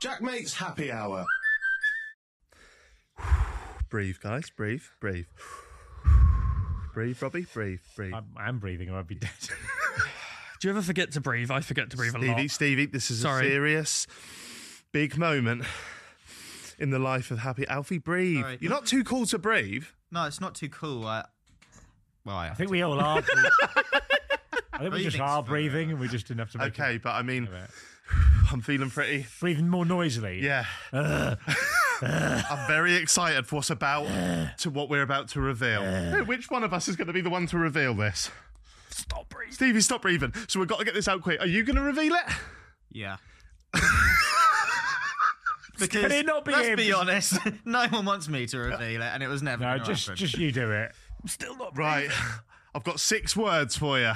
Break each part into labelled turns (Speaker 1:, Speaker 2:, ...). Speaker 1: Jack Mate's happy hour.
Speaker 2: Breathe, guys. Breathe, breathe. breathe, Robbie. Breathe, breathe.
Speaker 3: I'm, I'm breathing or I'd be dead.
Speaker 4: Do you ever forget to breathe? I forget to breathe a
Speaker 2: Stevie,
Speaker 4: lot.
Speaker 2: Stevie, this is
Speaker 4: Sorry.
Speaker 2: a serious, big moment in the life of Happy Alfie. Breathe.
Speaker 5: Sorry.
Speaker 2: You're not too cool to breathe.
Speaker 5: No, it's not too cool. I, well, I,
Speaker 3: I think we all are. I think we just
Speaker 5: Breathing's
Speaker 3: are
Speaker 5: for-
Speaker 3: breathing and we just didn't have to make it.
Speaker 2: Okay, but I mean,
Speaker 3: Anyway.
Speaker 2: I'm feeling pretty.
Speaker 3: Breathing more noisily.
Speaker 2: Yeah. I'm very excited for what's about to what we're about to reveal. Hey, which one of us is going to be the one to reveal this?
Speaker 4: Stop breathing.
Speaker 2: Stevie, stop breathing. So we've got to get this out quick. Are you going to reveal it?
Speaker 5: yeah. because
Speaker 3: Can it not be
Speaker 5: let's
Speaker 3: him?
Speaker 5: be honest, no one wants me to reveal it, and it was never.
Speaker 3: No,
Speaker 5: gonna
Speaker 3: just
Speaker 5: happen.
Speaker 3: just you do it.
Speaker 4: I'm still not
Speaker 2: Right. I've got six words for you.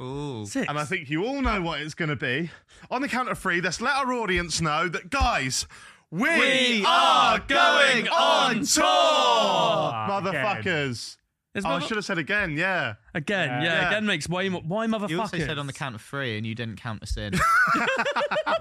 Speaker 5: Ooh.
Speaker 4: Six.
Speaker 2: And I think you all know what it's going to be. On the count of three, let's let our audience know that, guys, we,
Speaker 5: We are going on
Speaker 3: tour!
Speaker 2: Motherfuckers.
Speaker 4: There's
Speaker 2: Oh, I
Speaker 4: mother-
Speaker 2: should have said again, yeah.
Speaker 4: Again, yeah,
Speaker 2: Yeah.
Speaker 4: again makes way more. Why motherfucker?
Speaker 5: You also said on the count of three, and you didn't count us in.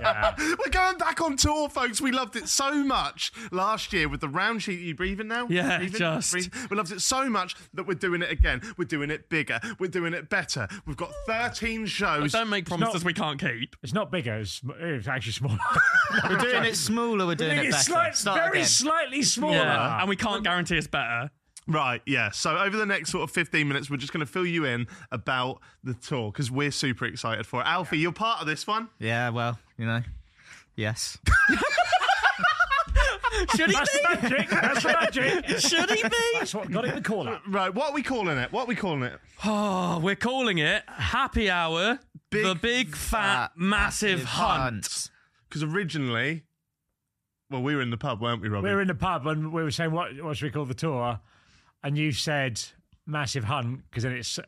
Speaker 3: Yeah.
Speaker 2: We're going back on tour, folks. We loved it so much last year with the round sheet. Are you breathing now?
Speaker 4: Yeah,
Speaker 2: Breathing?
Speaker 4: just.
Speaker 2: Breathing? We loved it so much that we're doing it again. We're doing it bigger. We're doing it better. We've got 13 shows.
Speaker 4: Don't make promises
Speaker 3: not-
Speaker 4: we can't keep.
Speaker 3: It's not bigger. It's, sm- it's actually smaller.
Speaker 5: we're doing it smaller. We're doing it better.
Speaker 3: it's slight,
Speaker 5: Start
Speaker 3: very
Speaker 5: again.
Speaker 3: slightly smaller.
Speaker 4: Yeah, and we can't guarantee it's better.
Speaker 2: Right, yeah. So over the next sort of 15 minutes, we're just going to fill you in about the tour because we're super excited for it. Alfie, you're part of this one.
Speaker 5: yeah. Well, you know. Yes.
Speaker 4: Should he
Speaker 3: That's
Speaker 4: be?
Speaker 3: the magic. That's the magic.
Speaker 4: Should he be?
Speaker 3: That's what got it the call out.
Speaker 2: Right, what are we calling it? What are we calling it?
Speaker 4: Oh, we're calling it Happy Hour.
Speaker 2: Big
Speaker 4: the big fat,
Speaker 5: Fat
Speaker 4: massive,
Speaker 5: massive
Speaker 4: hunt.
Speaker 5: hunt.
Speaker 2: Because originally, well, we were in the pub, weren't we, Robbie?
Speaker 3: We were in the pub and we were saying, what, what should we call the tour? And you said Massive Hunt, because then it's.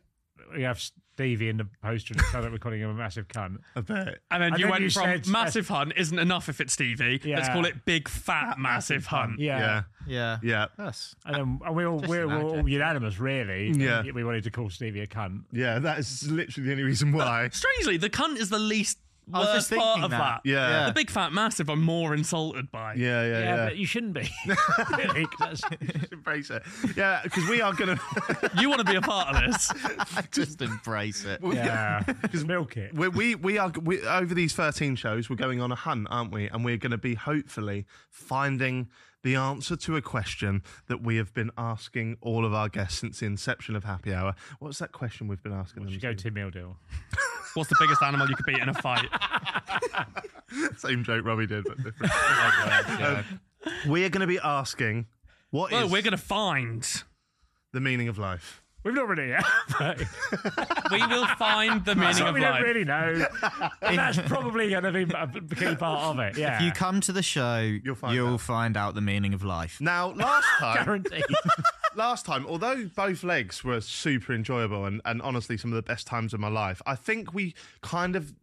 Speaker 3: We have Stevie in the poster and it's that we're calling him a massive cunt.
Speaker 2: I bet.
Speaker 4: And then
Speaker 3: And
Speaker 4: you
Speaker 3: then
Speaker 4: went
Speaker 3: you
Speaker 4: from
Speaker 3: said-
Speaker 4: massive hunt isn't enough if it's Stevie. Let's
Speaker 3: Yeah.
Speaker 4: call it big fat massive hunt.
Speaker 3: Yeah.
Speaker 2: Yeah,
Speaker 5: Yeah.
Speaker 2: yeah,
Speaker 5: Yes.
Speaker 3: And, then, and we all,
Speaker 5: Just
Speaker 3: we
Speaker 5: an
Speaker 3: were all
Speaker 5: adjective.
Speaker 3: unanimous, really.
Speaker 2: Yeah.
Speaker 3: And We wanted to call Stevie a cunt.
Speaker 2: yeah. That is literally the only reason why.
Speaker 4: Strangely, the cunt is the least
Speaker 5: I was just
Speaker 4: worst part
Speaker 5: thinking
Speaker 4: of that.
Speaker 5: that.
Speaker 2: Yeah.
Speaker 5: Yeah.
Speaker 4: The big fat massive I'm more insulted by.
Speaker 2: Yeah, yeah, yeah.
Speaker 3: but you shouldn't be. Really, 'cause that's-
Speaker 2: Embrace it. Yeah, because we are going to.
Speaker 4: You want to be a part of this.
Speaker 5: Just embrace it.
Speaker 3: yeah. Just milk it.
Speaker 2: We, we we are we, over these 13 shows we're going on a hunt aren't we and we're going to be hopefully finding the answer to a question that we have been asking all of our guests since the inception of happy hour what's that question we've been asking
Speaker 3: Should
Speaker 2: them
Speaker 3: go Tim Mildew.
Speaker 4: What's the biggest animal you could beat in a fight?
Speaker 2: same joke robbie did but different
Speaker 5: Yeah.
Speaker 2: we are going to be asking what
Speaker 4: Well,
Speaker 2: is
Speaker 4: we're going to find.
Speaker 2: the meaning of life
Speaker 3: We've not really, yeah. But
Speaker 4: We will find the meaning of
Speaker 3: we
Speaker 4: life.
Speaker 3: don't really know. And that's probably going to be a b- key part of it. Yeah.
Speaker 5: If you come to the show, you'll,
Speaker 2: find
Speaker 5: find,
Speaker 2: out.
Speaker 5: out. the meaning of life.
Speaker 2: now last time
Speaker 3: guarantee.
Speaker 2: last time, although both legs were super enjoyable and, and honestly some of the best times of my life, I think we kind of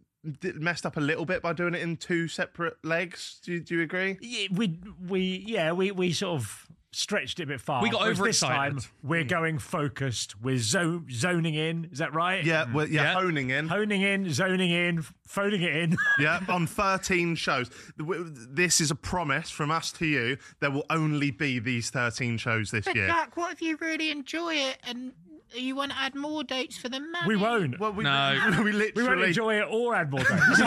Speaker 2: d- messed up a little bit by doing it in two separate legs. Do, you- do you agree?
Speaker 3: Yeah, we we yeah we we sort of stretched it a bit far.
Speaker 4: We got
Speaker 3: whereas This time,
Speaker 4: overexcited.
Speaker 3: we're going focused. We're zo- zoning in. Is that right?
Speaker 2: Yeah, well, yeah,
Speaker 4: Yeah.
Speaker 2: honing in.
Speaker 3: Honing in, zoning in, phoning it in.
Speaker 2: yeah, on 13 shows. W- This is a promise from us to you. There will only be these 13 shows this year.
Speaker 6: Jack, what if you really enjoy it and you want to add more dates for the map?
Speaker 3: we won't.
Speaker 2: Well, we,
Speaker 4: No.
Speaker 2: we
Speaker 3: we won't
Speaker 2: literally
Speaker 3: enjoy it or add more days.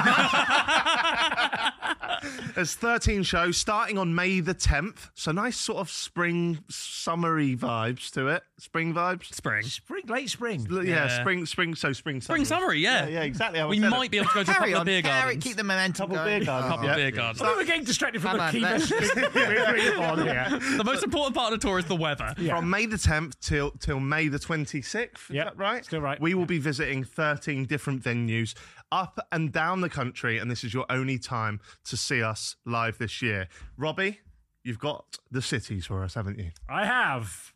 Speaker 2: there's 13 shows starting on May the 10th. So nice sort of spring, summery vibes to it. Spring vibes.
Speaker 4: Spring.
Speaker 3: spring, late spring.
Speaker 2: L- Yeah,
Speaker 4: Yeah.
Speaker 2: spring, spring. So spring,
Speaker 4: Spring summary, yeah.
Speaker 2: Yeah, yeah, exactly how I
Speaker 4: We
Speaker 2: said it.
Speaker 4: might be able to go to a
Speaker 5: Carry
Speaker 4: couple
Speaker 5: on,
Speaker 4: of beer
Speaker 5: carry,
Speaker 4: gardens.
Speaker 5: keep the momentum
Speaker 2: Couple
Speaker 5: going.
Speaker 2: beer
Speaker 5: Oh,
Speaker 2: gardens.
Speaker 4: couple
Speaker 2: Yeah.
Speaker 4: of beer gardens.
Speaker 3: I think we're getting distracted from
Speaker 5: Come
Speaker 3: the
Speaker 5: on,
Speaker 3: key
Speaker 5: let's-
Speaker 3: messages we're agreeing upon here.
Speaker 4: The most important part of the tour is the weather.
Speaker 2: From May the 10th till till May the 26th, is
Speaker 3: Yep,
Speaker 2: that right?
Speaker 3: still right,
Speaker 2: We will be visiting 13 different venues up and down the country, and this is your only time to see us live this year. Robbie, you've got the cities for us, haven't you?
Speaker 3: I have.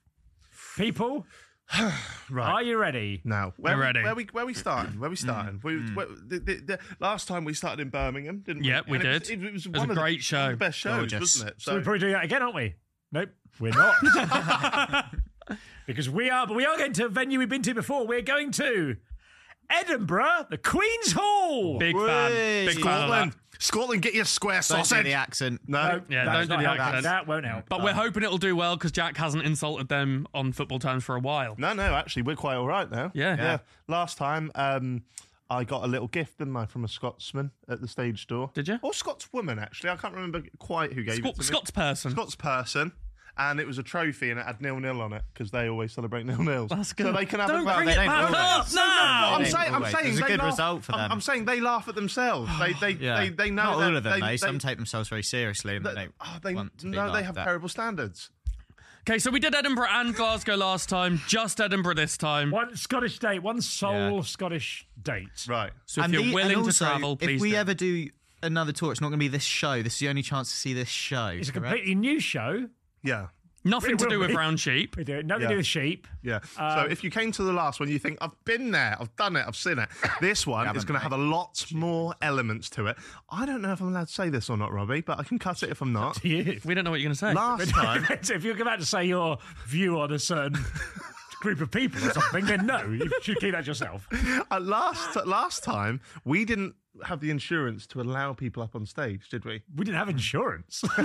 Speaker 3: People,
Speaker 2: Right.
Speaker 3: are you ready?
Speaker 2: now, where
Speaker 4: We're
Speaker 2: we-
Speaker 4: ready. Mm.
Speaker 2: where we where we starting? Where we starting? We, where- the, the, the, last time we started in Birmingham, didn't we?
Speaker 4: Yeah, we
Speaker 2: And it was-
Speaker 4: did.
Speaker 2: It was,
Speaker 4: It was
Speaker 2: one
Speaker 4: a
Speaker 2: of the-
Speaker 4: great
Speaker 2: one of
Speaker 4: show.
Speaker 2: the best shows,
Speaker 5: Gorgeous.
Speaker 2: wasn't it?
Speaker 3: So we're probably doing that again, aren't we? Nope, we're not. because we are, but we are going to a venue we've been to before. We're going to Edinburgh, the Queen's Hall.
Speaker 4: Big fan. Big fan of that.
Speaker 2: Scotland, Scotland, get your square
Speaker 5: Don't do
Speaker 2: sausage.
Speaker 5: the accent.
Speaker 2: no,
Speaker 4: Yeah,
Speaker 3: That's
Speaker 4: don't do
Speaker 3: not
Speaker 4: the
Speaker 3: helping.
Speaker 4: accent.
Speaker 3: That won't help.
Speaker 4: But we're hoping it'll do well because Jack hasn't insulted them on football terms for a while.
Speaker 2: No, no, actually, we're quite all right now.
Speaker 4: Yeah. Yeah.
Speaker 2: Last time, um, I got a little gift, didn't I, from a Scotsman at the stage door?
Speaker 4: Did you?
Speaker 2: Or Scotswoman, actually. I can't remember quite who gave it to
Speaker 4: Scots,
Speaker 2: me.
Speaker 4: Scots person.
Speaker 2: Scots person. And it was a trophy, and it had nil nil on it because they always celebrate nil nils.
Speaker 4: That's
Speaker 2: So
Speaker 4: good.
Speaker 2: they can have
Speaker 4: Don't
Speaker 2: it. Well,
Speaker 4: bring
Speaker 2: they
Speaker 4: it
Speaker 2: don't-
Speaker 4: back
Speaker 2: well,
Speaker 4: up now.
Speaker 2: I'm
Speaker 5: They
Speaker 2: saying, I'm
Speaker 5: always-
Speaker 2: saying
Speaker 5: there's a
Speaker 2: they
Speaker 5: good
Speaker 2: laugh-
Speaker 5: result for
Speaker 2: I'm-
Speaker 5: them.
Speaker 2: I'm saying they laugh at themselves. They, they,
Speaker 5: Yeah.
Speaker 2: they, they know.
Speaker 5: Not
Speaker 2: that
Speaker 5: all of them,
Speaker 2: they,
Speaker 5: though.
Speaker 2: they-
Speaker 5: Some take themselves very seriously and
Speaker 2: they-
Speaker 5: they, don't
Speaker 2: oh, they
Speaker 5: want to be
Speaker 2: no, they
Speaker 5: laughed
Speaker 2: have
Speaker 5: at.
Speaker 2: terrible standards.
Speaker 4: Okay, so we did Edinburgh and Glasgow last time, just Edinburgh this time.
Speaker 3: one Scottish date, one sole
Speaker 5: Yeah.
Speaker 3: Scottish date.
Speaker 2: Right.
Speaker 4: So if
Speaker 5: And
Speaker 4: you're
Speaker 5: the-
Speaker 4: willing
Speaker 5: and
Speaker 4: to
Speaker 5: also,
Speaker 4: travel, please.
Speaker 5: If we
Speaker 4: do.
Speaker 5: ever do another tour, it's not going to be this show. This is the only chance to see this show.
Speaker 3: It's a
Speaker 5: correct?
Speaker 3: completely new show.
Speaker 2: Yeah.
Speaker 4: Nothing to
Speaker 3: Will
Speaker 4: do with
Speaker 3: we?
Speaker 4: round sheep.
Speaker 3: We do it. Nothing to
Speaker 2: Yeah.
Speaker 3: do with sheep.
Speaker 2: Yeah. so
Speaker 3: Um,
Speaker 2: if you came to the last one, you think, I've been there, I've done it, I've seen it. This one is going to have a lot more elements to it. I don't know if I'm allowed to say this or not, Robbie, but I can cut it if I'm not.
Speaker 3: You.
Speaker 4: We don't know what you're going to say.
Speaker 2: Last time.
Speaker 3: So if you're about to say your view on a certain group of people or something, then no, you should keep that yourself.
Speaker 2: At last, at last time, we didn't have the insurance to allow people up on stage, did we?
Speaker 3: We didn't have insurance.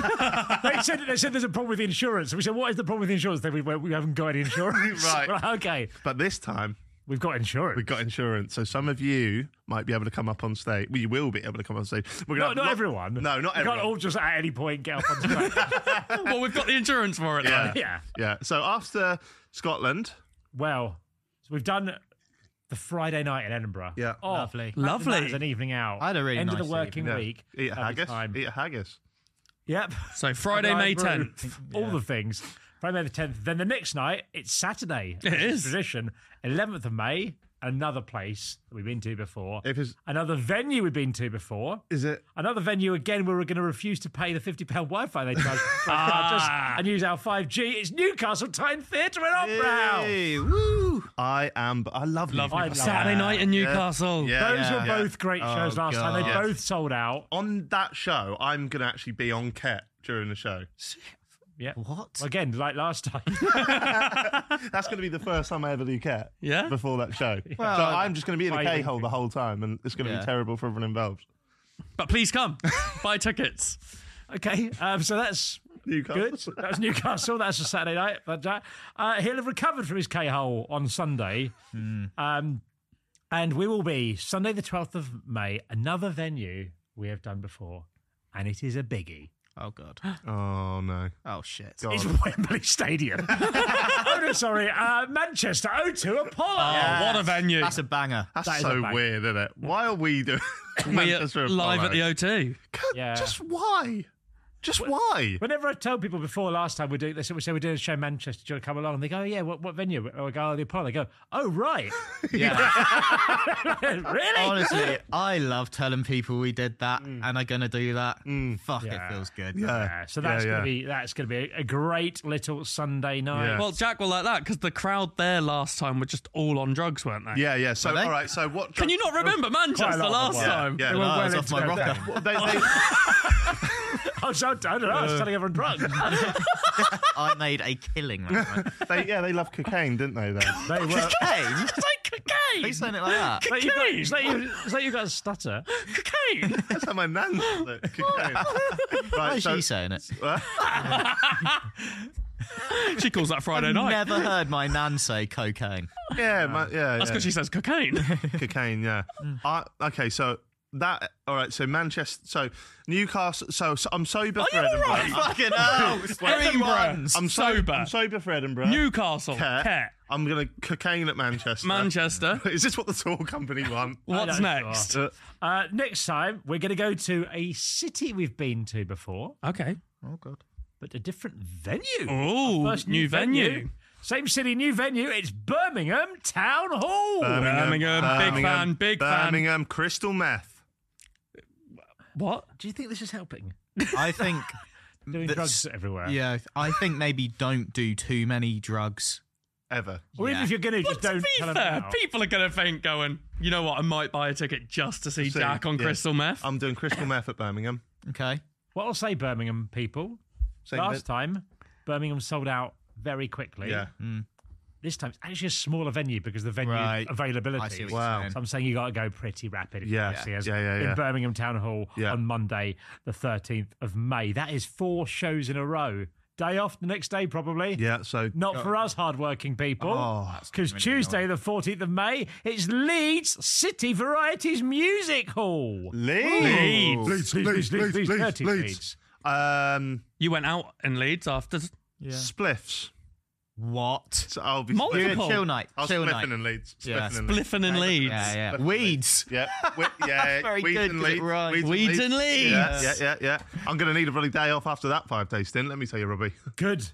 Speaker 3: they said they said there's a problem with the insurance. We said, what is the problem with the insurance? Then we went, we haven't got any insurance.
Speaker 2: Right.
Speaker 3: We're like, okay,
Speaker 2: But this time,
Speaker 3: we've got insurance.
Speaker 2: we got insurance. So some of you might be able to come up on stage. Well, you will be able to come on stage. We're gonna
Speaker 3: not,
Speaker 2: have
Speaker 3: not
Speaker 2: lo-
Speaker 3: everyone.
Speaker 2: No, not
Speaker 3: we
Speaker 2: everyone.
Speaker 3: Can't all just at any point get up on stage.
Speaker 4: well, we've got the insurance for it,
Speaker 2: yeah.
Speaker 4: though.
Speaker 3: yeah.
Speaker 2: yeah. So after Scotland.
Speaker 3: Well, so we've done the Friday night in Edinburgh.
Speaker 2: Yeah.
Speaker 3: Oh,
Speaker 5: Lovely.
Speaker 3: imagine
Speaker 4: Lovely.
Speaker 3: that as an evening out.
Speaker 5: I had a really
Speaker 3: end of
Speaker 5: nice
Speaker 3: the working
Speaker 2: Yeah.
Speaker 3: week.
Speaker 2: Eat a
Speaker 3: lovely
Speaker 2: haggis.
Speaker 3: time.
Speaker 2: Eat a haggis.
Speaker 3: Yep.
Speaker 4: So Friday, May
Speaker 3: Live brew,
Speaker 4: 10th.
Speaker 3: All the things. Friday, May the 10th. Then the next night, it's Saturday.
Speaker 4: It
Speaker 3: It's
Speaker 4: is.
Speaker 3: Tradition. 11th of May, another place that we've been to before.
Speaker 2: If it's,
Speaker 3: Another venue we've been to before.
Speaker 2: is it
Speaker 3: Another venue again where we're going to refuse to pay the £50 Wi Fi they charge for our
Speaker 4: Ah.
Speaker 3: charges and use our 5G. It's Newcastle Time Theatre and Opera House.
Speaker 5: Hey, woo!
Speaker 2: I am. I love
Speaker 4: Lovely.
Speaker 3: I love
Speaker 4: Saturday
Speaker 3: that.
Speaker 4: night in Newcastle.
Speaker 2: Yeah.
Speaker 3: Those were
Speaker 2: yeah. Oh,
Speaker 3: both great shows last time. They
Speaker 2: God.
Speaker 3: both sold out.
Speaker 2: On that show, I'm gonna actually be on Ket during the show.
Speaker 3: Yeah.
Speaker 5: What?
Speaker 3: Again, like last time.
Speaker 2: That's gonna be the first time I ever do Ket.
Speaker 4: Yeah?
Speaker 2: Before that show, so
Speaker 5: Well,
Speaker 2: I'm just gonna be in a
Speaker 3: I-
Speaker 2: K hole the whole time, and it's gonna
Speaker 5: Yeah.
Speaker 2: be terrible for everyone involved.
Speaker 4: But please come. Buy tickets.
Speaker 3: okay. Um, so that's
Speaker 2: Newcastle.
Speaker 3: good. That was Newcastle. That's a Saturday night. But uh, uh, he'll have recovered from his K hole on Sunday.
Speaker 5: Hmm.
Speaker 3: Um, and we will be Sunday, the 12th of May, another venue we have done before. And it is a biggie.
Speaker 5: Oh god.
Speaker 2: Oh no!
Speaker 5: Oh shit.
Speaker 2: God.
Speaker 3: It's Wembley Stadium. oh, no, sorry. Uh, Manchester O2 Apollo.
Speaker 4: Oh, what a venue.
Speaker 5: That's a banger.
Speaker 2: That's
Speaker 3: That is a
Speaker 2: so
Speaker 3: bang.
Speaker 2: weird, isn't it? Why are we doing
Speaker 4: we
Speaker 2: Manchester
Speaker 4: are live at the
Speaker 2: Apollo?
Speaker 4: O2.
Speaker 2: God,
Speaker 3: Yeah.
Speaker 2: Just why? Just why?
Speaker 3: Whenever I tell people before last time we're doing this, we say we're doing a show in Manchester, do you want to come along? And they go, oh, yeah, what, what venue? I go, oh, the Apollo. They go, oh, right.
Speaker 5: Yeah.
Speaker 3: really?
Speaker 5: Honestly, I love telling people we did that and are gonna do that. Fuck,
Speaker 3: Yeah.
Speaker 5: it feels good.
Speaker 3: Yeah, so that's
Speaker 2: Mm. yeah.
Speaker 3: gonna be that's gonna be a great little Sunday night.
Speaker 2: Yeah.
Speaker 4: Well, Jack will like that because the crowd there last time were just all on drugs, weren't they?
Speaker 2: yeah, yeah. So
Speaker 5: Were they?
Speaker 2: all right. So what?
Speaker 4: Can you not remember Manchester
Speaker 3: lot of
Speaker 4: last
Speaker 3: them were.
Speaker 4: time?
Speaker 2: Yeah.
Speaker 3: They were
Speaker 2: no,
Speaker 3: well
Speaker 5: it's
Speaker 3: into
Speaker 5: off my
Speaker 3: their
Speaker 5: rocker.
Speaker 3: day.
Speaker 2: they, they,
Speaker 3: I was, Oh, I don't know. I was telling everyone drugs.
Speaker 5: I made a killing that night.
Speaker 2: They, yeah, they love cocaine, didn't they? Then
Speaker 3: they were.
Speaker 5: Cocaine?
Speaker 4: cocaine.
Speaker 5: Who's saying it like that?
Speaker 3: Like you got, it's, like you, it's like you got a stutter.
Speaker 4: Cocaine.
Speaker 2: that's how my nan called it, cocaine.
Speaker 5: Why
Speaker 2: right,
Speaker 5: is
Speaker 2: so,
Speaker 5: she saying it?
Speaker 4: she calls that Friday
Speaker 5: I've
Speaker 4: night.
Speaker 5: never heard my nan say cocaine.
Speaker 2: yeah, my, yeah,
Speaker 4: That's
Speaker 2: yeah.
Speaker 4: because she Mm. says cocaine.
Speaker 2: cocaine. Yeah. I, okay, so that. All right. So Manchester. So Newcastle. So, so I'm sober for
Speaker 4: you all
Speaker 2: Edinburgh.
Speaker 4: right?
Speaker 5: Fucking hell. Three
Speaker 4: Edinburgh.
Speaker 5: ones.
Speaker 2: I'm so-
Speaker 4: Sober.
Speaker 2: I'm sober for Edinburgh.
Speaker 4: Newcastle.
Speaker 2: Cat.
Speaker 4: Cat.
Speaker 2: I'm gonna cocaine at Manchester.
Speaker 4: Manchester.
Speaker 2: Is this what the tour company want?
Speaker 4: What's
Speaker 3: I know,
Speaker 4: next?
Speaker 2: Uh,
Speaker 3: Uh, next time, we're going to go to a city we've been to before,
Speaker 4: Okay.
Speaker 5: Oh, God.
Speaker 3: but a different venue.
Speaker 4: Oh,
Speaker 3: First
Speaker 4: new venue.
Speaker 3: Same city, new venue. It's Birmingham Town Hall. Uh,
Speaker 4: Birmingham, big fan, big fan.
Speaker 2: Birmingham, crystal meth.
Speaker 4: What?
Speaker 3: Do you think this is helping?
Speaker 5: I think,
Speaker 3: Doing
Speaker 5: That's-
Speaker 3: drugs everywhere.
Speaker 5: yeah, I think maybe don't do too many drugs.
Speaker 2: Ever.
Speaker 3: Or even
Speaker 5: Yeah.
Speaker 3: if you're going to, just
Speaker 4: To
Speaker 3: don't
Speaker 4: be
Speaker 3: tell them
Speaker 4: fair,
Speaker 3: now.
Speaker 4: people are going to think going, you know what, I might buy a ticket just to see
Speaker 2: So,
Speaker 4: Jack on
Speaker 2: yeah,
Speaker 4: Crystal Meth.
Speaker 3: Um,
Speaker 2: I'm doing crystal meth at Birmingham.
Speaker 5: Okay.
Speaker 3: What I'll say, Birmingham people.
Speaker 2: Same
Speaker 3: last
Speaker 2: bit.
Speaker 3: time, Birmingham sold out very quickly.
Speaker 2: Yeah.
Speaker 4: Mm.
Speaker 3: This time, it's actually a smaller venue because the venue
Speaker 5: Right.
Speaker 3: availability.
Speaker 5: I see what
Speaker 2: Wow.
Speaker 5: you're
Speaker 3: So
Speaker 5: saying.
Speaker 3: I'm saying you got to go pretty rapid. if you
Speaker 2: Yeah.
Speaker 3: wanna see us
Speaker 2: Yeah, yeah, yeah.
Speaker 3: In Birmingham Town Hall
Speaker 2: Yeah.
Speaker 3: on Monday, the 13th of May. That is four shows in a row. Day off the next day, probably.
Speaker 2: Yeah. So
Speaker 3: Not for us hardworking people,
Speaker 2: Oh,
Speaker 3: because Tuesday, the 14th of May, it's Leeds City Varieties Music Hall.
Speaker 2: Leeds.
Speaker 3: Leeds, Leeds, Leeds, Leeds, Dirty Leeds.
Speaker 2: Um,
Speaker 4: you went out in Leeds after.
Speaker 2: spliffs.
Speaker 5: What?
Speaker 2: So I'll be
Speaker 4: Multiple.
Speaker 2: spliffing.
Speaker 4: Paul.
Speaker 5: Chill night.
Speaker 2: I was
Speaker 5: Chill
Speaker 2: spliffing
Speaker 5: night.
Speaker 2: in Leeds. Spliffing
Speaker 5: Yeah.
Speaker 2: in Leeds.
Speaker 4: Bliffin and Leeds.
Speaker 5: yeah, yeah. Weeds.
Speaker 2: Yeah, we, yeah.
Speaker 5: Very
Speaker 2: weeds
Speaker 5: good,
Speaker 2: and
Speaker 5: get it
Speaker 2: Leeds.
Speaker 5: right.
Speaker 4: Weeds and Leeds.
Speaker 2: Yeah, yeah, yeah, yeah. I'm gonna need a bloody day off after that five day stint. Let me tell you, Robbie.
Speaker 3: Good.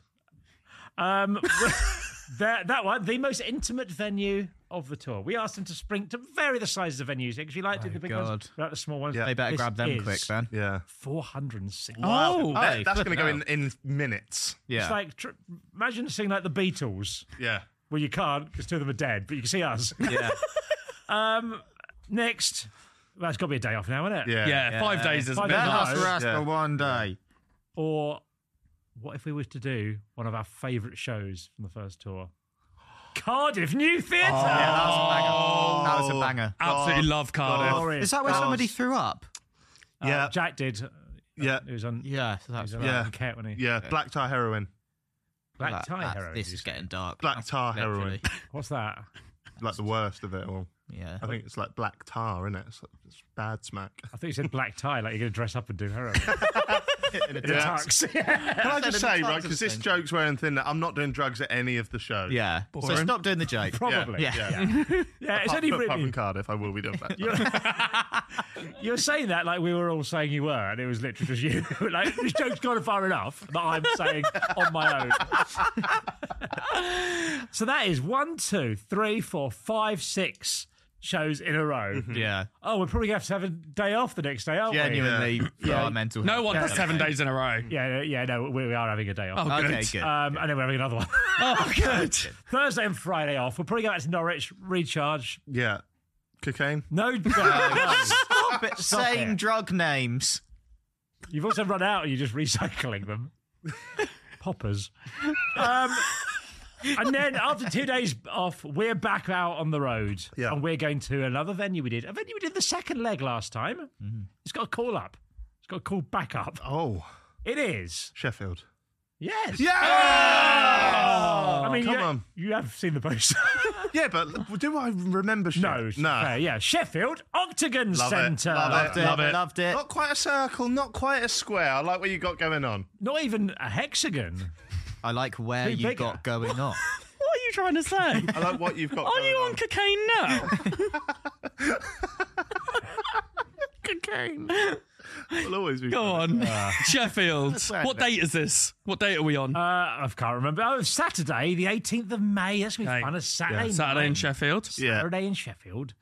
Speaker 3: Um, that, that one, the most intimate venue of the tour. We asked them to spring to vary the sizes of venues because we like to do the big ones,
Speaker 5: God.
Speaker 3: we like the small ones.
Speaker 2: Yeah.
Speaker 5: They better
Speaker 3: This
Speaker 5: grab them
Speaker 3: is
Speaker 5: quick then.
Speaker 2: Yeah.
Speaker 3: 460.
Speaker 4: Oh,
Speaker 2: That-
Speaker 5: hey,
Speaker 2: that's gonna go in
Speaker 5: flipping
Speaker 2: in minutes.
Speaker 3: It's like tr- imagine seeing like the Beatles.
Speaker 2: Yeah.
Speaker 3: Well, you can't because two of them are dead, but you can see us.
Speaker 5: Yeah.
Speaker 3: um, next, well, it's got to be a day off now, isn't it?
Speaker 2: Yeah.
Speaker 4: yeah, five days is a
Speaker 3: Five
Speaker 4: bit
Speaker 3: days.
Speaker 4: hard.
Speaker 3: Yeah.
Speaker 5: rest
Speaker 2: Yeah.
Speaker 5: for one day.
Speaker 3: Or what if we was to do one of our favourite shows from the first tour? Cardiff New Theatre.
Speaker 5: Oh. Yeah, that was a banger. That was a banger.
Speaker 4: Absolutely love Cardiff.
Speaker 3: Glorious.
Speaker 5: Is that where somebody threw up?
Speaker 3: Uh,
Speaker 2: Yeah.
Speaker 3: Jack did. Uh,
Speaker 2: Yeah.
Speaker 3: He was on. Yeah.
Speaker 5: Yeah,
Speaker 3: He
Speaker 5: so
Speaker 3: was
Speaker 5: that's
Speaker 3: on
Speaker 2: Yeah.
Speaker 3: yeah. Cat when he.
Speaker 2: Yeah. Black tar heroin.
Speaker 3: Black
Speaker 5: that-
Speaker 3: tie
Speaker 5: that-
Speaker 3: heroin.
Speaker 5: This
Speaker 3: you
Speaker 5: is
Speaker 3: say.
Speaker 5: getting dark.
Speaker 2: Black tar
Speaker 5: Literally.
Speaker 3: What's that?
Speaker 2: Like the worst of it all.
Speaker 5: Yeah.
Speaker 2: I think it's like black tar, isn't it? It's, like, it's bad smack.
Speaker 3: I thought you said black tie, like you're going to dress up and do heroin.
Speaker 2: Yeah.
Speaker 3: Tux.
Speaker 2: Can I just
Speaker 5: Send them
Speaker 2: say,
Speaker 5: to
Speaker 2: right,
Speaker 5: Clarkson
Speaker 2: because this
Speaker 5: Centre.
Speaker 2: joke's wearing thin, that I'm not doing drugs at any of the shows.
Speaker 5: Yeah. So
Speaker 4: Boring.
Speaker 5: stop doing the joke.
Speaker 3: Probably.
Speaker 5: Yeah.
Speaker 2: Yeah.
Speaker 3: Yeah, it's
Speaker 2: Apart,
Speaker 3: only
Speaker 2: but apart from
Speaker 3: Britney.
Speaker 2: Cardiff, I will be doing black tar.
Speaker 3: You're saying that like we were all saying you were, and it was literally just you. like this joke's gone far enough that I'm saying on my own. so that is one, two, three, four, five, six shows in a row.
Speaker 2: Mm-hmm.
Speaker 5: Yeah.
Speaker 3: Oh, we're probably going to have to have a day off the next day, aren't
Speaker 5: Genuinely for
Speaker 3: Yeah.
Speaker 5: our mental
Speaker 4: No
Speaker 5: health.
Speaker 4: one for seven days in a row.
Speaker 3: we? Yeah, yeah, no, we, we are having a day off.
Speaker 4: Oh,
Speaker 5: Okay,
Speaker 4: good.
Speaker 5: good.
Speaker 3: Um, And then we're having another one.
Speaker 4: Oh, good.
Speaker 3: Thursday and Friday off. We'll probably go back to Norwich, recharge.
Speaker 2: Yeah. Cocaine?
Speaker 3: No drugs.
Speaker 5: Stop it. Saying
Speaker 3: it.
Speaker 5: drug names.
Speaker 3: You've also run out and you're just recycling them. Poppers. Um, and then after two days off, we're back out on the road.
Speaker 2: Yeah.
Speaker 3: And we're going to another venue we did. A venue we did the second leg last time.
Speaker 2: Mm-hmm.
Speaker 3: It's got a call up. It's got a call back up.
Speaker 2: Oh,
Speaker 3: It is.
Speaker 2: Sheffield.
Speaker 3: Yes. Oh,
Speaker 2: Yeah!
Speaker 3: I mean,
Speaker 2: come
Speaker 3: you,
Speaker 2: on.
Speaker 3: you have seen the poster.
Speaker 2: Yeah, but do I remember
Speaker 3: no.
Speaker 2: Sheffield?
Speaker 3: it's fair, yeah. Sheffield Octagon
Speaker 2: Love it,
Speaker 3: Centre.
Speaker 2: love it.
Speaker 5: Loved it.
Speaker 2: Love it.
Speaker 5: Loved it.
Speaker 2: Not quite a circle, not quite a square. I like what you got going on.
Speaker 3: Not even a hexagon.
Speaker 5: I like where
Speaker 3: Too
Speaker 5: you
Speaker 3: big.
Speaker 5: got going on.
Speaker 4: What are you trying to say?
Speaker 2: I like what you've got
Speaker 4: Are
Speaker 2: going
Speaker 4: you
Speaker 2: on.
Speaker 4: on cocaine now? cocaine.
Speaker 2: It'll always be
Speaker 4: Go on. Sheffield. What date is this? What date are we on?
Speaker 3: Uh, I can't remember. Oh, it's Saturday, the 18th of May. That's going to be
Speaker 4: Okay.
Speaker 3: fun. A Saturday night.
Speaker 4: Saturday in Sheffield.
Speaker 2: Yeah.
Speaker 3: Saturday in Sheffield.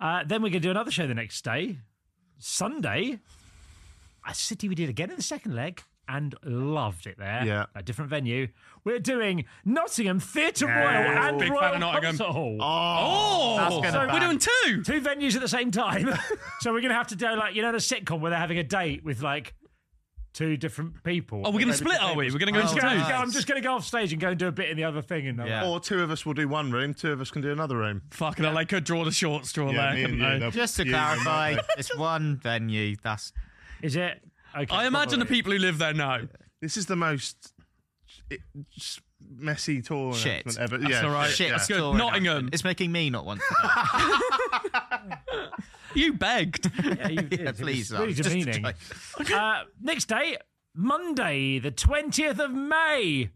Speaker 3: Uh, then we're going to do another show the next day, Sunday. A city we did again in the second leg and loved it there.
Speaker 2: Yeah.
Speaker 3: A different venue. We're doing Nottingham Theatre Royal and
Speaker 4: Big fan
Speaker 3: Royal
Speaker 4: of Nottingham.
Speaker 3: Concert Hall.
Speaker 4: Oh,
Speaker 2: gonna
Speaker 4: so we're
Speaker 2: bang.
Speaker 4: doing two.
Speaker 3: Two venues at the same time. so we're going to have to do like, you know, in a sitcom where they're having a date with like two different people.
Speaker 4: Oh, we're going to split, are we? We're going to go into
Speaker 3: Just
Speaker 4: two.
Speaker 3: gonna- I'm just going to go off stage and go and do a bit in the other thing. And
Speaker 5: Yeah.
Speaker 2: Or two of us will do one room, two of us can do another room.
Speaker 4: Fucking hell, I could draw the short straw
Speaker 2: Yeah,
Speaker 4: there,
Speaker 2: me and
Speaker 4: couldn't
Speaker 2: you,
Speaker 4: I?
Speaker 2: they'll-
Speaker 5: Just to
Speaker 2: you and me.
Speaker 5: clarify, it's one venue. That's
Speaker 3: is it? Okay,
Speaker 4: I imagine the people who live there know.
Speaker 2: This is the most it, just messy tour
Speaker 5: Shit.
Speaker 2: announcement ever.
Speaker 4: That's
Speaker 2: yeah,
Speaker 4: all right.
Speaker 5: shit.
Speaker 2: yeah.
Speaker 4: That's good.
Speaker 5: story.
Speaker 4: Nottingham.
Speaker 5: It's making me not want to. go.
Speaker 4: You begged.
Speaker 3: Yeah, you did. It
Speaker 5: yeah,
Speaker 3: was
Speaker 5: please.
Speaker 3: really
Speaker 5: I'm just
Speaker 3: demeaning.
Speaker 5: joking.
Speaker 3: Uh, next day, Monday, the 20th of May,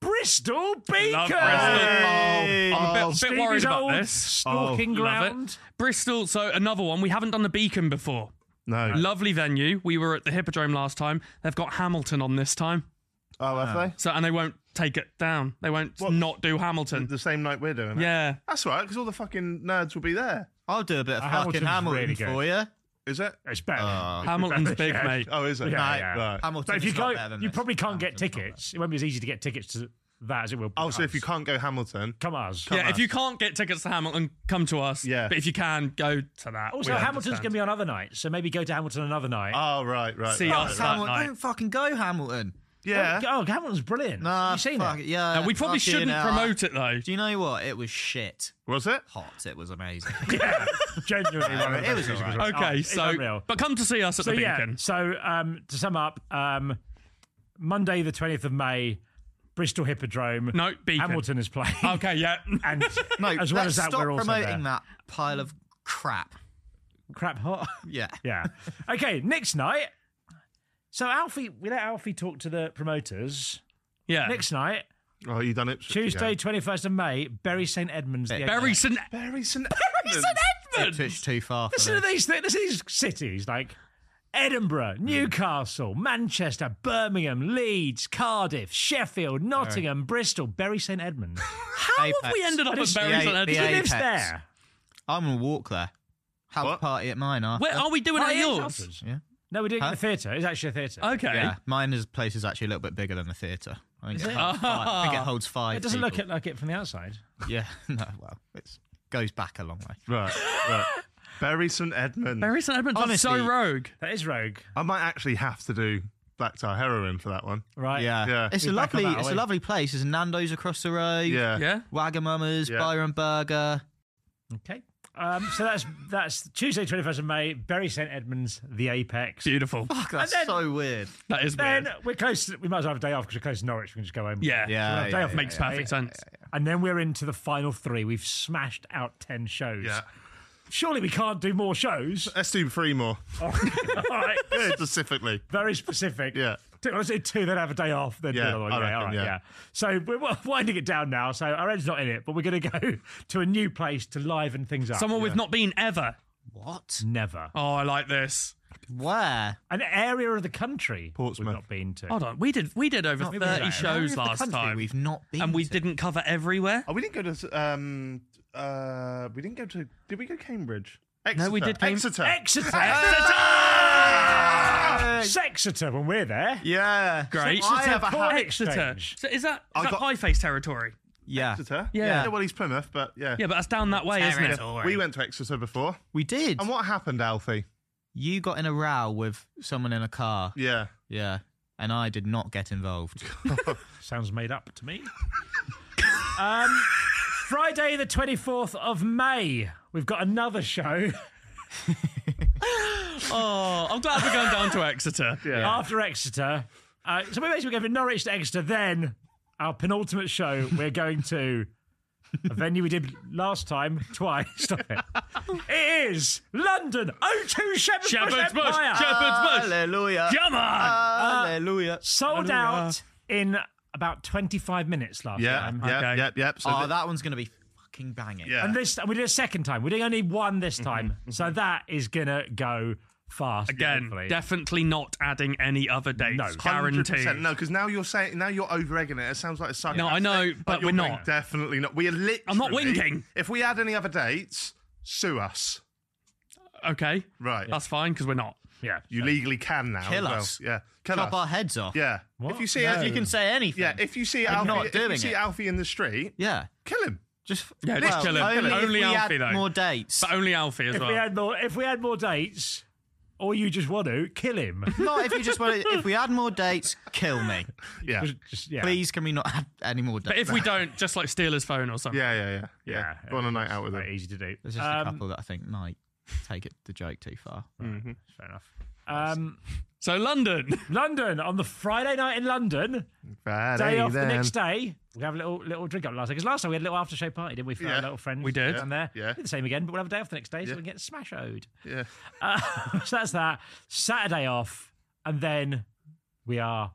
Speaker 3: Bristol Beacon.
Speaker 4: Love Bristol. Oh, I'm a bit, bit
Speaker 3: Stevie's
Speaker 4: worried
Speaker 3: old
Speaker 4: about this. Oh,
Speaker 3: Stalking
Speaker 4: Love it.
Speaker 3: ground.
Speaker 4: Bristol, so another one. We haven't done the Beacon before.
Speaker 2: No.
Speaker 4: Lovely venue. We were at the Hippodrome last time. They've got Hamilton on this time.
Speaker 2: oh, have they?
Speaker 4: So and they won't take it down. They won't not do Hamilton.
Speaker 2: The same night we're doing it.
Speaker 4: Yeah.
Speaker 2: That's all right, because all the fucking nerds will be there.
Speaker 5: I'll do a bit of
Speaker 3: Uh,
Speaker 5: fucking
Speaker 3: Hamilton's
Speaker 5: Hamilton
Speaker 3: really good.
Speaker 5: for you.
Speaker 2: Is it?
Speaker 3: It's better.
Speaker 4: Hamilton's big, mate.
Speaker 2: Oh, is it?
Speaker 3: Yeah,
Speaker 2: Right,
Speaker 3: yeah.
Speaker 2: right.
Speaker 5: Hamilton.
Speaker 3: so if you
Speaker 5: is Oh, not
Speaker 3: go,
Speaker 5: better than
Speaker 3: you
Speaker 5: this.
Speaker 3: probably can't get
Speaker 5: Hamilton's not better.
Speaker 3: tickets. It won't be as easy to get tickets to that as it will. be
Speaker 2: Oh, so
Speaker 3: us.
Speaker 2: if you can't go Hamilton,
Speaker 3: come ours.
Speaker 4: Yeah, if you can't get tickets to Hamilton, come to us.
Speaker 2: Yeah.
Speaker 4: But if you can, go to that.
Speaker 3: Also, Hamilton's going to be on other nights, so maybe go to Hamilton another night.
Speaker 2: oh, right, right.
Speaker 4: See
Speaker 2: right.
Speaker 4: us that
Speaker 5: Hamilton,
Speaker 4: night.
Speaker 5: don't fucking go, Hamilton.
Speaker 2: Yeah.
Speaker 3: Oh, Hamilton's brilliant.
Speaker 5: Nah,
Speaker 3: you seen
Speaker 5: fuck
Speaker 3: it?
Speaker 5: Yeah,
Speaker 4: Uh, we probably
Speaker 5: fucking
Speaker 4: shouldn't
Speaker 5: hell.
Speaker 4: promote it though.
Speaker 5: Do you know what? It was shit.
Speaker 2: Was it?
Speaker 5: Hot. It was amazing.
Speaker 3: Genuinely, one of the
Speaker 5: it
Speaker 3: best
Speaker 5: was
Speaker 3: musicals
Speaker 5: alright.
Speaker 3: I've- oh,
Speaker 4: Okay,
Speaker 3: it's
Speaker 4: so
Speaker 3: unreal.
Speaker 4: but come to see us at
Speaker 3: So
Speaker 4: the
Speaker 3: yeah.
Speaker 4: Beacon.
Speaker 3: So um, to sum up, um, Monday the twentieth of May, Bristol Hippodrome.
Speaker 4: No, Beacon.
Speaker 3: Hamilton is playing.
Speaker 4: Okay, yeah.
Speaker 3: And
Speaker 5: Uh, No,
Speaker 3: as well as
Speaker 5: let's
Speaker 3: that,
Speaker 5: stop
Speaker 3: we're also
Speaker 5: promoting
Speaker 3: there.
Speaker 5: that pile of crap.
Speaker 3: crap hot.
Speaker 5: Yeah.
Speaker 3: yeah. Okay, next night. So Alfie, we let Alfie talk to the promoters.
Speaker 4: Yeah.
Speaker 3: Next night,
Speaker 2: Oh, you done it?
Speaker 3: Tuesday, twenty first of May, Bury St Edmunds. the
Speaker 5: Bury
Speaker 3: Edmunds.
Speaker 2: Barry
Speaker 4: Barry St.
Speaker 2: St.
Speaker 4: Barry
Speaker 2: Edmunds.
Speaker 4: St.
Speaker 5: It
Speaker 4: Edmunds.
Speaker 5: pushed too far. For
Speaker 3: Listen to
Speaker 5: them.
Speaker 3: these things. Listen to these cities like Edinburgh,
Speaker 5: Mm.
Speaker 3: Newcastle, Manchester, Birmingham, Leeds, Cardiff, Sheffield, Nottingham, Bristol, Bury St Edmunds.
Speaker 4: How have we
Speaker 5: Apex.
Speaker 4: ended up
Speaker 3: But
Speaker 4: at
Speaker 3: it's-
Speaker 4: Barry
Speaker 5: yeah,
Speaker 4: St.
Speaker 5: the
Speaker 3: Who
Speaker 4: Edmunds?
Speaker 5: eight-
Speaker 3: lives
Speaker 5: Apex.
Speaker 3: there?
Speaker 5: I'm gonna walk there. Have
Speaker 2: What?
Speaker 5: a party at mine after.
Speaker 4: Where are we doing it
Speaker 3: Oh,
Speaker 4: at
Speaker 3: yeah,
Speaker 4: yours?
Speaker 3: houses.
Speaker 5: Yeah.
Speaker 3: No, we're doing it in
Speaker 5: Huh? Oh,
Speaker 3: the theatre. It's actually a theatre.
Speaker 4: Okay.
Speaker 5: Yeah, mine is place is actually a little bit bigger than the theatre. I think, it? Holds five, I think it holds five.
Speaker 3: it doesn't
Speaker 5: people.
Speaker 3: look it- like it from the outside.
Speaker 5: Yeah, no, well, it goes back a long way.
Speaker 2: Right, right. Barry St. Edmunds.
Speaker 4: Barry St. Edmunds is so
Speaker 5: Honestly.
Speaker 4: rogue.
Speaker 3: That is rogue,
Speaker 2: I might actually have to do black tie heroin for that one.
Speaker 3: right?
Speaker 5: Yeah,
Speaker 2: Yeah.
Speaker 5: it's a
Speaker 3: We're back on
Speaker 5: lovely,
Speaker 3: that,
Speaker 5: it's a
Speaker 3: are we?
Speaker 5: lovely place. There's Nando's across the road.
Speaker 2: Yeah.
Speaker 4: Yeah.
Speaker 5: Wagamama's,
Speaker 2: Yeah.
Speaker 5: Byron Burger.
Speaker 3: Okay. Um, so that's that's Tuesday, twenty first of May, Bury St Edmunds, the Apex.
Speaker 4: Beautiful.
Speaker 5: Fuck, that's
Speaker 3: then-
Speaker 5: so weird.
Speaker 4: That is
Speaker 3: Then
Speaker 4: weird.
Speaker 3: we're close. To, we might as well have a day off because we're close to Norwich. We can just go home.
Speaker 4: Yeah.
Speaker 5: Yeah,
Speaker 3: day
Speaker 5: yeah,
Speaker 3: off
Speaker 5: yeah,
Speaker 4: Makes
Speaker 3: yeah,
Speaker 4: perfect
Speaker 3: yeah,
Speaker 4: sense.
Speaker 3: And then we're into the final three. We've smashed out 10 shows.
Speaker 2: Yeah.
Speaker 3: Surely we can't do more shows.
Speaker 2: Let's do three more.
Speaker 3: All right.
Speaker 2: Specifically.
Speaker 3: Very specific.
Speaker 2: Yeah.
Speaker 3: Two, let's do two, then have a day off. Then do
Speaker 2: Yeah,
Speaker 3: another one.
Speaker 2: I
Speaker 3: Yeah,
Speaker 2: reckon,
Speaker 3: all right,
Speaker 2: yeah.
Speaker 3: yeah. So we're we're winding it down now. So our end's not in it, but we're going to go to a new place to liven things up.
Speaker 4: Someone we've not been ever.
Speaker 5: What?
Speaker 3: Never.
Speaker 4: Oh, I like this.
Speaker 5: Where?
Speaker 3: An area of the country
Speaker 2: Portsmouth.
Speaker 3: we've not been to.
Speaker 4: Hold on, we did we did over
Speaker 3: Not
Speaker 4: thirty
Speaker 3: really.
Speaker 5: Area of
Speaker 4: shows
Speaker 5: the
Speaker 4: last
Speaker 5: country
Speaker 4: time,
Speaker 5: We've not been,
Speaker 4: and we
Speaker 5: to.
Speaker 4: didn't cover everywhere.
Speaker 2: Oh, we didn't go to. Um, uh, we didn't go to. Did we go to Cambridge? Exeter.
Speaker 4: we did Cam-
Speaker 2: Exeter.
Speaker 3: Exeter. Sexeter when we're there.
Speaker 2: yeah.
Speaker 4: Great.
Speaker 5: I have a
Speaker 3: Foreign
Speaker 5: ha-
Speaker 4: Exeter.
Speaker 3: exchange.
Speaker 4: So is that,
Speaker 2: I
Speaker 4: is that
Speaker 2: got-
Speaker 4: high face territory?
Speaker 5: Yeah,
Speaker 2: Exeter.
Speaker 4: Yeah.
Speaker 2: Well, he's Plymouth, but yeah.
Speaker 4: Yeah, but that's down that way, isn't it?
Speaker 2: We went to Exeter before.
Speaker 5: we did.
Speaker 2: And what happened, Alfie?
Speaker 5: You got in a row with someone in a car.
Speaker 2: Yeah.
Speaker 5: Yeah, and I did not get involved.
Speaker 3: Sounds made up to me. um, Friday, the 24th of May, we've got another show
Speaker 4: Oh, I'm glad we're going down to Exeter.
Speaker 3: after Exeter. Uh, so we're basically going from Norwich to Exeter, then our penultimate show, we're going to a venue we did last time twice. Stop it. It is London, O2 Shepherd's,
Speaker 4: Shepherd's
Speaker 3: Bush
Speaker 4: Bush.
Speaker 3: Empire. Uh,
Speaker 4: Shepherd's Bush.
Speaker 5: Hallelujah. Uh,
Speaker 4: Come on.
Speaker 5: Hallelujah.
Speaker 3: Sold out in about 25 minutes last
Speaker 2: Yeah.
Speaker 3: time.
Speaker 2: Yeah.
Speaker 4: Okay.
Speaker 2: Yep. Yep. So
Speaker 5: Oh,
Speaker 2: th-
Speaker 5: that one's gonna be fucking banging.
Speaker 2: yeah.
Speaker 3: And this and we did a second time. We're doing only one this time. so that is gonna go fast.
Speaker 4: Again,
Speaker 3: hopefully.
Speaker 4: definitely not adding any other dates.
Speaker 3: No.
Speaker 4: guaranteed.
Speaker 2: 100%. No, because now you're saying now you're over egging it. It sounds like a psycho.
Speaker 4: No, I know, but
Speaker 2: you're
Speaker 4: we're not.
Speaker 2: Definitely not. We are literally.
Speaker 4: I'm not winking.
Speaker 2: If we had any other dates, sue us.
Speaker 4: Okay,
Speaker 2: Right.
Speaker 4: that's fine because we're not.
Speaker 3: yeah.
Speaker 2: You legally can now.
Speaker 5: Kill
Speaker 2: as well.
Speaker 5: us.
Speaker 2: Yeah. Kill
Speaker 5: Chop
Speaker 2: us.
Speaker 5: our heads off.
Speaker 2: Yeah. If
Speaker 3: What?
Speaker 2: you see,
Speaker 3: No.
Speaker 2: Alfie-
Speaker 5: You can say anything.
Speaker 2: Yeah. If you see
Speaker 5: I'm
Speaker 2: Alfie,
Speaker 5: not
Speaker 2: if you
Speaker 5: doing
Speaker 2: see
Speaker 5: it.
Speaker 2: Alfie in the street,
Speaker 5: Yeah.
Speaker 2: kill him.
Speaker 5: Just
Speaker 4: Yeah, just kill him.
Speaker 5: Only,
Speaker 4: Only
Speaker 5: if we
Speaker 4: Alfie,
Speaker 5: had
Speaker 4: though.
Speaker 5: More dates.
Speaker 4: But only Alfie as
Speaker 3: If
Speaker 4: well.
Speaker 3: we had more if we had more dates, or you just want to kill him.
Speaker 5: Not if you just want. If we had more dates, kill me.
Speaker 2: Yeah.
Speaker 3: Just- just- yeah.
Speaker 5: Please, can we not have any more
Speaker 4: But
Speaker 5: dates?
Speaker 4: if we don't, just like steal his phone or something.
Speaker 2: Yeah, yeah, yeah. Yeah.
Speaker 3: Yeah,
Speaker 2: Go on a night out with
Speaker 3: Very
Speaker 2: it.
Speaker 3: easy to do.
Speaker 5: There's just a
Speaker 3: Um,
Speaker 5: couple that I think might take it the joke too far.
Speaker 3: Fair enough. Um,
Speaker 4: So London.
Speaker 3: London on the Friday night in London,
Speaker 2: Friday
Speaker 3: day off
Speaker 2: then.
Speaker 3: the next day. We have a little little drink up last night because last time we had a little after show party, didn't we? For
Speaker 2: Yeah.
Speaker 3: our little friends,
Speaker 4: We did.
Speaker 3: down there.
Speaker 2: Yeah.
Speaker 3: Do the same again, but we'll have a day off the next day, so
Speaker 2: Yeah.
Speaker 3: we can get smashed.
Speaker 2: Yeah.
Speaker 3: Uh, so that's that. Saturday off, and then we are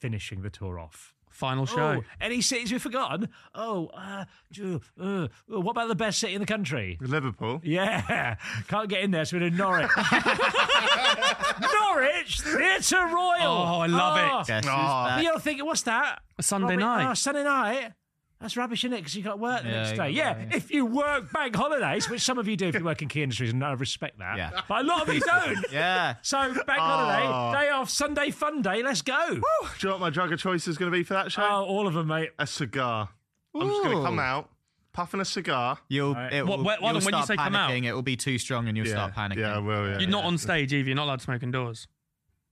Speaker 3: finishing the tour off.
Speaker 4: Final show.
Speaker 3: Oh, any cities we've forgotten? Oh, uh, do- uh, what about the best city in the country?
Speaker 2: Liverpool.
Speaker 3: Yeah, can't get in there, so we're in Norwich. Norwich Theatre Royal. Ah,
Speaker 4: Oh, I love it.
Speaker 5: Guess who's
Speaker 2: Aw.
Speaker 5: back?
Speaker 3: But You're thinking, what's that?
Speaker 4: A Sunday
Speaker 3: Robert-
Speaker 4: night.
Speaker 3: Oh, Sunday night. That's rubbish, isn't it? Because you got work the
Speaker 5: Yeah,
Speaker 3: next
Speaker 5: you
Speaker 3: day.
Speaker 5: got
Speaker 3: Yeah,
Speaker 5: work,
Speaker 3: if you work bank holidays, which some of you do if you work in key industries, and I respect that.
Speaker 5: Yeah.
Speaker 3: But a lot of you don't.
Speaker 5: Yeah.
Speaker 3: So bank
Speaker 4: Ah.
Speaker 3: holiday, day off, Sunday fun day. Let's go.
Speaker 2: Do you know what my drug of choice is going to be for that show?
Speaker 3: Oh, all of them, mate.
Speaker 2: A cigar. I'm just going to
Speaker 5: Ooh.
Speaker 2: come out, puffing a cigar.
Speaker 5: You'll,
Speaker 3: right.
Speaker 5: it
Speaker 4: What-
Speaker 5: will,
Speaker 4: wait, hold
Speaker 5: you'll
Speaker 4: on, when you
Speaker 5: start
Speaker 4: say come out-
Speaker 5: panicking, it will be too strong and you'll start panicking.
Speaker 2: Yeah, I will. Yeah.
Speaker 4: You're not
Speaker 2: yeah.
Speaker 4: on stage either. You're not allowed to smoke indoors.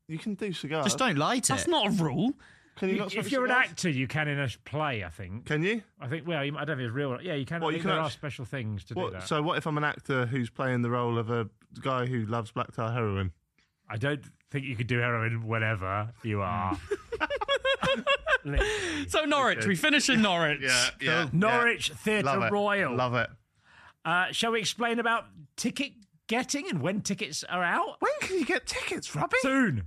Speaker 2: You can do cigars.
Speaker 5: Just don't light it.
Speaker 4: That's not a rule.
Speaker 2: Can you not smoke
Speaker 3: If you're an
Speaker 2: cigars?
Speaker 3: actor, you can in a play, I think.
Speaker 2: Can you?
Speaker 3: I think, well, you, I don't think it's real. Yeah, you can.
Speaker 2: Well,
Speaker 3: I
Speaker 2: you
Speaker 3: think
Speaker 2: can
Speaker 3: there are
Speaker 2: actually-
Speaker 3: special things to do
Speaker 2: What,
Speaker 3: that.
Speaker 2: so what if I'm an actor who's playing the role of a guy who loves black tar heroin?
Speaker 3: I don't think you could do heroin whenever you are.
Speaker 4: So Norwich. We finish in Norwich.
Speaker 2: yeah.
Speaker 3: Norwich
Speaker 2: Love
Speaker 3: Theatre
Speaker 2: it.
Speaker 3: Royal.
Speaker 2: Love it.
Speaker 3: Uh, shall we explain about ticket getting and when tickets are out?
Speaker 2: When can you get tickets, Robbie?
Speaker 3: Soon.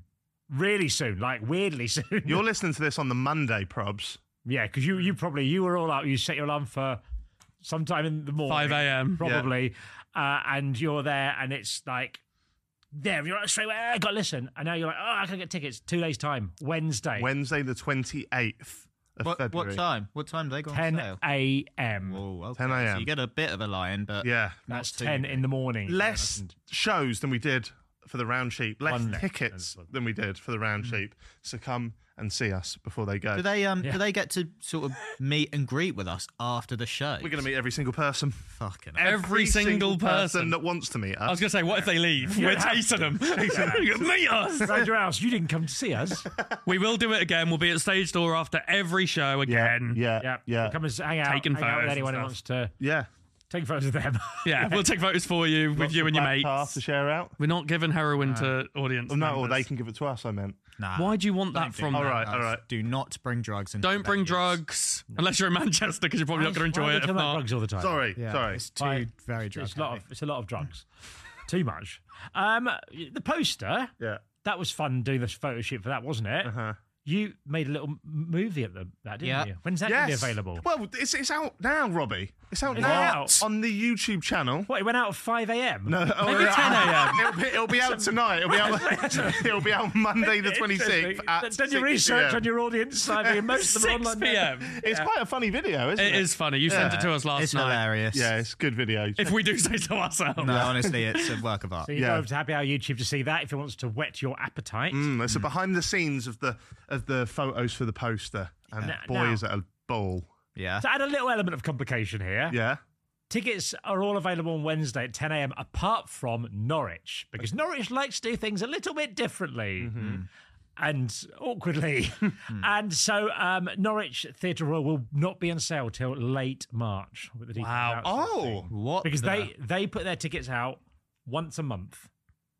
Speaker 3: Really soon. Like, weirdly soon.
Speaker 2: You're listening to this on the Monday, probs.
Speaker 3: yeah, because you, you probably, you were all out. You set your alarm for sometime in the morning.
Speaker 4: 5 a.m.
Speaker 3: Probably. Uh, and you're there and it's like, there, you're like, straight away, I got to listen. And now you're like, oh, I can get tickets. Two days' time. Wednesday.
Speaker 2: Wednesday, the 28th of
Speaker 5: What,
Speaker 2: February.
Speaker 5: what time? What time do they go on
Speaker 3: 10
Speaker 5: sale?
Speaker 3: a.m.
Speaker 5: Whoa, okay.
Speaker 2: 10 a.m..
Speaker 5: So you get a bit of a lion, but
Speaker 2: Yeah.
Speaker 5: not
Speaker 3: That's
Speaker 5: too
Speaker 3: 10
Speaker 5: big.
Speaker 3: in the morning.
Speaker 2: Less
Speaker 3: And-
Speaker 2: shows than we did for the round sheep, less
Speaker 3: One less.
Speaker 2: tickets than we did for the round sheep. So come and see us before they go.
Speaker 5: Do they um?
Speaker 3: Yeah.
Speaker 5: Do they get to sort of meet and greet with us after the show?
Speaker 2: We're going to meet every single person.
Speaker 5: fucking.
Speaker 4: Every single person.
Speaker 2: that wants to meet us.
Speaker 4: I was going to say, what if they leave? We're chasing them. Meet us.
Speaker 3: Round your house. You didn't come to see us.
Speaker 4: We will do it again. We'll be at stage door after every show again.
Speaker 2: yeah,
Speaker 3: Yeah,
Speaker 2: yeah, yeah.
Speaker 3: Come and hang out.
Speaker 4: Taking
Speaker 3: hang out
Speaker 4: photos and
Speaker 3: with anyone who
Speaker 4: stuff.
Speaker 3: wants to
Speaker 2: yeah.
Speaker 3: take photos of them.
Speaker 4: Yeah, we'll take photos for you with you and your mates.
Speaker 2: Half to share out.
Speaker 4: We're not giving heroin to audience.
Speaker 2: Oh, no, or
Speaker 4: members.
Speaker 2: they can give it to us. I meant.
Speaker 5: Nah.
Speaker 4: Why do you want that
Speaker 5: don't do
Speaker 4: from?
Speaker 5: that,
Speaker 2: All right,
Speaker 5: guys.
Speaker 2: all right.
Speaker 5: Do not bring drugs and
Speaker 4: Don't bring drugs unless you're in Manchester because you're probably not going to enjoy
Speaker 3: Why are
Speaker 4: it.
Speaker 3: they
Speaker 4: If
Speaker 3: talking about
Speaker 4: not.
Speaker 3: drugs all the time.
Speaker 2: Sorry, sorry.
Speaker 5: It's too
Speaker 3: Right.
Speaker 5: very drug.
Speaker 3: It's a lot of it's a lot of drugs. Too much. Um, the poster
Speaker 2: Yeah,
Speaker 3: that was fun doing this photo shoot for that, wasn't it?
Speaker 2: Uh-huh.
Speaker 3: You made a little m- movie at the, that, didn't
Speaker 5: Yeah.
Speaker 3: you? When's that going to
Speaker 2: yes.
Speaker 3: be available?
Speaker 2: Well, it's it's out now, Robbie. It's out
Speaker 3: Is it
Speaker 2: now
Speaker 3: out?
Speaker 2: on the YouTube channel.
Speaker 3: What? It went out at five a.m.
Speaker 2: No, oh,
Speaker 4: Maybe
Speaker 2: yeah.
Speaker 4: 10 a.m.
Speaker 2: It'll be, it'll be out tonight. It'll be out. it'll be out Monday the twenty sixth.
Speaker 3: Interesting. Done your research on your audience, Simon. and Most of them
Speaker 4: 6
Speaker 3: are online. now.
Speaker 4: p.m.
Speaker 2: It's quite a funny video, isn't it?
Speaker 4: It is funny. You sent it to us last
Speaker 5: It's
Speaker 4: night.
Speaker 5: hilarious.
Speaker 2: Yeah, it's good video.
Speaker 4: If we do say so ourselves.
Speaker 5: No, honestly, it's a work of art.
Speaker 3: So you
Speaker 2: Yeah.
Speaker 3: go over to Happy Hour YouTube to see that if it wants to whet your appetite.
Speaker 2: Mm, it's a behind the scenes of the of the photos for the poster, and
Speaker 3: Yeah.
Speaker 2: boy
Speaker 3: Now-
Speaker 2: is it a ball.
Speaker 5: Yeah.
Speaker 3: To add a little element of complication here,
Speaker 2: Yeah.
Speaker 3: Tickets are all available on Wednesday at 10 a.m. apart from Norwich because Norwich likes to do things a little bit differently
Speaker 2: Mm-hmm.
Speaker 3: and awkwardly. and so um, Norwich Theatre Royal will not be on sale till late March. With the details
Speaker 4: Wow.
Speaker 3: out sort of
Speaker 2: Oh.
Speaker 3: thing.
Speaker 5: What?
Speaker 3: Because
Speaker 5: the-
Speaker 3: they, they put their tickets out once a month.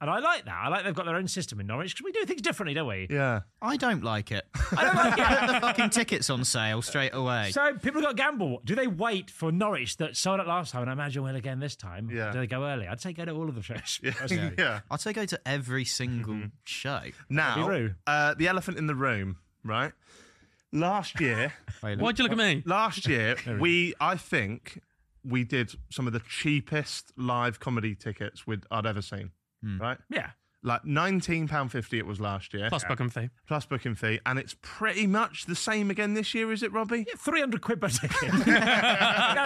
Speaker 3: And I like that. I like they've got their own system in Norwich because we do things differently, don't we?
Speaker 2: Yeah.
Speaker 5: I don't like it.
Speaker 3: I don't like it.
Speaker 5: Put the fucking tickets on sale straight away.
Speaker 3: So people have got to gamble. Do they wait for Norwich that sold out last time and I imagine will again this time?
Speaker 2: Yeah.
Speaker 3: Do they go early? I'd say go to all of the shows.
Speaker 2: Yeah.
Speaker 5: I'll take go to every single
Speaker 2: Mm-hmm.
Speaker 5: show.
Speaker 2: Now,
Speaker 3: rude.
Speaker 2: uh, the elephant in the room, right? Last year,
Speaker 4: Why'd you look at me?
Speaker 2: last year we, I think, we did some of the cheapest live comedy tickets we'd I'd ever seen. Right,
Speaker 3: Yeah.
Speaker 2: like nineteen pound fifty it was last year,
Speaker 4: Plus Buckham fee.
Speaker 2: plus booking fee, and it's pretty much the same again this year, is it, Robbie?
Speaker 3: 300 quid per ticket. no,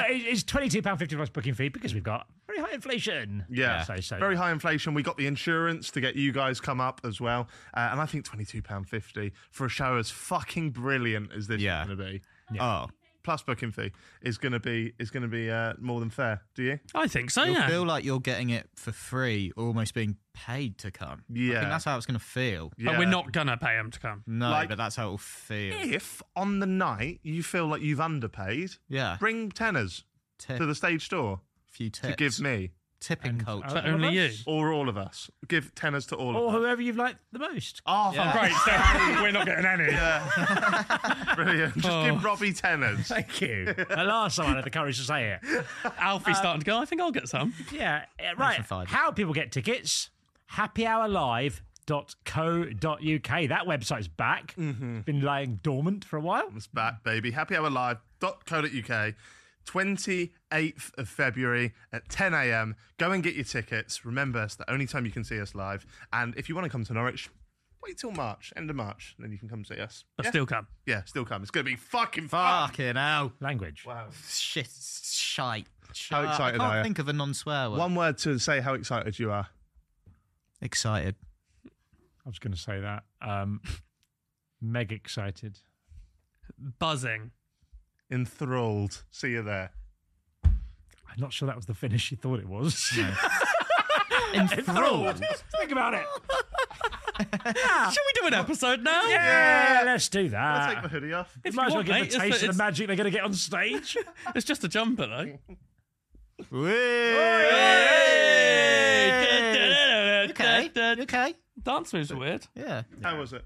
Speaker 3: it- it's £22.50 plus booking fee because we've got very high inflation.
Speaker 2: Yeah,
Speaker 3: So, so
Speaker 2: very high inflation. We got the insurance to get you guys come up as well, uh, and I think twenty two pound fifty for a show as fucking brilliant as this
Speaker 5: Yeah.
Speaker 2: is going to be.
Speaker 5: Oh,
Speaker 2: plus booking fee is going to be is going to be uh, more than fair. Do you?
Speaker 4: I think so,
Speaker 5: You'll
Speaker 4: yeah.
Speaker 5: feel like you're getting it for free, almost being paid to come. I
Speaker 2: Yeah.
Speaker 5: think that's how it's going to feel.
Speaker 4: but
Speaker 2: Yeah.
Speaker 4: we're not going to pay him to come.
Speaker 5: No,
Speaker 2: Like-
Speaker 5: but that's how it'll feel.
Speaker 2: If on the night you feel like you've underpaid,
Speaker 5: Yeah.
Speaker 2: bring tenners
Speaker 5: Tip,
Speaker 2: to the stage door
Speaker 5: few tips.
Speaker 2: to give me uh,
Speaker 5: Tipping culture.
Speaker 4: But
Speaker 3: All of
Speaker 4: only you.
Speaker 3: us?
Speaker 2: or all of us. Give tenners to all
Speaker 3: Or
Speaker 2: of us.
Speaker 3: whoever you've liked the most.
Speaker 2: Oh,
Speaker 5: Yeah.
Speaker 4: Great, so we're not getting any.
Speaker 2: brilliant! Just give Robbie tenners.
Speaker 3: Thank you. At last, someone had the courage to say it.
Speaker 4: Alfie's starting to go, I think I'll get some.
Speaker 3: Yeah, uh, right.
Speaker 5: five.
Speaker 3: How people get tickets? Happyhourlive.co.uk. That website's back.
Speaker 2: Mm-hmm.
Speaker 3: Been lying dormant for a while.
Speaker 2: It's back, baby. Happyhourlive.co.uk, 28th of February at 10 a.m. Go and get your tickets. Remember, it's the only time you can see us live. And if you want to come to Norwich, wait till March, end of March, and then you can come see us.
Speaker 4: But
Speaker 2: yeah?
Speaker 4: still come.
Speaker 2: yeah, still come. It's going to be fucking
Speaker 3: Uh,
Speaker 2: fun.
Speaker 5: Fucking hell.
Speaker 3: Language.
Speaker 2: Wow.
Speaker 5: Shit. Shite. Uh,
Speaker 2: How excited
Speaker 5: I
Speaker 2: are
Speaker 5: can't
Speaker 2: you?
Speaker 5: think of a non swear word.
Speaker 2: One word to say how excited you are.
Speaker 5: Excited.
Speaker 3: I was going to say that. Um, mega excited.
Speaker 4: Buzzing.
Speaker 2: Enthralled. See you there.
Speaker 3: I'm not sure that was the finish you thought it was.
Speaker 5: Enthralled.
Speaker 3: Think about it.
Speaker 4: Shall we do an episode now?
Speaker 3: Yeah, let's do
Speaker 2: I'll take my
Speaker 3: that.
Speaker 2: hoodie off.
Speaker 4: If you
Speaker 3: Might as well
Speaker 4: want,
Speaker 3: give
Speaker 4: mate,
Speaker 3: a
Speaker 4: it's the-
Speaker 3: taste of
Speaker 4: it's-
Speaker 3: the magic they're going to get on stage.
Speaker 4: It's just a jumper, though.
Speaker 5: Okay. Okay.
Speaker 4: Dance moves are weird.
Speaker 5: Yeah.
Speaker 2: How was it?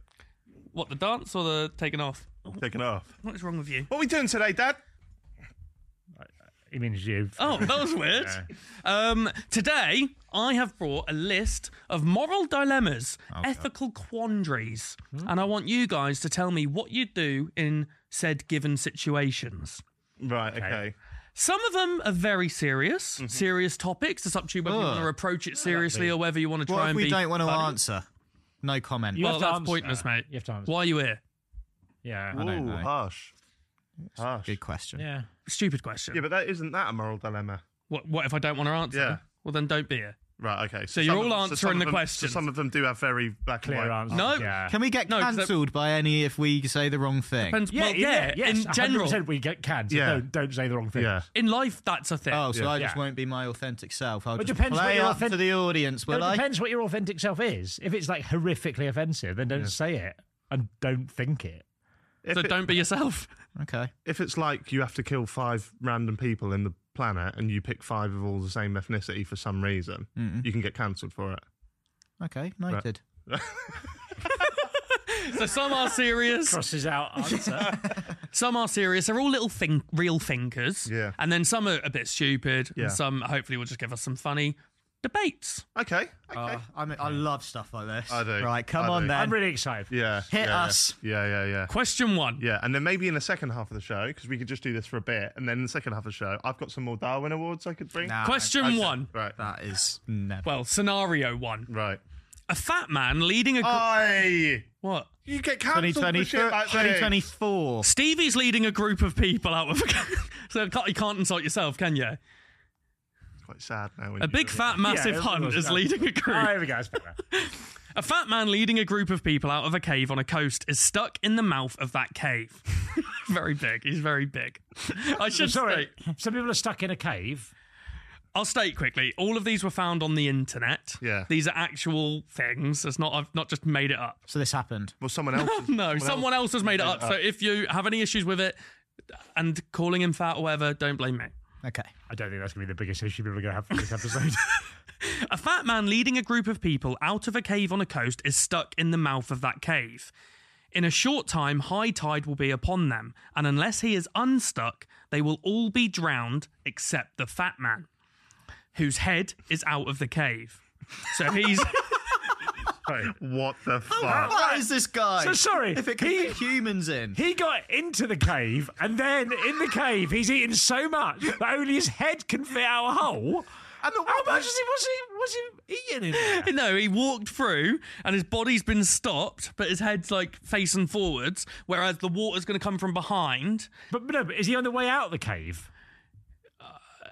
Speaker 4: What, the dance or the taking off?
Speaker 2: Taking off.
Speaker 4: What is wrong with you?
Speaker 2: What are we doing today, Dad?
Speaker 3: He means you.
Speaker 4: Oh, that was weird. Um, today, I have brought a list of moral dilemmas, ethical quandaries,
Speaker 3: Hmm.
Speaker 4: and I want you guys to tell me what you do in said given situations.
Speaker 2: Right, okay.
Speaker 4: Some of them are very serious,
Speaker 3: Mm-hmm.
Speaker 4: serious topics. It's up to you whether you
Speaker 5: Ugh.
Speaker 4: want to approach it seriously or whether you want to try
Speaker 5: What if
Speaker 4: and
Speaker 5: we
Speaker 4: be.
Speaker 5: don't want to
Speaker 4: funny?
Speaker 5: answer? No comment.
Speaker 3: You
Speaker 4: Well,
Speaker 3: have to
Speaker 4: that's
Speaker 3: answer.
Speaker 4: pointless, mate.
Speaker 3: You have to answer.
Speaker 4: Why are you here?
Speaker 3: Yeah.
Speaker 5: I don't
Speaker 2: Ooh,
Speaker 5: know.
Speaker 2: harsh. Harsh.
Speaker 5: Good question.
Speaker 3: Yeah.
Speaker 4: Stupid question.
Speaker 2: Yeah, but that isn't that a moral dilemma?
Speaker 4: what, what if I don't want to answer?
Speaker 2: Yeah.
Speaker 4: Well, then don't be here.
Speaker 2: Right. Okay.
Speaker 4: So you're
Speaker 2: some of them-
Speaker 4: all
Speaker 2: some
Speaker 4: answering
Speaker 2: of
Speaker 4: the
Speaker 2: them-
Speaker 4: questions.
Speaker 2: So some of them do have very black and
Speaker 3: Clear
Speaker 2: white
Speaker 3: answer.
Speaker 4: No.
Speaker 3: Yeah.
Speaker 5: Can we get
Speaker 4: No, 'cause that-
Speaker 5: cancelled by any if we say the wrong thing?
Speaker 4: Depends.
Speaker 3: Yeah,
Speaker 4: well, yeah,
Speaker 3: yes,
Speaker 4: in general.
Speaker 3: 100% we get canned. so
Speaker 2: Yeah.
Speaker 3: Don't, don't say the wrong thing.
Speaker 2: Yeah.
Speaker 4: In life, that's a thing.
Speaker 5: Oh, so I
Speaker 3: Yeah.
Speaker 5: just won't be my authentic self. I'll
Speaker 3: It
Speaker 5: just
Speaker 3: depends what
Speaker 5: play
Speaker 3: your
Speaker 5: up
Speaker 3: authentic-
Speaker 5: to the audience, will
Speaker 3: Well, it
Speaker 5: I?
Speaker 3: depends what your authentic self is. If it's like horrifically offensive, then don't say it and don't think it.
Speaker 2: If,
Speaker 4: so
Speaker 2: it-
Speaker 4: don't be yourself.
Speaker 5: Okay.
Speaker 2: if it's like you have to kill five random people in the planet and you pick five of all the same ethnicity for some reason, you can get cancelled for it.
Speaker 5: Okay. Noted.
Speaker 4: So some are serious,
Speaker 3: Crosses out answer.
Speaker 4: some are serious. They're all little think, real thinkers.
Speaker 2: Yeah.
Speaker 4: And then some are a bit stupid.
Speaker 2: Yeah.
Speaker 4: And some hopefully will just give us some funny debates.
Speaker 2: Okay. Okay.
Speaker 5: Uh, I mean, I love stuff like this.
Speaker 2: I do.
Speaker 5: Right, come
Speaker 2: I
Speaker 5: on
Speaker 2: do.
Speaker 5: then.
Speaker 3: I'm really excited.
Speaker 2: yeah.
Speaker 5: Hit
Speaker 2: yeah,
Speaker 5: us.
Speaker 2: Yeah. Yeah. Yeah. Yeah.
Speaker 4: Question one.
Speaker 2: Yeah, and then maybe in the second half of the show, because we could just do this for a bit, and then in the second half of the show, I've got some more Darwin awards I could bring.
Speaker 5: Nah,
Speaker 4: Question
Speaker 2: Okay.
Speaker 4: one.
Speaker 2: Right,
Speaker 5: That is never.
Speaker 4: Well, scenario one.
Speaker 2: right.
Speaker 4: A fat man leading a. gr-
Speaker 2: Oh. Aye,
Speaker 4: what?
Speaker 2: you get cancelled for shit like this.
Speaker 5: 2024.
Speaker 4: Stevie's leading a group of people out of. so can't, you can't insult yourself, can you?
Speaker 2: Quite sad now. when
Speaker 4: A
Speaker 2: you
Speaker 4: big
Speaker 2: do it.
Speaker 4: fat massive
Speaker 3: Yeah, it
Speaker 4: hunt
Speaker 3: was-
Speaker 4: is leading a
Speaker 3: Oh,
Speaker 4: group.
Speaker 3: here we go. It's better.
Speaker 4: A fat man leading a group of people out of a cave on a coast is stuck in the mouth of that cave. very big. He's very big. I should
Speaker 3: Sorry.
Speaker 4: state.
Speaker 3: Some people are stuck in a cave.
Speaker 4: I'll state quickly. All of these were found on the internet.
Speaker 2: Yeah.
Speaker 4: These are actual things. It's not. I've not just made it up.
Speaker 5: So this happened.
Speaker 2: Well, someone else. has-
Speaker 4: No, someone else has made it up.
Speaker 2: up.
Speaker 4: So if you have any issues with it, and calling him fat or whatever, don't blame me.
Speaker 5: Okay.
Speaker 3: I don't think that's going to be the biggest issue people are going to have for this episode.
Speaker 4: A fat man leading a group of people out of a cave on a coast is stuck in the mouth of that cave. In a short time, high tide will be upon them, and unless he is unstuck, they will all be drowned except the fat man, whose head is out of the cave. So he's
Speaker 2: What the fuck?
Speaker 5: What is this guy?
Speaker 3: So sorry,
Speaker 5: If it can
Speaker 3: he-
Speaker 5: fit humans in.
Speaker 3: he got into the cave, and then in the cave, he's eaten so much that only his head can fit out a hole.
Speaker 2: And the-
Speaker 3: How much is he, was he, was he eating in there?
Speaker 4: no, he walked through, and his body's been stopped, but his head's like facing forwards, whereas the water's going to come from behind.
Speaker 3: But no, but is he on the way out of the cave?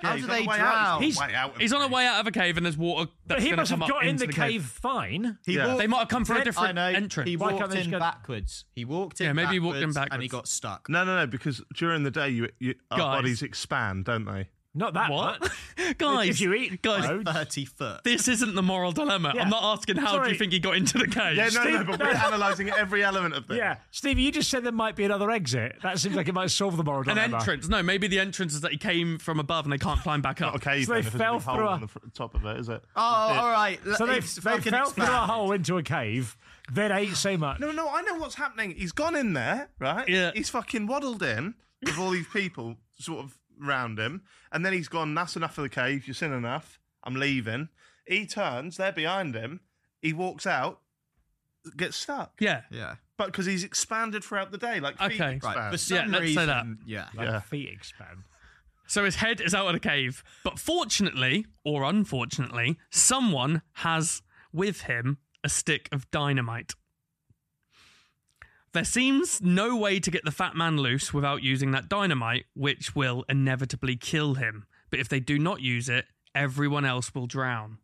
Speaker 6: How
Speaker 2: he's
Speaker 6: do
Speaker 2: on
Speaker 6: they
Speaker 2: the way out.
Speaker 6: drown?
Speaker 3: He's-
Speaker 2: way out of
Speaker 4: He's on a
Speaker 2: the
Speaker 4: way out of a cave and there's water
Speaker 3: But
Speaker 4: that's
Speaker 3: he
Speaker 4: going
Speaker 3: must
Speaker 4: to come
Speaker 3: have
Speaker 4: up
Speaker 3: got in
Speaker 4: into
Speaker 3: the cave fine.
Speaker 5: He
Speaker 2: Yeah.
Speaker 5: walked.
Speaker 4: They might have come from a
Speaker 3: Then-
Speaker 4: different
Speaker 5: I know.
Speaker 4: entrance.
Speaker 5: He
Speaker 3: Why
Speaker 5: walked
Speaker 3: can't they just
Speaker 5: in
Speaker 3: go-
Speaker 5: backwards. He walked in.
Speaker 4: Yeah, maybe he walked in
Speaker 5: and he got
Speaker 4: backwards.
Speaker 5: stuck.
Speaker 2: No, no, no. Because during the day, you, you our
Speaker 4: Guys.
Speaker 2: bodies expand, don't they?
Speaker 3: Not that
Speaker 4: What?
Speaker 3: much.
Speaker 4: guys,
Speaker 3: if you eat
Speaker 4: guys,
Speaker 3: loads-
Speaker 5: Thirty foot.
Speaker 4: this isn't the moral dilemma.
Speaker 3: Yeah.
Speaker 4: I'm not asking how do
Speaker 3: Sorry.
Speaker 4: you think he got into the cave.
Speaker 2: Yeah, no, no.
Speaker 3: Steve-
Speaker 2: But we're analysing every element of this.
Speaker 3: Yeah, Stevie, you just said there might be another exit. That seems like it might solve the moral
Speaker 4: An
Speaker 3: dilemma.
Speaker 4: entrance. No, maybe the entrance is that he came from above and they can't climb back up.
Speaker 2: Not a cave.
Speaker 3: So they
Speaker 2: then, if there's
Speaker 3: fell
Speaker 2: a big hole
Speaker 3: through a-
Speaker 2: on the fr- top of it, is it?
Speaker 5: Oh, all right.
Speaker 3: So they,
Speaker 5: It's
Speaker 3: they
Speaker 5: fucking
Speaker 3: fell through a
Speaker 5: expanded.
Speaker 3: hole into a cave, then ate so much.
Speaker 2: No, no, I know what's happening. He's gone in there, right?
Speaker 4: Yeah.
Speaker 2: He's fucking waddled in with all these people sort of round him. And then he's gone, that's enough of the cave. You've seen enough. I'm leaving. He turns, they're behind him. He walks out, gets stuck.
Speaker 4: Yeah.
Speaker 5: Yeah.
Speaker 2: But because he's expanded throughout the day, like feet
Speaker 4: Okay. Right,
Speaker 5: Right.
Speaker 2: expand.
Speaker 5: For some
Speaker 4: let's say
Speaker 5: reason.
Speaker 4: that.
Speaker 5: Yeah.
Speaker 3: Like
Speaker 2: Yeah.
Speaker 3: feet expand.
Speaker 4: So his head is out of the cave. But fortunately, or unfortunately, someone has with him a stick of dynamite. There seems no way to get the fat man loose without using that dynamite, which will inevitably kill him. But if they do not use it, everyone else will drown.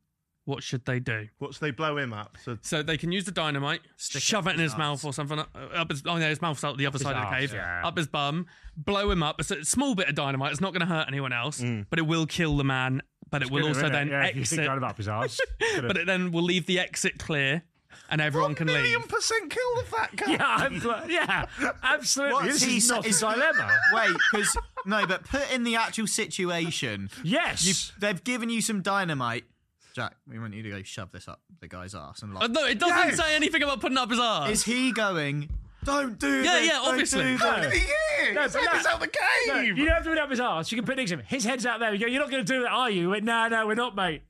Speaker 4: What should they do?
Speaker 2: What's they blow him up? So
Speaker 4: So they can use the dynamite,
Speaker 5: Stick it
Speaker 4: shove
Speaker 5: up
Speaker 4: it in his
Speaker 5: his arse.
Speaker 4: mouth or something. Up, up his, oh no, his mouth's out the other side of the
Speaker 3: arse,
Speaker 4: cave,
Speaker 3: yeah.
Speaker 4: up his bum, blow him up. It's a small bit of dynamite. It's not going to hurt anyone else, but it will kill the man. But it will
Speaker 3: Good,
Speaker 4: also
Speaker 3: isn't it?
Speaker 4: then
Speaker 3: yeah, if You
Speaker 4: exit.
Speaker 3: think up his arse.
Speaker 4: But it then will leave the exit clear, and everyone can leave.
Speaker 2: million percent kill the fat guy.
Speaker 3: yeah, I'm gl- yeah, absolutely.
Speaker 5: What's
Speaker 3: this
Speaker 5: he
Speaker 3: is
Speaker 5: sa-
Speaker 3: not a
Speaker 5: is-
Speaker 3: dilemma.
Speaker 5: Wait, because no, but put in the actual situation.
Speaker 3: Yes.
Speaker 5: You, they've given you some dynamite. Jack, we want you to go shove this up the guy's ass and
Speaker 4: Uh,
Speaker 5: lock.
Speaker 4: no, it doesn't
Speaker 2: No.
Speaker 4: say anything about putting up his arse.
Speaker 5: Is he going? Don't do
Speaker 4: yeah,
Speaker 5: this.
Speaker 4: yeah,
Speaker 5: don't
Speaker 4: obviously.
Speaker 5: do this."
Speaker 2: Yeah,
Speaker 3: No,
Speaker 2: he's
Speaker 3: but
Speaker 2: had
Speaker 3: no.
Speaker 2: us out the
Speaker 3: No,
Speaker 2: cave.
Speaker 3: you don't have to put it up his arse. You can put it next to him. His head's out there. You go, you're not going to do that, are you? He Went, no, no, we're not, mate.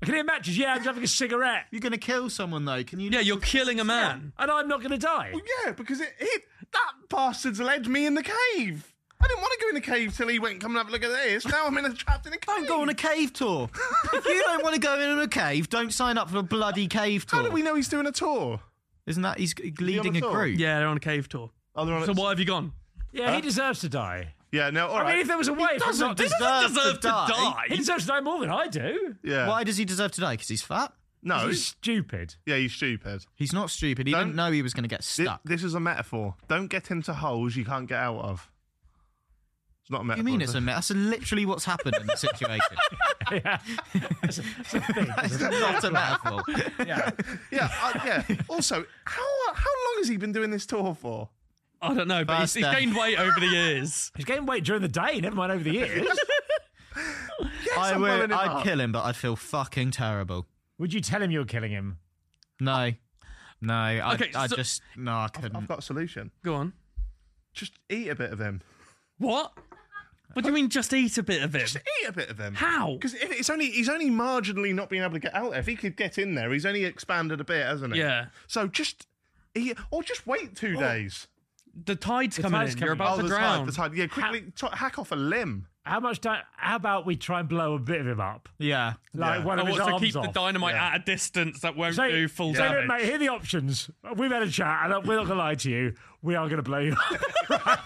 Speaker 3: I can hear matches. Yeah, I'm having a cigarette.
Speaker 5: You're gonna kill someone though. Can you?
Speaker 4: Yeah, you're killing a man.
Speaker 3: And I'm not going to die.
Speaker 2: Yeah, because it, it that bastard's led me in the cave. I didn't want to go in the cave till he went come and have a look at this. Now I'm in a trapped in a cave.
Speaker 5: Don't go on a cave tour. if you don't want to go in on a cave, don't sign up for a bloody cave tour.
Speaker 2: How do we know he's doing a tour?
Speaker 5: Isn't that he's leading
Speaker 2: a
Speaker 5: a
Speaker 2: tour?
Speaker 5: group?
Speaker 4: Yeah, they're on a cave tour.
Speaker 2: Oh, they're on
Speaker 4: So
Speaker 2: a-
Speaker 4: why have you gone?
Speaker 3: Yeah, he deserves to die.
Speaker 2: Yeah, no, all
Speaker 3: I mean,
Speaker 2: right.
Speaker 3: if there was a way, for him not to-
Speaker 4: Doesn't deserve to die.
Speaker 3: he deserves to die more than I do.
Speaker 2: yeah.
Speaker 5: Why does he deserve to die? Because he's fat.
Speaker 2: No.
Speaker 3: He's stupid.
Speaker 2: Yeah, he's stupid.
Speaker 5: He's not stupid. He
Speaker 2: Don't-
Speaker 5: didn't know he was going to get
Speaker 2: Thi-
Speaker 5: stuck.
Speaker 2: This is a metaphor. Don't get into holes you can't get out of. It's not a
Speaker 5: you
Speaker 2: metaphor.
Speaker 5: mean
Speaker 2: is
Speaker 5: it's
Speaker 2: it?
Speaker 5: a mess? That's literally what's happened in the situation. It's not a metaphor.
Speaker 3: Yeah.
Speaker 2: Yeah, I, yeah. Also, how how long has he been doing this tour for?
Speaker 4: I don't know, but he's, he's
Speaker 5: Faster.
Speaker 4: gained weight over the years.
Speaker 3: He's gaining weight during the day, never mind over the years.
Speaker 5: I
Speaker 2: I'm blowing
Speaker 5: would,
Speaker 2: him
Speaker 5: I'd
Speaker 2: up.
Speaker 5: kill him, but I feel fucking terrible.
Speaker 3: Would you tell him you're killing him?
Speaker 5: No, no. I,
Speaker 4: Okay,
Speaker 5: I
Speaker 4: so-
Speaker 5: just no. I couldn't.
Speaker 2: I've got a solution.
Speaker 4: Go on.
Speaker 2: Just eat a bit of him.
Speaker 4: What? What do you mean? Just eat a bit of it?
Speaker 2: Just eat a bit of him.
Speaker 4: How?
Speaker 2: Because if it's only he's only marginally not being able to get out. there. If he could get in there, he's only expanded a bit, hasn't he?
Speaker 4: Yeah.
Speaker 2: So just eat, or just wait two days.
Speaker 4: The tide's coming
Speaker 3: tide's
Speaker 4: in.
Speaker 3: coming
Speaker 4: You're
Speaker 3: in.
Speaker 4: about to
Speaker 2: Oh, the
Speaker 4: drown.
Speaker 2: tide, the tide. Yeah, quickly t- hack off a limb.
Speaker 3: How much time? How about we try and blow a bit of him up?
Speaker 5: yeah.
Speaker 3: Like
Speaker 2: Yeah.
Speaker 3: one
Speaker 4: I
Speaker 3: of his
Speaker 4: want to
Speaker 3: arms
Speaker 4: keep
Speaker 3: off.
Speaker 4: the dynamite
Speaker 2: Yeah.
Speaker 4: at a distance that won't
Speaker 3: So-
Speaker 4: do full
Speaker 3: so look,
Speaker 4: damage.
Speaker 3: mate, here are the options. We've had a chat, and we're not going to lie to you. We are going to blow you up.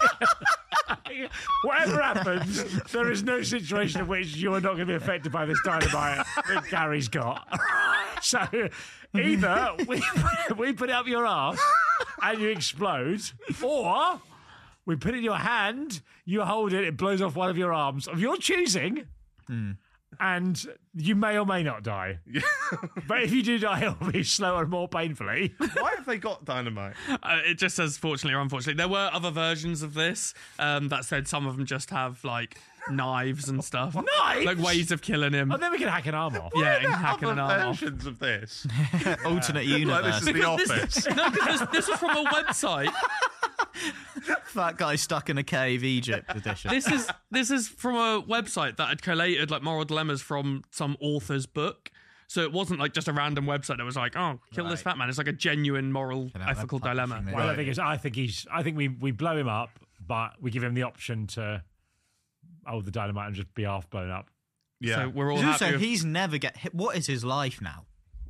Speaker 3: Whatever happens, there is no situation in which you are not going to be affected by this dynamite that Gary's got. so either we, we put it up your arse and you explode, or we put it in your hand, you hold it, it blows off one of your arms of your choosing.
Speaker 4: Hmm.
Speaker 3: And you may or may not die. But if you do die, it'll be slower and more eh? painfully.
Speaker 2: Why have they got dynamite?
Speaker 4: Uh, it just says fortunately or unfortunately. There were other versions of this um, that said some of them just have like knives and stuff.
Speaker 3: Knives?
Speaker 4: Like ways of killing him.
Speaker 3: And then we can hack an arm off.
Speaker 4: yeah, and
Speaker 2: There are
Speaker 4: hacking an
Speaker 2: other
Speaker 4: arm off.
Speaker 2: versions of this.
Speaker 5: Alternate
Speaker 2: Like
Speaker 5: universe.
Speaker 2: this is the office.
Speaker 4: This, no, 'cause this, this was from a website.
Speaker 5: That guy stuck in a cave, Egypt edition.
Speaker 4: This is this is from a website that had collated like moral dilemmas from some author's book. So it wasn't like just a random website that was like, oh, kill this
Speaker 5: Right.
Speaker 4: fat man. It's like a genuine moral,
Speaker 5: Get out of
Speaker 4: ethical
Speaker 5: that publishing
Speaker 4: dilemma.
Speaker 5: it.
Speaker 3: Well, I think it's, I think he's. I think we we blow him up, but we give him the option to hold the dynamite and just be half blown up.
Speaker 2: Yeah.
Speaker 4: So we're all happy.
Speaker 5: Also,
Speaker 4: with-
Speaker 5: he's never get hit. What is his life now?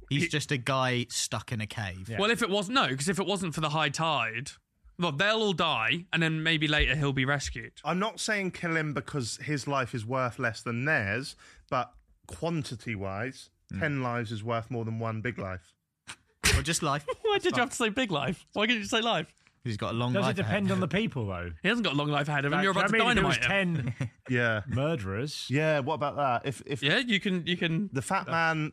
Speaker 5: He's just a guy stuck in a cave.
Speaker 4: Well, if it was no, because if it wasn't for the high tide, Well, they'll all die, and then maybe later he'll be rescued.
Speaker 2: I'm not saying kill him because his life is worth less than theirs, but quantity wise,
Speaker 4: Mm.
Speaker 2: 10 lives is worth more than one big life.
Speaker 5: Or just life.
Speaker 4: Why did you have to say big life? Why couldn't you say life?
Speaker 5: He's got a long
Speaker 3: Does it
Speaker 5: life. ahead.
Speaker 3: depend on the people though?
Speaker 4: He hasn't got a long life ahead of him. You're
Speaker 3: Like,
Speaker 4: about
Speaker 3: I
Speaker 4: to
Speaker 3: mean, if it was
Speaker 4: dynamite him.
Speaker 3: ten
Speaker 2: Yeah.
Speaker 3: murderers.
Speaker 2: Yeah, what about that? If if
Speaker 4: Yeah, you can. You can.
Speaker 2: the fat man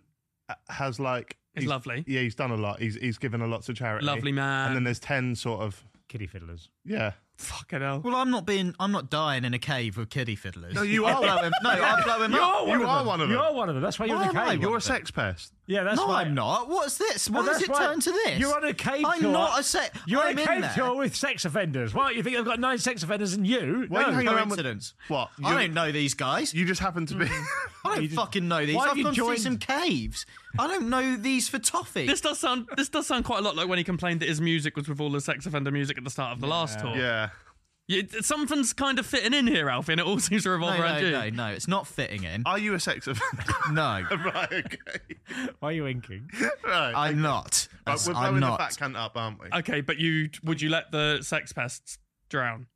Speaker 2: uh, has like
Speaker 4: He's lovely.
Speaker 2: Yeah, he's done a lot. He's he's given a lot to charity.
Speaker 4: Lovely man.
Speaker 2: And then there's 10 sort of
Speaker 3: Kitty fiddlers.
Speaker 2: yeah.
Speaker 4: Fucking hell.
Speaker 5: Well, I'm not being. I'm not dying in a cave with kiddie fiddlers. No,
Speaker 2: you are.
Speaker 5: blow him, no, I'll blow him
Speaker 2: You
Speaker 5: up.
Speaker 2: are one of them.
Speaker 3: You're one of them. That's why you're
Speaker 5: Why
Speaker 3: in the
Speaker 5: am I?
Speaker 3: cave.
Speaker 2: You're a sex pest.
Speaker 3: yeah, that's
Speaker 5: No,
Speaker 3: why
Speaker 5: I'm not. What's this? Why
Speaker 3: Well,
Speaker 5: does
Speaker 3: that's
Speaker 5: it turn to this?
Speaker 3: You're on a cave
Speaker 5: I'm
Speaker 3: tour.
Speaker 5: not a set.
Speaker 3: You're on
Speaker 5: I'm
Speaker 3: a
Speaker 5: in
Speaker 3: cave
Speaker 5: there.
Speaker 3: tour with sex offenders. What? You think I've got nine sex offenders and you?
Speaker 2: Why are you
Speaker 3: No.
Speaker 2: hanging around with
Speaker 5: Coincidence.
Speaker 2: What?
Speaker 5: I
Speaker 2: You-
Speaker 5: don't know these guys.
Speaker 2: You just happen to be
Speaker 5: I don't fucking know these.
Speaker 3: Why have
Speaker 5: I've
Speaker 3: you
Speaker 5: gone
Speaker 3: joined-
Speaker 5: through some caves. I don't know these for toffee.
Speaker 4: This does sound. This does sound quite a lot like when he complained that his music was with all the sex offender music at the start of the last tour.
Speaker 2: Yeah.
Speaker 4: You- something's kind of fitting in here, Alfie, and it all seems to
Speaker 5: no,
Speaker 4: revolve
Speaker 5: no,
Speaker 4: around you.
Speaker 5: no, no. It's not fitting in.
Speaker 2: Are you a sex offender?
Speaker 5: No,
Speaker 2: right, okay.
Speaker 3: Why are you winking?
Speaker 2: Right.
Speaker 5: I'm not.
Speaker 2: But we're
Speaker 5: I'm
Speaker 2: blowing the
Speaker 5: not.
Speaker 2: fat cunt up, aren't we?
Speaker 4: Okay, but you would you let the sex pests drown?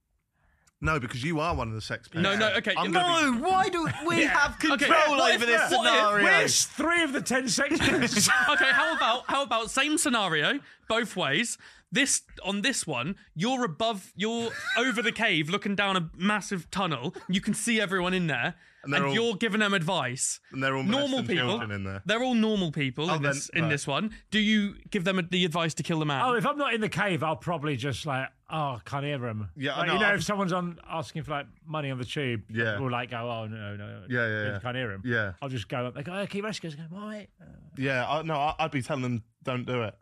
Speaker 2: No, because you are one of the sex pets.
Speaker 4: No, no, okay.
Speaker 2: I'm
Speaker 4: No,
Speaker 2: gonna
Speaker 5: No, why do we have control
Speaker 4: what if-
Speaker 5: over this
Speaker 4: what if-
Speaker 5: scenario?
Speaker 3: Where's three of the ten sex offenders?
Speaker 4: Okay, how about how about same scenario both ways? This on this one, you're above, you're over the cave, looking down a massive tunnel. You can see everyone in there, and,
Speaker 2: they're all-
Speaker 4: you're giving them advice.
Speaker 2: And they're all
Speaker 4: normal
Speaker 2: molesting
Speaker 4: people.
Speaker 2: children in there.
Speaker 4: They're all normal people
Speaker 2: Oh,
Speaker 4: in
Speaker 2: then-
Speaker 4: this in
Speaker 2: right.
Speaker 4: this one. Do you give them the advice to kill the man?
Speaker 3: Oh, if I'm not in the cave, I'll probably just like, oh, can't hear him.
Speaker 2: Yeah, I
Speaker 3: like,
Speaker 2: know.
Speaker 3: you know,
Speaker 2: I've-
Speaker 3: if someone's on asking for like money on the tube,
Speaker 2: Yeah.
Speaker 3: we'll like go, oh no, no, no,
Speaker 2: Yeah, yeah,
Speaker 3: they
Speaker 2: yeah.
Speaker 3: can't hear him.
Speaker 2: Yeah.
Speaker 3: I'll just go up. They go, oh, keep rescuers. Go, all right.
Speaker 2: be- Yeah, I, no, I, I'd be telling them don't do it.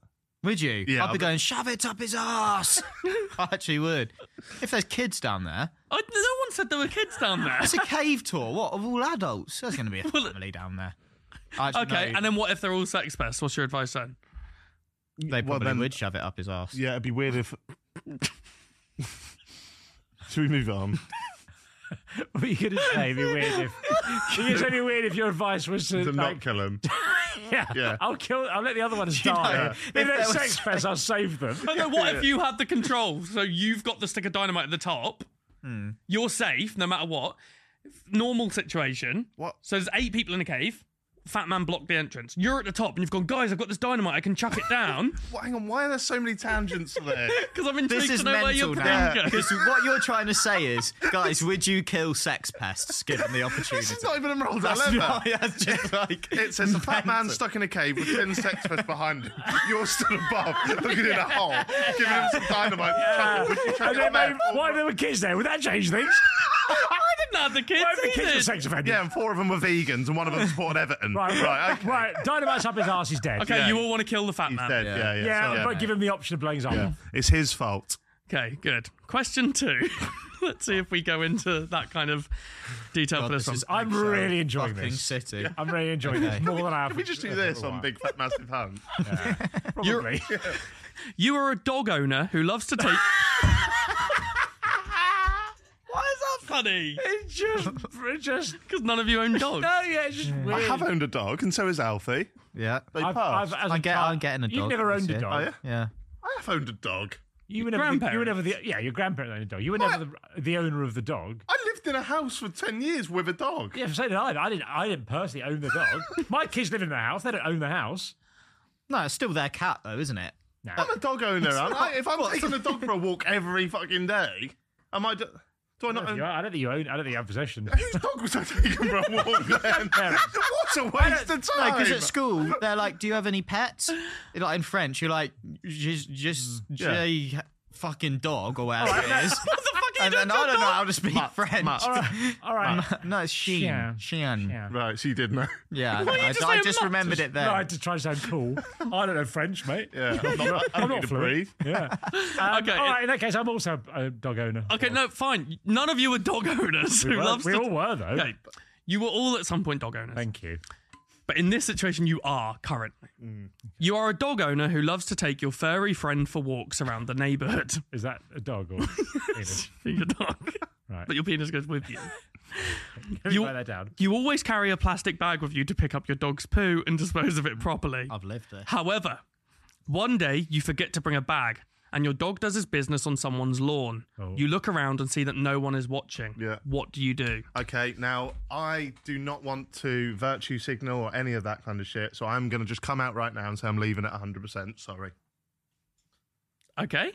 Speaker 5: Would you?
Speaker 2: Yeah,
Speaker 5: I'd
Speaker 2: I'll-
Speaker 5: be going, shove it up his ass. I actually would. If there's kids down there,
Speaker 4: I, no one said there were kids down there.
Speaker 5: it's a cave tour. What of all adults? There's going to be a
Speaker 4: Well,
Speaker 5: family down there. I actually
Speaker 4: Okay,
Speaker 5: know
Speaker 4: and then what if they're all sex pests? What's your advice then?
Speaker 5: they
Speaker 2: well,
Speaker 5: probably
Speaker 2: then-
Speaker 5: would shove it up his ass.
Speaker 2: Yeah, it'd be weird if. Should we move on?
Speaker 3: What are you gonna say? It'd be weird if. it's only weird if your advice was to,
Speaker 2: to
Speaker 3: like,
Speaker 2: not kill him.
Speaker 3: yeah,
Speaker 2: yeah.
Speaker 3: I'll kill. I'll let the other ones
Speaker 5: You know,
Speaker 3: die.
Speaker 5: Yeah.
Speaker 3: If
Speaker 5: if
Speaker 3: they're
Speaker 5: there was-
Speaker 3: sex pests, I'll save them.
Speaker 4: But then what if you had the control? So you've got the stick of dynamite at the top.
Speaker 5: Hmm.
Speaker 4: You're safe no matter what. Normal situation.
Speaker 2: What?
Speaker 4: So there's eight people in a cave. Fat man blocked the entrance. You're at the top and you've gone, guys, I've got this dynamite. I can chuck it down
Speaker 2: Well, hang on, why are there so many tangents to there?
Speaker 4: because I'm intrigued
Speaker 5: This is
Speaker 4: to know where your
Speaker 5: mental now.
Speaker 4: brain goes.
Speaker 5: Because what you're trying to say is, guys, would you kill sex pests given the opportunity?
Speaker 2: this is not even a roll
Speaker 5: that's,
Speaker 2: out leather.
Speaker 5: not- that's just like
Speaker 2: It says a fat man
Speaker 5: mental.
Speaker 2: stuck in a cave with ten sex pests behind him. You're stood above, looking in a hole, giving him some dynamite. Chuck it. Would you chuck it
Speaker 3: And then
Speaker 2: on there?
Speaker 3: maybe- why if there were kids there? Would that change things?
Speaker 4: I didn't have the
Speaker 3: Why if the
Speaker 4: kids
Speaker 3: kids were
Speaker 4: either.
Speaker 3: sex offenders?
Speaker 2: Yeah, and four of them were vegans, and one of them supported Everton.
Speaker 3: Right,
Speaker 2: right, okay.
Speaker 3: right. Dynamite's up his ass. He's dead.
Speaker 4: Okay, you all want to kill the fat
Speaker 2: He's
Speaker 4: man.
Speaker 2: dead. Yeah, yeah.
Speaker 3: Yeah,
Speaker 2: sorry.
Speaker 3: I'd probably give him the option of blowing his arm. off.
Speaker 2: It's his fault.
Speaker 4: Okay, good. Question two. Let's see if we go into that kind of detail for
Speaker 5: God,
Speaker 4: this,
Speaker 5: this is
Speaker 4: one.
Speaker 3: I'm really enjoying
Speaker 5: fucking
Speaker 3: this.
Speaker 5: city.
Speaker 3: I'm really enjoying this more than I have.
Speaker 2: Can we just do this on Big Fat Massive Hunt?
Speaker 3: Probably.
Speaker 4: You are a dog owner who loves to take.
Speaker 5: Why is that?
Speaker 4: Funny,
Speaker 3: It's just, it's just.
Speaker 4: because none of you own dogs.
Speaker 3: No, yeah, it's just
Speaker 2: I
Speaker 3: weird.
Speaker 2: have owned a dog, and so has Alfie.
Speaker 5: Yeah.
Speaker 2: They
Speaker 3: I've-
Speaker 2: passed.
Speaker 3: I've- uh, as
Speaker 5: I
Speaker 3: a
Speaker 5: get.
Speaker 3: child-
Speaker 5: I'm getting a dog.
Speaker 3: You've never
Speaker 5: this
Speaker 3: owned a
Speaker 5: year.
Speaker 3: dog.
Speaker 2: Oh, yeah?
Speaker 5: Yeah.
Speaker 2: I have owned a dog.
Speaker 3: You were never. The, you were
Speaker 4: grandparents.
Speaker 3: never the. Yeah, your grandparents owned a dog. You were never the, the owner of the dog.
Speaker 2: I lived in a house for 10 years with a dog.
Speaker 3: Yeah, so did I. but I didn't. I didn't personally own the dog. My kids live in the house. They don't own the house.
Speaker 5: No, it's still their cat though, isn't it?
Speaker 3: No.
Speaker 2: I'm a dog owner. aren't I? if I'm taking a dog for a walk every fucking day, am I. Do, do I
Speaker 3: I
Speaker 2: not
Speaker 3: don't think you
Speaker 2: own.
Speaker 3: own- I don't think you own. I don't think you have possession.
Speaker 2: Whose dog was I taking for a walk then? what a waste of
Speaker 5: No,
Speaker 2: time.
Speaker 5: because at school they're like, "Do you have any pets?" Like in French, you're like, "Just, just
Speaker 2: Yeah.
Speaker 5: J fucking dog or whatever it is."
Speaker 4: What the fuck are you doing?
Speaker 5: and then
Speaker 4: to a
Speaker 5: I don't
Speaker 4: dog?
Speaker 5: know how to speak French.
Speaker 3: All right. All right.
Speaker 5: No, it's Sheen.
Speaker 3: Chien.
Speaker 5: Sheen.
Speaker 3: Yeah.
Speaker 2: Right, so you did know.
Speaker 5: Yeah,
Speaker 4: Why
Speaker 5: I,
Speaker 4: you just
Speaker 5: I
Speaker 4: say
Speaker 5: just
Speaker 4: mutt?
Speaker 5: remembered it
Speaker 3: No, I had to
Speaker 5: then.
Speaker 3: try to sound cool. I don't know French, mate.
Speaker 2: Yeah, I'm not, I don't
Speaker 3: I'm
Speaker 2: need
Speaker 3: not
Speaker 2: to
Speaker 3: fluent.
Speaker 2: breathe.
Speaker 3: Yeah. Um,
Speaker 4: Okay,
Speaker 3: All
Speaker 4: it-
Speaker 3: right. In that case, I'm also a dog owner.
Speaker 4: Okay, no, fine. None of you are dog owners
Speaker 3: We,
Speaker 4: who
Speaker 3: were,
Speaker 4: loves
Speaker 3: we
Speaker 4: to.
Speaker 3: all were though.
Speaker 4: Okay, you were all at some point dog owners,
Speaker 3: Thank you.
Speaker 4: but in this situation, you are currently.
Speaker 3: Mm,
Speaker 4: You are a dog owner who loves to take your furry friend for walks around the neighbourhood.
Speaker 3: Is that a dog or penis?
Speaker 4: Your dog,
Speaker 3: Right.
Speaker 4: but your penis goes with you. you-
Speaker 3: Can you write that down?
Speaker 4: You always carry a plastic bag with you to pick up your dog's poo and dispose of it properly.
Speaker 5: I've lived it.
Speaker 4: However, one day you forget to bring a bag. and your dog does his business on someone's lawn. You look around and see that no one is watching.
Speaker 2: Oh. Yeah.
Speaker 4: What do you do?
Speaker 2: Okay, now I do not want to virtue signal or any of that kind of shit, so I'm going to just come out right now and say I'm leaving at 100%. Sorry.
Speaker 4: Okay.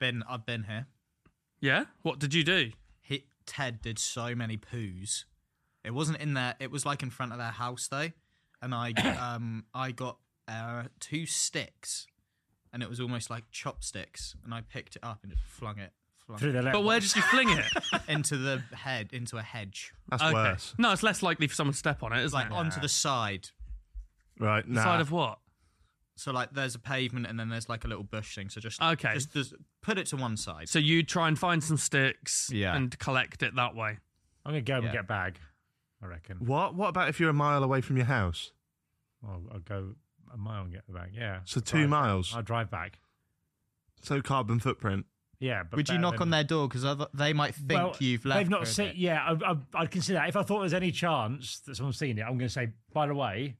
Speaker 5: Been I've been here.
Speaker 4: Yeah. What did you do?
Speaker 5: He, Ted did so many poos. It wasn't in there. It was like in front of their house though, and I um I got uh, two sticks, and it was almost like chopsticks, and I picked it up and just flung it, flung
Speaker 3: Through
Speaker 5: it
Speaker 3: the left.
Speaker 4: But where did you fling it?
Speaker 5: into the head into a hedge,
Speaker 2: That's
Speaker 4: Okay.
Speaker 2: worse.
Speaker 4: No, it's less likely for someone to step on it, isn't
Speaker 5: like
Speaker 4: it?
Speaker 5: onto the side.
Speaker 2: Right,
Speaker 4: The
Speaker 2: now.
Speaker 4: side of what?
Speaker 5: So like there's a pavement and then there's like a little bush thing. So just
Speaker 4: Okay.
Speaker 5: just, just put it to one side.
Speaker 4: So you try and find some sticks
Speaker 5: Yeah.
Speaker 4: and collect it that way.
Speaker 3: I'm going to go and
Speaker 5: Yeah.
Speaker 3: get a bag, I reckon.
Speaker 2: What? What about if you're a mile away from your house?
Speaker 3: I'll, I'll go a mile and get the bag. Yeah.
Speaker 2: So
Speaker 3: I'll
Speaker 2: two
Speaker 3: drive-
Speaker 2: miles.
Speaker 3: I'll drive back.
Speaker 2: So carbon footprint.
Speaker 3: Yeah. But
Speaker 5: Would you
Speaker 3: better
Speaker 5: knock
Speaker 3: than-
Speaker 5: on their door because they might think
Speaker 3: Well,
Speaker 5: you've left?
Speaker 3: They've
Speaker 5: for
Speaker 3: not
Speaker 5: a
Speaker 3: seen.
Speaker 5: bit.
Speaker 3: Yeah, I, I, I'd consider that. If I thought there's any chance that someone's seen it, I'm going to say, by the way,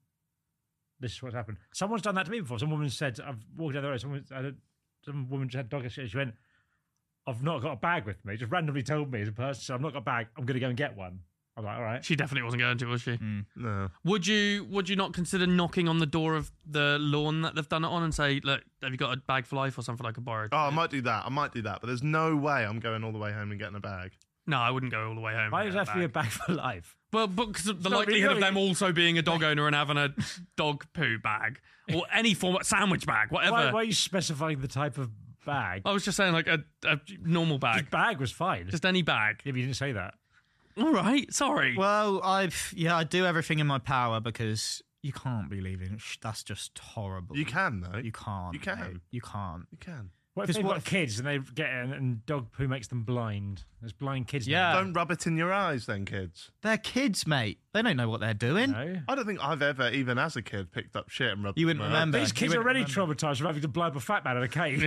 Speaker 3: this is what's happened. Someone's done that to me before. Some woman said, I've walked down the road. Someone, I don't, some woman just had dog shit. She went, I've not got a bag with me. Just randomly told me as a person, so I've not got a bag. I'm going to go and get one. I'm like, all right.
Speaker 4: She definitely wasn't going to, was she?
Speaker 2: No.
Speaker 4: Would you would you not consider knocking on the door of the lawn that they've done it on and say, Look, have you got a bag for life or something I could borrow?
Speaker 2: Oh, I might do that. I might do that, but there's no way I'm going all the way home and getting a bag.
Speaker 4: No, I wouldn't go all the way home.
Speaker 3: Why
Speaker 4: and
Speaker 3: does
Speaker 4: get
Speaker 3: that have to be a
Speaker 4: bag.
Speaker 3: bag for life?
Speaker 4: Well, because of the
Speaker 3: not really-
Speaker 4: likelihood of
Speaker 3: not
Speaker 4: them also being a dog owner and having a dog poo bag or any form of sandwich bag, whatever.
Speaker 3: Why, why are you specifying the type of bag?
Speaker 5: Oh,
Speaker 4: I was just saying, like a, a normal
Speaker 3: Just
Speaker 4: bag,
Speaker 3: bag was fine.
Speaker 4: just any bag.
Speaker 3: if you didn't say that.
Speaker 4: All right, sorry.
Speaker 5: Well, I've yeah, I do everything in my power because you can't be leaving. Sh- That's just horrible.
Speaker 2: You can, though.
Speaker 5: Oh, You can't.
Speaker 2: You can.
Speaker 5: no, you can't.
Speaker 2: You can.
Speaker 3: What if
Speaker 5: 'Cause
Speaker 3: they've
Speaker 5: what
Speaker 3: got
Speaker 5: if-
Speaker 3: kids and they get in and dog poo makes them blind? There's blind kids. now.
Speaker 5: Yeah.
Speaker 2: Don't rub it in your eyes, then, kids.
Speaker 5: They're kids, mate. They don't know what they're doing.
Speaker 3: No.
Speaker 2: I don't think I've ever, even as a kid, picked up shit and rubbed
Speaker 5: You
Speaker 2: it in
Speaker 5: wouldn't
Speaker 2: my-
Speaker 5: remember.
Speaker 3: These
Speaker 5: You
Speaker 3: kids are
Speaker 5: wouldn't
Speaker 3: already
Speaker 5: remember.
Speaker 3: traumatized from having to blow up a fat man in a cave.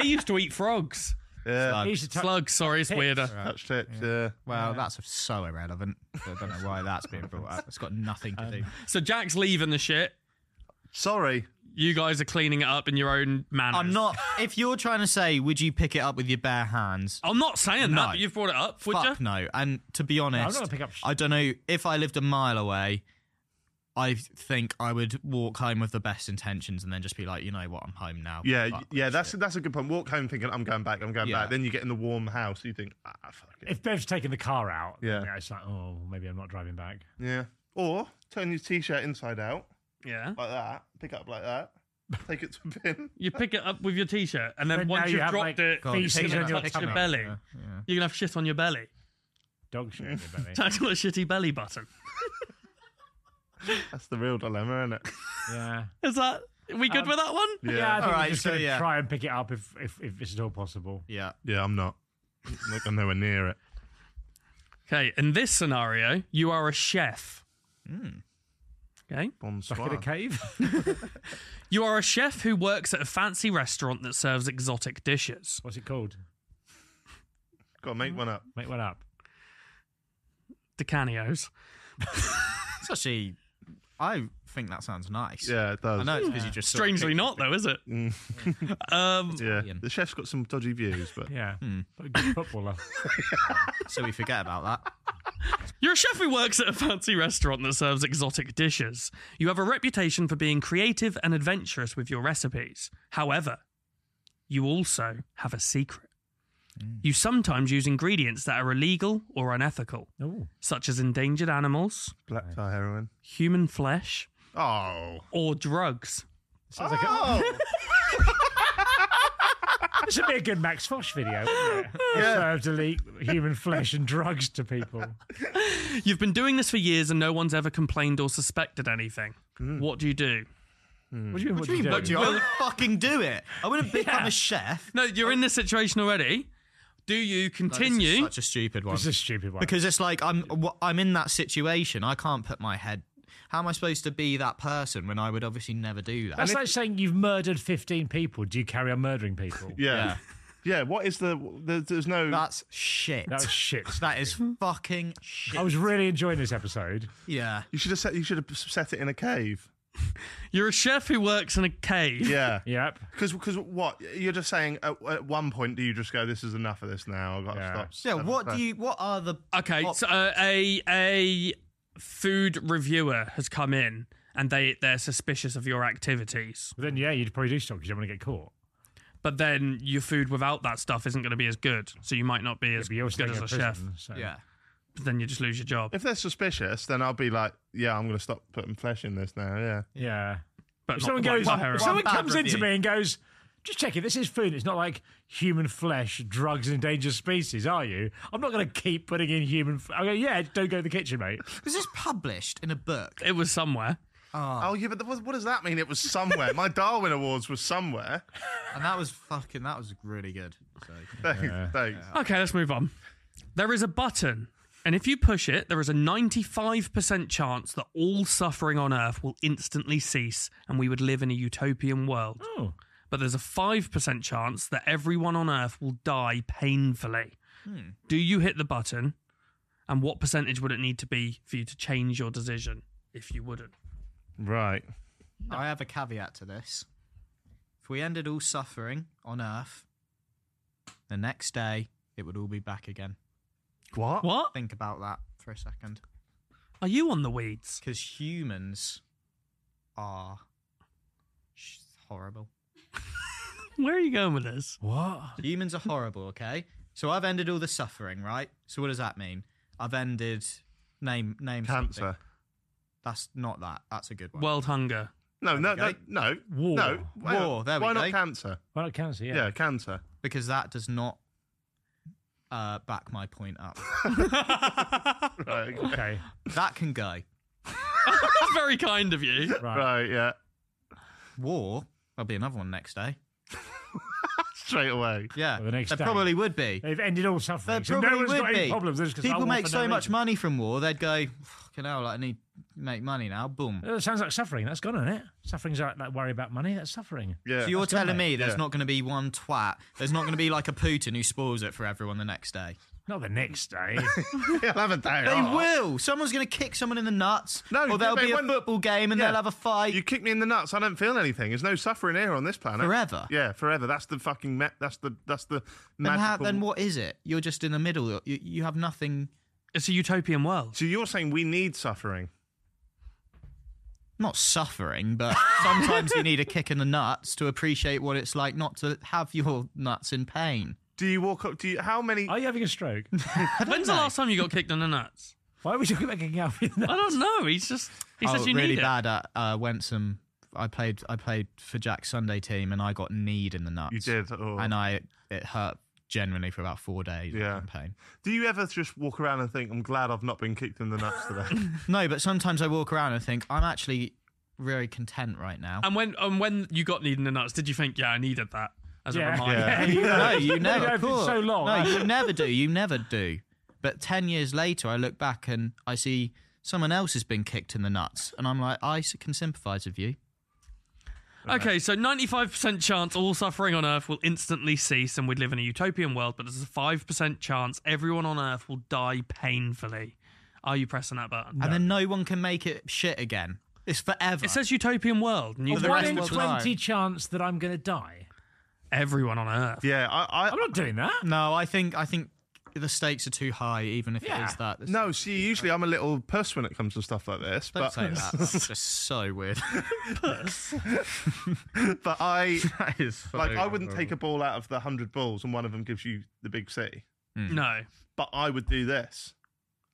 Speaker 4: he used to eat frogs.
Speaker 2: Yeah.
Speaker 3: He used to touch-
Speaker 4: Slugs, sorry, it's
Speaker 3: Pigs.
Speaker 4: weirder.
Speaker 2: Touched it. Yeah.
Speaker 5: Well, that's so irrelevant. I don't know why that's being brought up. It's got nothing
Speaker 3: Um,
Speaker 5: to do.
Speaker 4: So Jack's leaving the shit.
Speaker 2: Sorry.
Speaker 4: You guys are cleaning it up in your own manner.
Speaker 5: I'm not. If you're trying to say, would you pick it up with your bare hands?
Speaker 4: I'm not saying
Speaker 5: No.
Speaker 4: that, but you've brought it up, would
Speaker 5: Fuck
Speaker 4: you?
Speaker 5: no. And to be honest,
Speaker 3: gonna pick up sh-
Speaker 5: I don't know if I lived a mile away. I think I would walk home with the best intentions and then just be like, you know what, I'm home now.
Speaker 2: Yeah,
Speaker 5: Fuck
Speaker 2: yeah,
Speaker 5: this
Speaker 2: that's
Speaker 5: shit.
Speaker 2: that's a good point. Walk home thinking I'm going back, I'm going
Speaker 5: Yeah.
Speaker 2: back. Then you get in the warm house, you think, ah, fuck it.
Speaker 3: If Bev's taking the car out,
Speaker 2: Yeah.
Speaker 3: yeah. it's like, oh, maybe I'm not driving back.
Speaker 2: Yeah. Or turn your t-shirt inside out
Speaker 4: Yeah.
Speaker 2: like that, pick it up like that, take it to a bin.
Speaker 4: You pick it up with your t-shirt, and then
Speaker 3: But now
Speaker 4: once
Speaker 3: you
Speaker 4: you've
Speaker 3: have,
Speaker 4: dropped
Speaker 3: like,
Speaker 4: it,
Speaker 3: God,
Speaker 4: you're
Speaker 3: feces
Speaker 4: gonna
Speaker 3: on your
Speaker 4: touch
Speaker 3: tummy.
Speaker 4: your belly.
Speaker 5: Yeah, yeah.
Speaker 4: You're gonna have shit on your belly.
Speaker 3: Dog shit in your belly.
Speaker 4: Touch on a shitty belly button.
Speaker 2: That's the real dilemma, isn't it?
Speaker 3: yeah.
Speaker 4: Is that? Are we good with that one?
Speaker 3: Yeah, I think
Speaker 5: Alright,
Speaker 3: we're just
Speaker 5: so,
Speaker 3: going to
Speaker 5: yeah.
Speaker 3: try and pick it up if, if, if it's at all possible.
Speaker 5: Yeah.
Speaker 2: Yeah, I'm not. I'm not nowhere near it.
Speaker 4: Okay. In this scenario, you are a chef. Okay.
Speaker 3: Back in a
Speaker 2: Bonsoir.
Speaker 3: cave?
Speaker 4: You are a chef who works at a fancy restaurant that serves exotic dishes.
Speaker 3: What's it called?
Speaker 2: Got to make one up.
Speaker 3: Make one up.
Speaker 4: Decanios.
Speaker 5: It's actually, I think that sounds nice.
Speaker 2: Yeah, it does.
Speaker 5: I know it's because you just sort of
Speaker 4: Strangely not, though, is it? um,
Speaker 2: Yeah.
Speaker 5: Brilliant.
Speaker 2: The chef's got some dodgy views, but
Speaker 3: Yeah. But a good footballer.
Speaker 5: picked- so we forget about that.
Speaker 4: You're a chef who works at a fancy restaurant that serves exotic dishes. You have a reputation for being creative and adventurous with your recipes. However, you also have a secret. You sometimes use ingredients that are illegal or unethical,
Speaker 3: Ooh.
Speaker 4: such as endangered animals,
Speaker 2: black tie heroin.
Speaker 4: human flesh,
Speaker 2: Oh.
Speaker 4: or drugs.
Speaker 3: Sounds like a,
Speaker 2: Oh.
Speaker 3: this would be a good Max Fosh video, wouldn't it?
Speaker 2: Yeah.
Speaker 3: Serve, delete human flesh and drugs to people.
Speaker 4: You've been doing this for years and no one's ever complained or suspected anything. What do you do?
Speaker 3: What do you mean? What, do you do?
Speaker 5: But you will fucking do it. I wouldn't become a chef.
Speaker 4: No, you're in this situation already. Do you
Speaker 5: No, this is
Speaker 4: continue?
Speaker 5: such a stupid one.
Speaker 3: It's a stupid one.
Speaker 5: Because it's like I'm wh- I'm in that situation. I can't put my head. How am I supposed to be that person when I would obviously never do that?
Speaker 3: That's like saying you've murdered 15 people. Do you carry on murdering people?
Speaker 2: Yeah. yeah. what is the, the there's no
Speaker 5: That's shit.
Speaker 3: That was shit.
Speaker 5: That is fucking shit.
Speaker 3: I was really enjoying this episode.
Speaker 5: yeah.
Speaker 2: you should have set you should have set it in a cave.
Speaker 4: You're a chef who works in a cave.
Speaker 2: Yeah.
Speaker 3: Yep.
Speaker 2: Because what you're just saying at, at one point do you just go this is enough of this now I've got to
Speaker 3: Yeah.
Speaker 2: stop.
Speaker 5: So, what do you? What are the?
Speaker 4: Okay,
Speaker 5: op-
Speaker 4: so uh, a a food reviewer has come in and they they're suspicious of your activities.
Speaker 3: But then, yeah, you'd probably do stuff because you don't want to get caught.
Speaker 4: But then your food without that stuff isn't going to be as good, so you might not be as
Speaker 3: But you're also
Speaker 4: good as a
Speaker 3: in
Speaker 4: chef.
Speaker 3: prison, so.
Speaker 5: yeah.
Speaker 4: But then you just lose your job.
Speaker 2: If they're suspicious then I'll be like yeah I'm going to stop putting flesh in this now yeah.
Speaker 3: Yeah.
Speaker 4: But
Speaker 3: If
Speaker 4: not
Speaker 3: someone
Speaker 4: the white
Speaker 3: goes,
Speaker 4: powder.
Speaker 3: if someone
Speaker 5: One bad
Speaker 3: comes into
Speaker 5: review.
Speaker 3: me and goes, just check it. This is food. It's not like human flesh, drugs, and endangered species, are you? I'm not going to keep putting in human. F- I go, yeah, don't go to the kitchen, mate.
Speaker 5: Was this published in a book?
Speaker 4: It was somewhere.
Speaker 5: Ah.
Speaker 2: Oh yeah but what what does that mean it was somewhere my Darwin awards was somewhere.
Speaker 5: And that was fucking. That was really good. So,
Speaker 2: Thanks. Thanks.
Speaker 4: Okay, let's move on. There is a button, and if you push it, there is a 95% chance that all suffering on Earth will instantly cease and we would live in a utopian world.
Speaker 3: Oh.
Speaker 4: But there's a 5% chance that everyone on Earth will die painfully.
Speaker 3: Hmm.
Speaker 4: Do you hit the button? And what percentage would it need to be for you to change your decision if you wouldn't?
Speaker 2: Right.
Speaker 5: I have a caveat to this. If we ended all suffering on Earth, the next day it would all be back again.
Speaker 2: What?
Speaker 4: What?
Speaker 5: Think about that for a second.
Speaker 4: Are you on the weeds?
Speaker 5: Because humans are sh- horrible.
Speaker 4: Where are you going with this?
Speaker 3: What?
Speaker 5: Humans are horrible, okay? So I've ended all the suffering, right? So what does that mean? I've ended name name something.
Speaker 2: Cancer.
Speaker 5: That's not that. That's a good one.
Speaker 4: World hunger.
Speaker 2: No, no,
Speaker 5: There
Speaker 2: no,
Speaker 5: we go.
Speaker 2: no.
Speaker 3: War.
Speaker 2: No. Why
Speaker 5: War,
Speaker 2: not-
Speaker 5: there we
Speaker 2: Why not
Speaker 5: go.
Speaker 2: cancer?
Speaker 3: Why not cancer? Yeah.
Speaker 2: Yeah, cancer.
Speaker 5: because that does not uh, back my point up.
Speaker 2: Right, okay.
Speaker 3: Okay.
Speaker 5: that can go.
Speaker 4: That's very kind of you.
Speaker 3: Right.
Speaker 2: right, yeah.
Speaker 5: War. There'll be another one next day.
Speaker 2: Straight away.
Speaker 5: Yeah,
Speaker 3: Well, the next
Speaker 5: there
Speaker 3: day.
Speaker 5: probably would be.
Speaker 3: They've ended all
Speaker 5: There
Speaker 3: suffering. So
Speaker 5: probably
Speaker 3: no one's
Speaker 5: would
Speaker 3: got any
Speaker 5: be.
Speaker 3: problems. They're just 'cause I
Speaker 5: People
Speaker 3: want
Speaker 5: make
Speaker 3: for
Speaker 5: so
Speaker 3: no
Speaker 5: much
Speaker 3: reason.
Speaker 5: money from war, they'd go, "Fucking hell, like, I need to make money now." Boom.
Speaker 3: That sounds like suffering. That's gone, isn't it? Suffering's like that worry about money. That's suffering.
Speaker 2: Yeah.
Speaker 5: so you're
Speaker 3: gone,
Speaker 5: telling me there's
Speaker 2: Yeah.
Speaker 5: not going to be one twat. There's not going to be like a Putin who spoils it for everyone the next day.
Speaker 3: Not the next day.
Speaker 2: You'll have a day
Speaker 5: They
Speaker 2: off.
Speaker 5: will. Someone's going to kick someone in the nuts.
Speaker 2: Ah. No,
Speaker 5: or there'll
Speaker 2: they
Speaker 5: be a
Speaker 2: won't-
Speaker 5: football game and
Speaker 2: Yeah.
Speaker 5: they'll have a fight.
Speaker 2: You kick me in the nuts. I don't feel anything. There's no suffering here on this planet.
Speaker 5: Forever.
Speaker 2: Yeah, forever. That's the fucking. Me- that's the. That's the.
Speaker 5: then,
Speaker 2: Magical-
Speaker 5: how, then what is it? You're just in the middle. You, you have nothing.
Speaker 4: It's a utopian world.
Speaker 2: So you're saying we need suffering?
Speaker 5: Not suffering, but sometimes you need a kick in the nuts to appreciate what it's like not to have your nuts in pain.
Speaker 2: Do you walk up? Do you? How many?
Speaker 3: Are you having a stroke?
Speaker 4: When's the last time you got kicked in the nuts?
Speaker 3: Why are we talking about getting out?
Speaker 4: I don't know. He's just he
Speaker 5: I
Speaker 4: says
Speaker 5: was
Speaker 4: you
Speaker 5: Oh, really
Speaker 4: need
Speaker 5: bad at uh, Wensom. I played I played for Jack's Sunday team and I got kneed in the nuts.
Speaker 2: you did. oh. Or,
Speaker 5: and I it hurt generally for about four days. I was
Speaker 2: Yeah.
Speaker 5: in pain.
Speaker 2: do you ever just walk around and think, "I'm glad I've not been kicked in the nuts today"?
Speaker 5: No, but sometimes I walk around and think I'm actually very content right now.
Speaker 4: it. And when and when you got needed in the nuts, did you think, yeah, I needed that as a
Speaker 3: Yeah.
Speaker 4: reminder?
Speaker 2: Yeah.
Speaker 3: you
Speaker 5: no,
Speaker 3: know.
Speaker 5: you never.
Speaker 3: You've
Speaker 5: of
Speaker 3: been
Speaker 5: course.
Speaker 3: so long.
Speaker 5: No,
Speaker 3: haven't
Speaker 5: you never do. You never do. But ten years later, I look back and I see someone else has been kicked in the nuts, and I'm like, I s- can sympathise with you.
Speaker 4: Okay, so ninety-five percent chance all suffering on Earth will instantly cease, and we'd live in a utopian world. But there's a five percent chance everyone on Earth will die painfully. Are you pressing that button?
Speaker 5: And then no one can make it shit again. It's forever.
Speaker 4: It says utopian world, and you
Speaker 3: A
Speaker 5: the
Speaker 3: one
Speaker 5: rest
Speaker 3: in
Speaker 5: of the
Speaker 3: twenty
Speaker 5: time.
Speaker 3: chance that I'm going to die.
Speaker 4: everyone on Earth.
Speaker 2: yeah, I. I
Speaker 3: I'm not doing that.
Speaker 5: no, I think I think the stakes are too high, even if it
Speaker 3: Yeah.
Speaker 5: is that.
Speaker 2: no, see, usually I'm a little puss when it comes to stuff like this,
Speaker 5: Don't
Speaker 2: but
Speaker 5: say that. That's just so weird.
Speaker 2: but I
Speaker 5: that is
Speaker 2: like I
Speaker 5: Oh.
Speaker 2: wouldn't take a ball out of the hundred balls, and one of them gives you the big C.
Speaker 5: Hmm.
Speaker 4: No.
Speaker 2: But I would do this.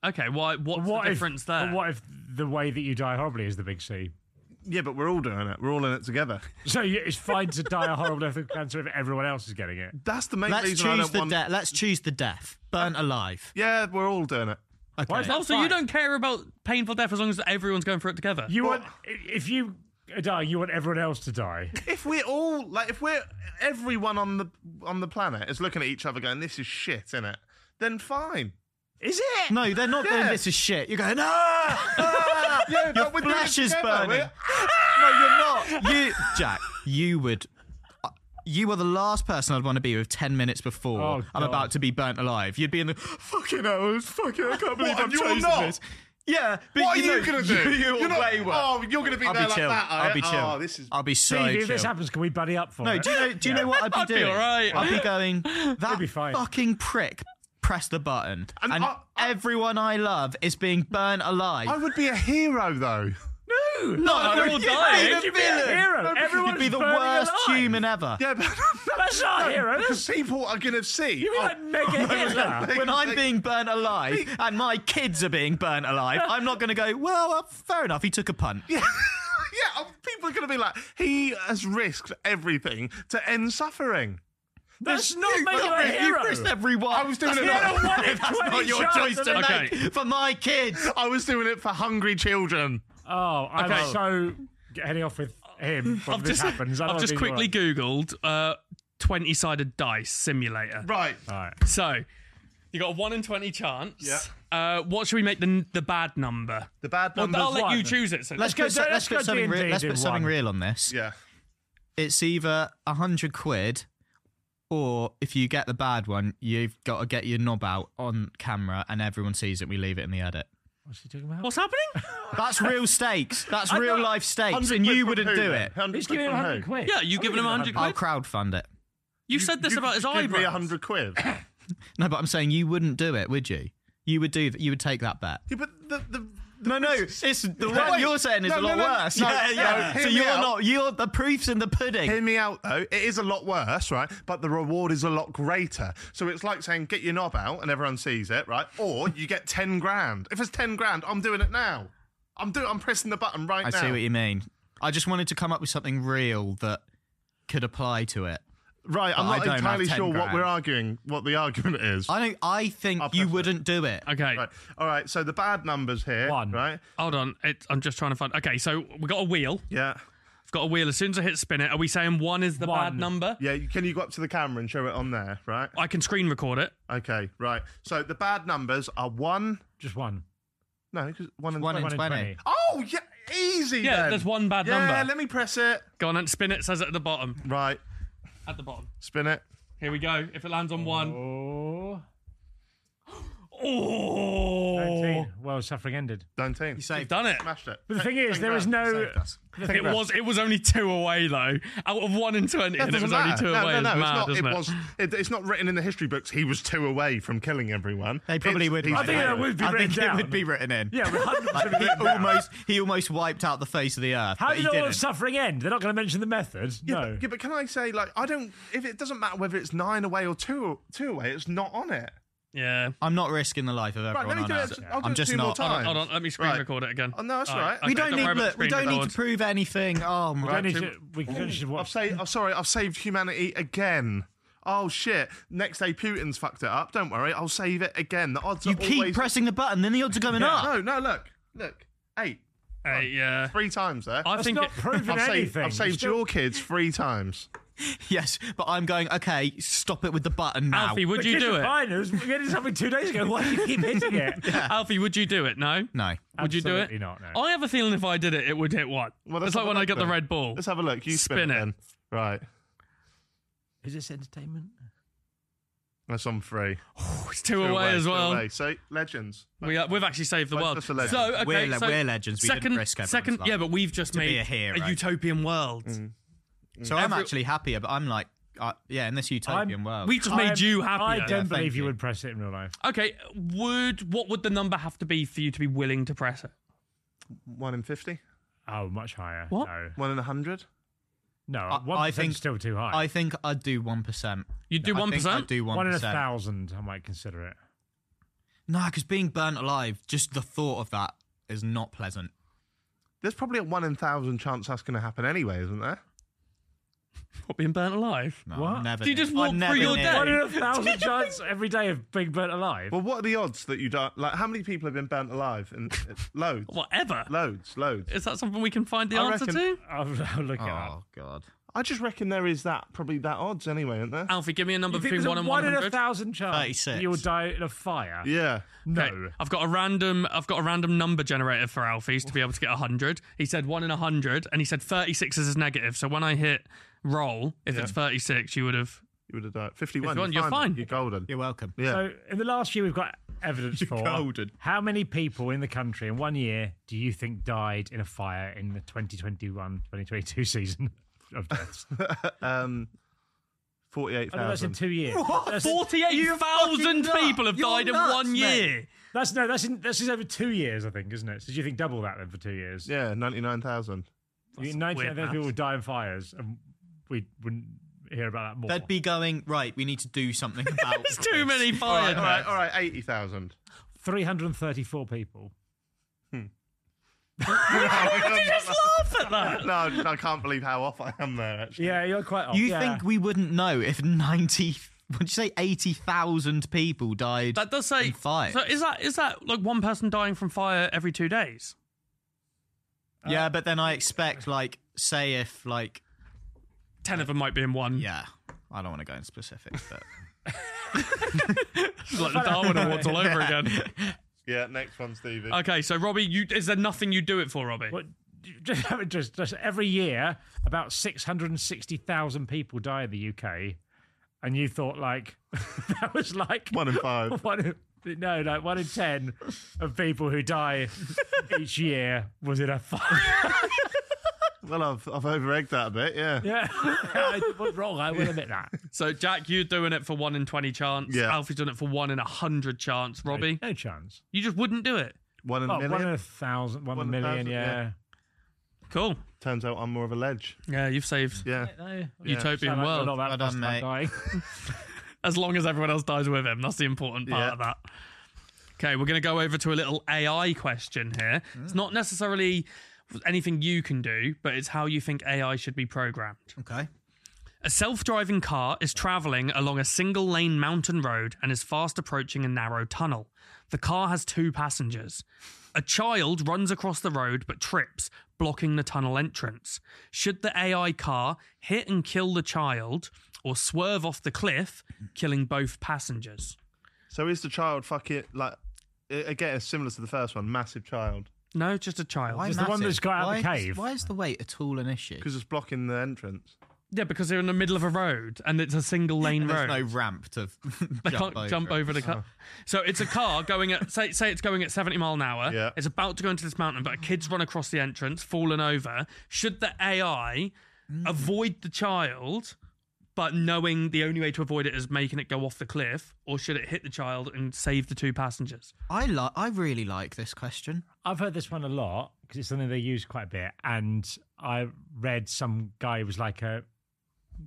Speaker 4: Okay. Why? What's
Speaker 3: what
Speaker 4: the difference
Speaker 3: if,
Speaker 4: there?
Speaker 3: but What if the way that you die horribly is the big C?
Speaker 2: Yeah, but we're all doing it. We're all in it together.
Speaker 3: So you, it's fine to die a horrible death of cancer if everyone else is getting it.
Speaker 2: That's the main
Speaker 5: Let's
Speaker 2: reason I
Speaker 5: choose
Speaker 2: don't
Speaker 5: the
Speaker 2: want.
Speaker 5: death. Let's choose the death. Burnt alive.
Speaker 2: Yeah, we're all doing it.
Speaker 5: Okay.
Speaker 3: Why is that
Speaker 4: Oh, so
Speaker 3: fine?
Speaker 4: you don't care about painful death as long as everyone's going through it together.
Speaker 3: You want if you are dying, you want everyone else to die.
Speaker 2: If we're all like, if we're everyone on the on the planet is looking at each other going, "This is shit," innit? Then fine.
Speaker 3: Is it?
Speaker 5: No, they're not doing
Speaker 2: Yeah.
Speaker 5: this as shit. You're going, ah! ah!"
Speaker 2: Yeah,
Speaker 5: Your
Speaker 2: but we're doing it
Speaker 5: flesh is
Speaker 2: together,
Speaker 5: burning.
Speaker 2: we're-
Speaker 5: no, you're not. You, Jack, you would. You are the last person I'd want to be with 10 minutes before
Speaker 3: Oh,
Speaker 5: I'm
Speaker 3: God.
Speaker 5: about to be burnt alive. You'd be in the fucking hell, it's fucking, I can't believe
Speaker 2: What,
Speaker 5: I'm
Speaker 2: and you're
Speaker 5: chosen
Speaker 2: not?
Speaker 5: this. Yeah, but
Speaker 2: What are you,
Speaker 5: know,
Speaker 2: gonna do?
Speaker 5: You're,
Speaker 2: not-
Speaker 5: way worse.
Speaker 2: Oh, you're gonna be
Speaker 5: I'll
Speaker 2: there
Speaker 5: be
Speaker 2: like
Speaker 5: chill.
Speaker 2: that. are
Speaker 5: I'll
Speaker 2: you?
Speaker 5: be chill.
Speaker 2: Oh, this is.
Speaker 5: I'll be so
Speaker 3: Steve, if
Speaker 5: chill.
Speaker 3: this happens, can we buddy up for
Speaker 5: No,
Speaker 3: it?
Speaker 5: do you know? Do you know what I'd be
Speaker 4: I'd be
Speaker 5: doing?
Speaker 4: alright.
Speaker 5: I'd be going. That
Speaker 3: be fine.
Speaker 5: fucking prick pressed the button,
Speaker 2: And
Speaker 5: and,
Speaker 2: I- I-
Speaker 5: everyone I love is being burnt alive.
Speaker 2: I would be a hero though.
Speaker 4: No, they're all dying.
Speaker 5: You'd
Speaker 3: be a hero. Everyone's
Speaker 5: You'd be the
Speaker 3: burning
Speaker 5: worst
Speaker 3: alive.
Speaker 5: human ever.
Speaker 2: Yeah, but
Speaker 3: That's not a hero.
Speaker 2: because
Speaker 3: That's
Speaker 2: people are gonna see.
Speaker 3: you mean
Speaker 2: oh,
Speaker 3: like mega Hitler.
Speaker 5: When I'm being burnt alive and my kids are being burnt alive, I'm not going to go, well, well, fair enough, he took a punt.
Speaker 2: yeah, oh, people are gonna be like, he has risked everything to end suffering.
Speaker 3: That's not
Speaker 5: You-
Speaker 3: making
Speaker 5: you-
Speaker 3: him a
Speaker 5: You
Speaker 3: hero.
Speaker 5: risked everyone.
Speaker 2: I was doing it.
Speaker 3: had a
Speaker 2: on-
Speaker 3: one in
Speaker 5: That's
Speaker 3: 20
Speaker 5: not your
Speaker 3: chance
Speaker 5: choice
Speaker 3: of
Speaker 5: to
Speaker 3: it.
Speaker 4: Okay.
Speaker 5: make for my kids.
Speaker 2: I was doing it for hungry children.
Speaker 3: Oh, I'm
Speaker 4: Okay.
Speaker 3: so heading off with him when
Speaker 4: I've
Speaker 3: this
Speaker 4: just,
Speaker 3: happens. I don't
Speaker 4: I've
Speaker 3: wanna
Speaker 4: just
Speaker 3: be
Speaker 4: quickly
Speaker 3: wrong.
Speaker 4: googled uh, 20 sided dice simulator.
Speaker 2: Right.
Speaker 3: All right.
Speaker 4: So you got a 1 in 20 chance. Uh, what should we make the, the bad number?
Speaker 2: The bad
Speaker 4: Well,
Speaker 2: number.
Speaker 4: I'll let you
Speaker 3: one.
Speaker 4: choose it. So
Speaker 5: Let's,
Speaker 3: go-
Speaker 5: put, so-
Speaker 3: let's
Speaker 5: let's
Speaker 3: go
Speaker 5: put something,
Speaker 3: D&D
Speaker 5: real, let's
Speaker 3: do
Speaker 5: put something
Speaker 3: one.
Speaker 5: real on this.
Speaker 2: yeah.
Speaker 5: It's either a 100 quid or if you get the bad one, you've got to get your knob out on camera and everyone sees it. We leave it in the edit.
Speaker 3: What's he talking about?
Speaker 4: What's happening?
Speaker 5: That's real stakes. That's
Speaker 3: I'm
Speaker 5: real
Speaker 3: not-
Speaker 5: life stakes. And you wouldn't do it.
Speaker 3: He's giving him 100 quid.
Speaker 4: Yeah, you giving him 100
Speaker 5: I'll
Speaker 4: quid?
Speaker 5: crowdfund it.
Speaker 4: You said this about his
Speaker 2: Give me a
Speaker 4: eyebrows.
Speaker 2: hundred quid. yeah,
Speaker 5: No, but I'm saying you wouldn't do it, would you? You would do. Th- you would take that bet.
Speaker 2: but the, the, the
Speaker 5: No, no, it's the one
Speaker 2: wait.
Speaker 5: you're saying is
Speaker 2: No,
Speaker 5: a
Speaker 2: no,
Speaker 5: lot
Speaker 2: no,
Speaker 5: worse.
Speaker 2: no,
Speaker 5: yeah,
Speaker 2: no,
Speaker 5: yeah.
Speaker 2: hear
Speaker 5: so
Speaker 2: me
Speaker 5: you're
Speaker 2: out.
Speaker 5: not. You're the proofs in the pudding.
Speaker 2: Hear me out though. It is a lot worse, right? But the reward is a lot greater. So it's like saying, get your knob out and everyone sees it, right? Or you get 10 grand. If it's 10 grand, I'm doing it now. I'm doing I'm pressing the button right
Speaker 5: I
Speaker 2: now.
Speaker 5: see what you mean. I just wanted to come up with something real that could apply to it.
Speaker 2: Right, I'm
Speaker 5: But I
Speaker 2: not
Speaker 5: don't have
Speaker 2: entirely
Speaker 5: 10
Speaker 2: sure what
Speaker 5: grand.
Speaker 2: we're arguing, what the argument is.
Speaker 5: I don't. I think
Speaker 2: I'll
Speaker 5: you
Speaker 2: press it.
Speaker 5: wouldn't do it.
Speaker 4: Okay,
Speaker 2: Right. All right, so the bad numbers here,
Speaker 3: One.
Speaker 2: right?
Speaker 4: hold on. It, I'm just trying to find. Okay, so we got a wheel.
Speaker 2: Yeah.
Speaker 4: I've got a wheel. As soon as I hit spin it, are we saying one is the bad
Speaker 3: One.
Speaker 4: number?
Speaker 2: Yeah, you- can you go up to the camera and show it on there, right?
Speaker 4: I can screen record it.
Speaker 2: Okay, right. So the bad numbers are 1,
Speaker 3: Just one.
Speaker 2: no, 'cause 1 and
Speaker 5: One in
Speaker 3: One in
Speaker 5: twenty.
Speaker 3: 20.
Speaker 2: Oh, yeah, easy
Speaker 4: Yeah,
Speaker 2: then.
Speaker 4: there's one bad
Speaker 2: Yeah,
Speaker 4: number.
Speaker 2: let me press it.
Speaker 4: Go on and spin it. it Says it at the bottom.
Speaker 2: Right,
Speaker 4: At the bottom.
Speaker 2: spin it.
Speaker 4: Here we go. If it lands on one,
Speaker 3: Oh.
Speaker 4: oh,
Speaker 3: 19. Well, suffering ended.
Speaker 2: 19.
Speaker 5: Saved.
Speaker 4: done it.
Speaker 2: Smashed it.
Speaker 3: But the thing is, there is no.
Speaker 4: It was it was only two away though, out of one in twenty, and it was only two away.
Speaker 2: No, no, no.
Speaker 4: It's mad,
Speaker 2: it's
Speaker 4: isn't
Speaker 2: not,
Speaker 4: it?
Speaker 2: it was, it, it's not written in the history books. He was two away from killing everyone.
Speaker 5: They probably
Speaker 2: It's-
Speaker 5: would.
Speaker 2: he's
Speaker 3: I think
Speaker 2: dead.
Speaker 3: that would be
Speaker 5: I
Speaker 3: written
Speaker 5: think
Speaker 3: down.
Speaker 5: it would be written in.
Speaker 3: Yeah, we're 100%
Speaker 5: Like,
Speaker 3: written
Speaker 5: he
Speaker 3: down.
Speaker 5: almost he almost wiped out the face of the earth.
Speaker 3: How
Speaker 5: but
Speaker 3: did
Speaker 5: he
Speaker 3: all
Speaker 5: didn't.
Speaker 3: of suffering end? They're not going to mention the method.
Speaker 2: Yeah,
Speaker 3: no.
Speaker 2: but, yeah, but can I say, like, I don't. If it doesn't matter whether it's nine away or two two away, it's not on it.
Speaker 4: Yeah.
Speaker 5: I'm not risking the life of
Speaker 2: Right,
Speaker 5: everyone
Speaker 2: let me
Speaker 5: on
Speaker 2: do
Speaker 5: Earth.
Speaker 2: it. I'll do
Speaker 5: I'm
Speaker 2: it
Speaker 5: just
Speaker 2: two more
Speaker 5: not.
Speaker 2: times.
Speaker 4: Hold on, let me screen
Speaker 2: Right.
Speaker 4: record it again.
Speaker 2: Oh, no, that's
Speaker 4: All
Speaker 2: right.
Speaker 4: okay,
Speaker 5: we don't
Speaker 4: worry
Speaker 5: need
Speaker 4: about the
Speaker 5: look, we
Speaker 4: screen
Speaker 5: don't need
Speaker 4: record.
Speaker 5: to prove anything. Oh my
Speaker 3: we,
Speaker 5: god.
Speaker 3: need to, we can finish
Speaker 2: I've
Speaker 3: what.
Speaker 2: saved. I'm sorry. I've saved humanity again. Oh shit! Next day, Putin's fucked it up. Don't worry. I'll save it again. The odds
Speaker 5: You
Speaker 2: are
Speaker 5: keep
Speaker 2: always...
Speaker 5: pressing the button, then the odds are going up.
Speaker 2: No, no. Look, look. Eight,
Speaker 4: Hey, yeah.
Speaker 2: three times there.
Speaker 4: I
Speaker 3: That's
Speaker 4: think
Speaker 3: not
Speaker 4: it-
Speaker 3: proving
Speaker 2: I've
Speaker 3: anything.
Speaker 2: saved, I've saved your kids three times.
Speaker 5: Yes, but I'm going. Okay, stop it with the button now.
Speaker 4: Alfie, would
Speaker 3: The
Speaker 4: you
Speaker 3: kids
Speaker 4: do
Speaker 3: were
Speaker 4: it?
Speaker 3: fine. was- We did something two days ago. Why do you keep hitting it?
Speaker 4: Alfie, would you do it? No.
Speaker 5: no,
Speaker 4: Would you do it?
Speaker 3: Absolutely not, no.
Speaker 4: I have a feeling if I did it, it would hit one.
Speaker 2: Well, let's
Speaker 4: it's like
Speaker 2: have a
Speaker 4: when I
Speaker 2: look
Speaker 4: got the
Speaker 2: then.
Speaker 4: red ball.
Speaker 2: Let's have a look. You spin,
Speaker 4: Spin
Speaker 2: it.
Speaker 4: it.
Speaker 2: Then. Right.
Speaker 3: Is this entertainment?
Speaker 2: That's on three.
Speaker 4: Oh, it's two,
Speaker 2: Two
Speaker 4: away, as
Speaker 2: two
Speaker 4: well.
Speaker 2: away. So legends.
Speaker 4: We are, we've actually saved the
Speaker 2: Both
Speaker 4: world.
Speaker 2: of us are legends.
Speaker 4: So okay,
Speaker 5: We're le-
Speaker 4: so
Speaker 5: we're legends. We didn't
Speaker 4: second,
Speaker 5: risk everyone's
Speaker 4: second,
Speaker 5: life
Speaker 4: yeah, but we've just
Speaker 5: to be
Speaker 4: made
Speaker 5: a hero.
Speaker 4: utopian world.
Speaker 5: So I'm actually happier, but I'm like, uh, yeah, in this utopian world.
Speaker 4: We've just made
Speaker 3: I'm-
Speaker 4: you
Speaker 3: I
Speaker 4: happier.
Speaker 3: don't
Speaker 5: thank
Speaker 3: believe you.
Speaker 5: you.
Speaker 3: would press it in real life.
Speaker 4: Okay, would what would the number have to be for you to be willing to press it?
Speaker 2: One in fifty.
Speaker 3: Oh, much higher.
Speaker 4: What?
Speaker 3: No.
Speaker 2: One in a hundred.
Speaker 3: No,
Speaker 5: I-
Speaker 3: one
Speaker 5: I
Speaker 3: I think
Speaker 5: think-
Speaker 3: still too high.
Speaker 5: I think I'd do one percent.
Speaker 4: You'd do
Speaker 5: I
Speaker 4: one
Speaker 5: think I'd
Speaker 4: percent.
Speaker 5: do
Speaker 3: one
Speaker 5: one
Speaker 3: in a
Speaker 5: percent.
Speaker 3: thousand, I might consider it.
Speaker 5: No, because being burnt alive, just the thought of that is not pleasant.
Speaker 2: There's probably a one in thousand chance that's going to happen anyway, isn't there?
Speaker 4: What being burnt alive?
Speaker 5: No,
Speaker 3: What?
Speaker 5: I'd Never
Speaker 4: Do you
Speaker 5: do-
Speaker 4: just walk
Speaker 5: I'd never
Speaker 4: through your
Speaker 5: do it.
Speaker 4: day?
Speaker 3: One in a thousand chance every day of being burnt alive.
Speaker 2: Well, what are the odds that you don't? Like, how many people have been burnt alive? And uh, loads,
Speaker 4: Whatever.
Speaker 2: loads, loads.
Speaker 4: Is that something we can find the
Speaker 2: I
Speaker 4: answer
Speaker 2: reckon-
Speaker 4: to?
Speaker 3: I'll, I'll look it up.
Speaker 5: Oh god.
Speaker 2: I just reckon there is that probably that odds anyway, isn't there?
Speaker 4: Alfie, give me a number
Speaker 3: You think
Speaker 4: between
Speaker 3: there's a
Speaker 4: one and
Speaker 3: one
Speaker 4: one
Speaker 3: in a
Speaker 4: hundred.
Speaker 3: thousand chance
Speaker 5: Thirty-six.
Speaker 3: that you'll die in a fire?
Speaker 2: Yeah.
Speaker 3: No.
Speaker 4: I've got a random. I've got a random number generator for Alfie's to be able to get hundred. He said one in hundred, and he said thirty-six is his negative. So when I hit roll, if it's thirty-six, you would have.
Speaker 2: You would have died. Fifty-one.
Speaker 4: 51, you're fine.
Speaker 2: You're golden.
Speaker 5: You're welcome.
Speaker 2: Yeah.
Speaker 3: So in the last year, we've got evidence for
Speaker 2: golden.
Speaker 3: how many people in the country in one year do you think died in a fire in the 2021-2022 season of deaths?
Speaker 2: um, forty-eight
Speaker 3: I know that's in
Speaker 2: thousand.
Speaker 3: two years. That's, in-
Speaker 4: Forty-eight thousand
Speaker 5: fucking
Speaker 4: people have
Speaker 5: nut. You're
Speaker 4: died in
Speaker 5: nuts,
Speaker 4: one
Speaker 5: mate.
Speaker 4: year.
Speaker 3: that's- no, that's in, that's in over two years, I think, isn't it? So do you think double that then for two years?
Speaker 2: Yeah, ninety-nine thousand.
Speaker 3: You- Ninety
Speaker 4: weird
Speaker 3: of those people
Speaker 4: maths.
Speaker 3: would die in fires, and we wouldn't hear about that more.
Speaker 5: They'd be going right. We need to do something about.
Speaker 4: There's too many
Speaker 2: All
Speaker 4: fires.
Speaker 2: right, all right, all right, eighty thousand.
Speaker 3: 334 people.
Speaker 4: Just laugh at that.
Speaker 2: No, I can't believe how off I am there. Actually,
Speaker 3: Yeah, you're quite off.
Speaker 5: You
Speaker 3: yeah.
Speaker 5: think we wouldn't know if ninety? Would you say eighty thousand people died?
Speaker 4: That does say
Speaker 5: in fires?
Speaker 4: So is that is that like one person dying from fire every two days? uh,
Speaker 5: yeah, but then I expect like say if like
Speaker 4: Ten of them might be in one.
Speaker 5: yeah. I don't want to go in specific, but
Speaker 4: It's like the Darwin Awards all over again.
Speaker 2: yeah. Next one, Stevie.
Speaker 4: Okay, so Robbie, you, is there nothing you do it for, Robbie?
Speaker 3: What, just, just, just every year, about 660,000 people die in the UK. And you thought, like, that was like
Speaker 2: One in five.
Speaker 3: one in, no, like one in 10 of people who die each year was in a fire.
Speaker 2: Well, I've I've over egged that a bit. Yeah.
Speaker 3: yeah. I was wrong. I will admit that.
Speaker 4: So Jack, you're doing it for one in twenty chance.
Speaker 2: Yeah.
Speaker 4: Alfie's done it for one in a hundred chance. Robbie,
Speaker 3: No chance.
Speaker 4: you just wouldn't do it.
Speaker 2: One in
Speaker 3: Oh,
Speaker 2: a million.
Speaker 3: one in a thousand, one
Speaker 2: One
Speaker 3: in a
Speaker 2: in a
Speaker 3: million,
Speaker 2: thousand,
Speaker 3: yeah.
Speaker 4: Cool.
Speaker 2: Turns out I'm more of a ledge.
Speaker 4: Yeah, you've saved
Speaker 2: Yeah.
Speaker 4: utopian
Speaker 3: Sound like
Speaker 4: world.
Speaker 3: we're not that
Speaker 5: Oh, Well done,
Speaker 3: fussed about
Speaker 5: mate.
Speaker 3: dying.
Speaker 4: as long as everyone else dies with him. That's the important part
Speaker 2: Yeah.
Speaker 4: of that. Okay, we're going to go over to a little AI question here.
Speaker 2: Hmm.
Speaker 4: It's not necessarily anything you can do, but it's how you think AI should be programmed.
Speaker 5: okay.
Speaker 4: A self driving car is traveling along a single lane mountain road and is fast approaching a narrow tunnel. The car has two passengers. A child runs across the road but trips, blocking the tunnel entrance. Should the AI car hit and kill the child or swerve off the cliff, killing both passengers?
Speaker 2: So is the child fuck it like a- again it's similar to the first one, massive child
Speaker 4: No, just a child.
Speaker 5: Why
Speaker 3: Just the one
Speaker 5: massive?
Speaker 3: that's got out
Speaker 5: why
Speaker 3: of the cave.
Speaker 5: Why is the weight at all an issue?
Speaker 2: because it's blocking the entrance.
Speaker 4: yeah, because they're in the middle of a road and it's a single lane
Speaker 5: And
Speaker 4: road.
Speaker 5: there's no ramp to
Speaker 4: They
Speaker 5: jump
Speaker 4: can't
Speaker 5: over.
Speaker 4: jump over the car. So it's a car going at say say it's going at seventy mile an hour.
Speaker 2: Yeah.
Speaker 4: It's about to go into this mountain, but a kid's run across the entrance, fallen over. Should the AI avoid the child, but knowing the only way to avoid it is making it go off the cliff, or should it hit the child and save the two passengers?
Speaker 5: I like. I really like this question.
Speaker 3: I've heard this one a lot because it's something they use quite a bit. And I read some guy who was like a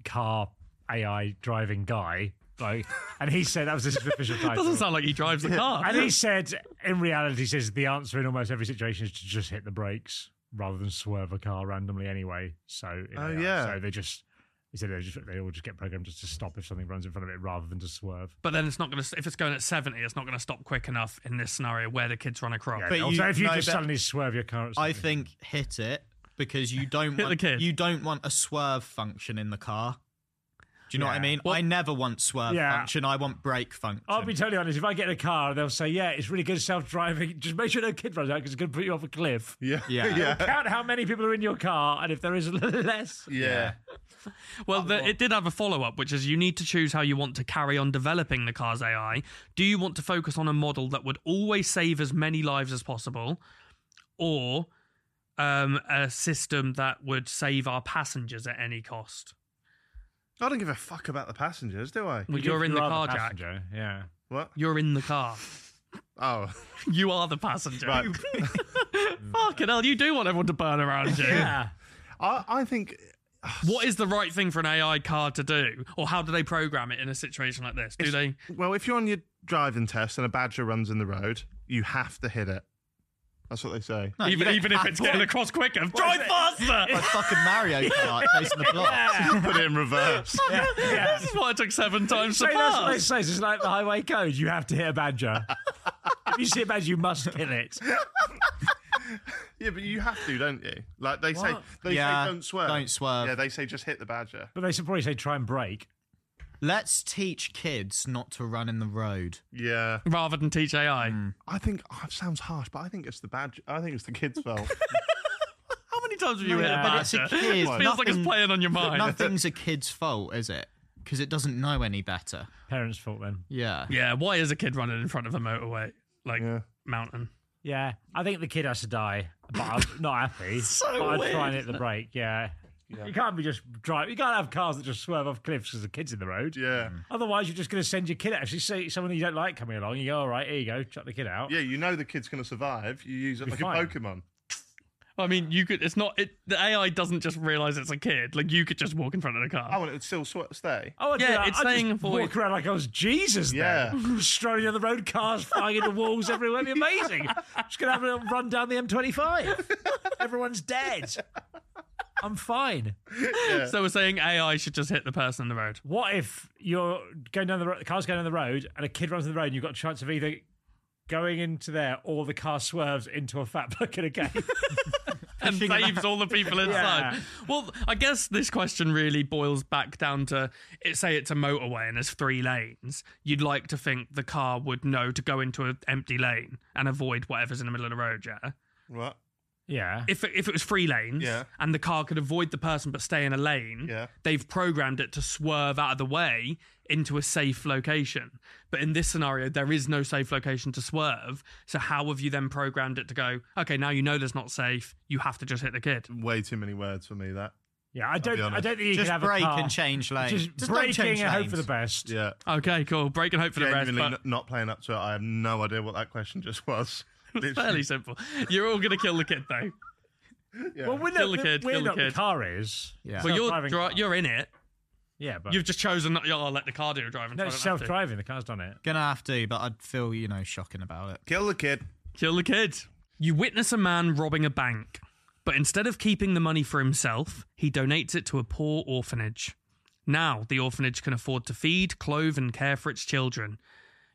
Speaker 3: car AI driving guy, like, and he said that was his official title.
Speaker 4: Doesn't sound like he drives the car.
Speaker 3: and he said, in reality, he says the answer in almost every situation is to just hit the brakes rather than swerve a car randomly anyway. So in
Speaker 2: Oh,
Speaker 3: AI,
Speaker 2: yeah.
Speaker 3: so they just he said they just they all just get programmed just to stop if something runs in front of it rather than to swerve.
Speaker 4: but then it's not going to. If it's going at seventy, it's not going to stop quick enough in this scenario where the kids run across.
Speaker 3: Yeah,
Speaker 5: But
Speaker 3: so
Speaker 5: you-
Speaker 3: if you
Speaker 5: no,
Speaker 3: just
Speaker 5: but-
Speaker 3: suddenly swerve your car, at
Speaker 5: I
Speaker 3: something-
Speaker 5: think hit it because you don't
Speaker 4: the
Speaker 5: want
Speaker 4: kid.
Speaker 5: you don't want a swerve function in the car. Do you know what I
Speaker 3: Yeah.
Speaker 5: mean? I never want swerve
Speaker 3: Yeah.
Speaker 5: function. I want brake function.
Speaker 3: I'll be totally honest. If I get in a car, they'll say, "Yeah, it's really good self-driving. Just make sure no kid runs out because it's going to put you off a cliff."
Speaker 2: Yeah.
Speaker 5: Yeah.
Speaker 3: Count how many people are in your car, and if there is less,
Speaker 2: Yeah.
Speaker 4: Well, the, it did have a follow up, which is you need to choose how you want to carry on developing the car's AI. Do you want to focus on a model that would always save as many lives as possible, or um, a system that would save our passengers at any cost?
Speaker 2: I don't give a fuck about the passengers, do I?
Speaker 4: Well, you're in the
Speaker 3: You are
Speaker 4: car, Jack.
Speaker 3: passenger, Yeah.
Speaker 2: What?
Speaker 4: You're in the car.
Speaker 2: Oh.
Speaker 4: You are the passenger.
Speaker 2: Right.
Speaker 4: Fucking hell, you do want everyone to burn around you.
Speaker 3: Yeah.
Speaker 2: I, I think
Speaker 4: What is the right thing for an AI car to do, or how do they program it in a situation like this? Do they?
Speaker 2: well, if you're on your driving test and a badger runs in the road, you have to hit it. That's what they say.
Speaker 5: No, you
Speaker 4: even
Speaker 5: don't
Speaker 4: even if
Speaker 5: have
Speaker 4: it's
Speaker 5: to.
Speaker 4: getting across quicker, drive faster.
Speaker 5: like fucking Mario Kart chasing the block.
Speaker 2: Put it in reverse.
Speaker 4: This is why it took seven times
Speaker 3: So
Speaker 4: to
Speaker 3: that's what they
Speaker 4: pass.
Speaker 3: say. It's like the highway code. You have to hit a badger. if you see a badger, you must kill it.
Speaker 2: yeah, but you have to, don't you? Like they say,
Speaker 3: What?
Speaker 2: they
Speaker 5: Yeah,
Speaker 2: say don't swerve.
Speaker 5: don't swerve.
Speaker 2: Yeah, they say just hit the badger.
Speaker 3: But they should probably say try and brake.
Speaker 5: Let's teach kids not to run in the road.
Speaker 2: Yeah.
Speaker 4: Rather than teach AI.
Speaker 2: I think oh, it sounds harsh, but I think it's the badger. I think it's the kids' fault.
Speaker 4: How many times have you hit
Speaker 3: Yeah.
Speaker 4: a
Speaker 5: But it's
Speaker 4: badger?
Speaker 5: a
Speaker 4: It
Speaker 5: kid.
Speaker 4: feels like it's
Speaker 5: Nothing-
Speaker 4: playing on your mind.
Speaker 5: Nothing's a kid's fault, is it? because it doesn't know any better.
Speaker 3: Parents' fault then.
Speaker 5: Yeah.
Speaker 4: Yeah, why is a kid running in front of a motorway like
Speaker 2: Yeah.
Speaker 4: mountain?
Speaker 3: Yeah, I think the kid has to die, but I'm not happy. so but I'd try and hit the brake. Yeah. You can't be just drive. You can't have cars that just swerve off cliffs because the kid's in the road.
Speaker 2: Yeah.
Speaker 3: Otherwise, you're just going to send your kid out. If you see someone you don't like coming along, you go, all right, here you go, chuck the kid out.
Speaker 2: Yeah, you know the kid's going to survive. You use it
Speaker 3: Be
Speaker 2: like
Speaker 3: fine.
Speaker 2: a Pokemon.
Speaker 4: I mean, you could. It's not. It, the AI doesn't just realize it's a kid. Like you could just walk in front of the car.
Speaker 2: Oh, and it would still sw- stay.
Speaker 3: Oh, I'd do
Speaker 4: Yeah,
Speaker 3: that.
Speaker 4: it's
Speaker 3: I'd
Speaker 4: saying
Speaker 3: just
Speaker 4: avoid-
Speaker 3: walk around like I was Jesus. then. strolling down the road, cars flying into walls everywhere. It'd be amazing. Just gonna have a little run down the M25. Everyone's dead. I'm fine.
Speaker 5: Oh,
Speaker 4: So we're saying AI should just hit the person in the road.
Speaker 3: What if you're going down the road, the car's going down the road, and a kid runs on the road, and you've got a chance of either going into there or the car swerves into a fat bloke in a gate.
Speaker 4: and saves all the people inside.
Speaker 3: Yeah.
Speaker 4: Well, I guess this question really boils back down to it, say it's a motorway and there's three lanes. You'd like to think the car would know to go into an empty lane and avoid whatever's in the middle of the road, yeah?
Speaker 2: Right.
Speaker 3: yeah.
Speaker 4: If, it- if it was three lanes
Speaker 2: Yeah.
Speaker 4: and the car could avoid the person but stay in a lane,
Speaker 2: Yeah.
Speaker 4: they've programmed it to swerve out of the way into a safe location. But in this scenario, there is no safe location to swerve. So how have you then programmed it to go, okay, now you know that's not safe, you have to just hit the kid?
Speaker 2: Way too many words for me, that.
Speaker 3: Yeah. I don't. I
Speaker 2: honest.
Speaker 3: don't think you
Speaker 5: Just
Speaker 3: can have
Speaker 5: brake
Speaker 3: a car.
Speaker 5: and change lanes.
Speaker 3: Just,
Speaker 5: Just don't
Speaker 3: braking
Speaker 5: change
Speaker 3: and hope
Speaker 5: lanes.
Speaker 3: for the best.
Speaker 2: Yeah.
Speaker 4: Okay, cool. Break and hope for the rest.
Speaker 2: Genuinely
Speaker 4: But
Speaker 2: n- not playing up to it. I have no idea what that question just was.
Speaker 4: it's fairly simple. You're all gonna kill the kid though.
Speaker 3: Well, we're
Speaker 4: Kill
Speaker 3: not.
Speaker 4: the kid,
Speaker 3: we're
Speaker 4: kill the
Speaker 3: not
Speaker 4: kid.
Speaker 3: the car is.
Speaker 5: Yeah.
Speaker 4: But you're
Speaker 3: Self-driving
Speaker 4: dri-
Speaker 3: car.
Speaker 4: you're in it.
Speaker 3: Yeah, but
Speaker 4: You've just chosen not. Oh, I'll let the car do the driving. so
Speaker 3: no,
Speaker 4: I
Speaker 3: it's
Speaker 4: don't have to.
Speaker 3: self-driving. The car's done it.
Speaker 5: Gonna have to, but I'd feel you know shocking about it.
Speaker 2: Kill the kid.
Speaker 4: Kill the kid. You witness a man robbing a bank, but instead of keeping the money for himself, he donates it to a poor orphanage. Now the orphanage can afford to feed, clothe, and care for its children.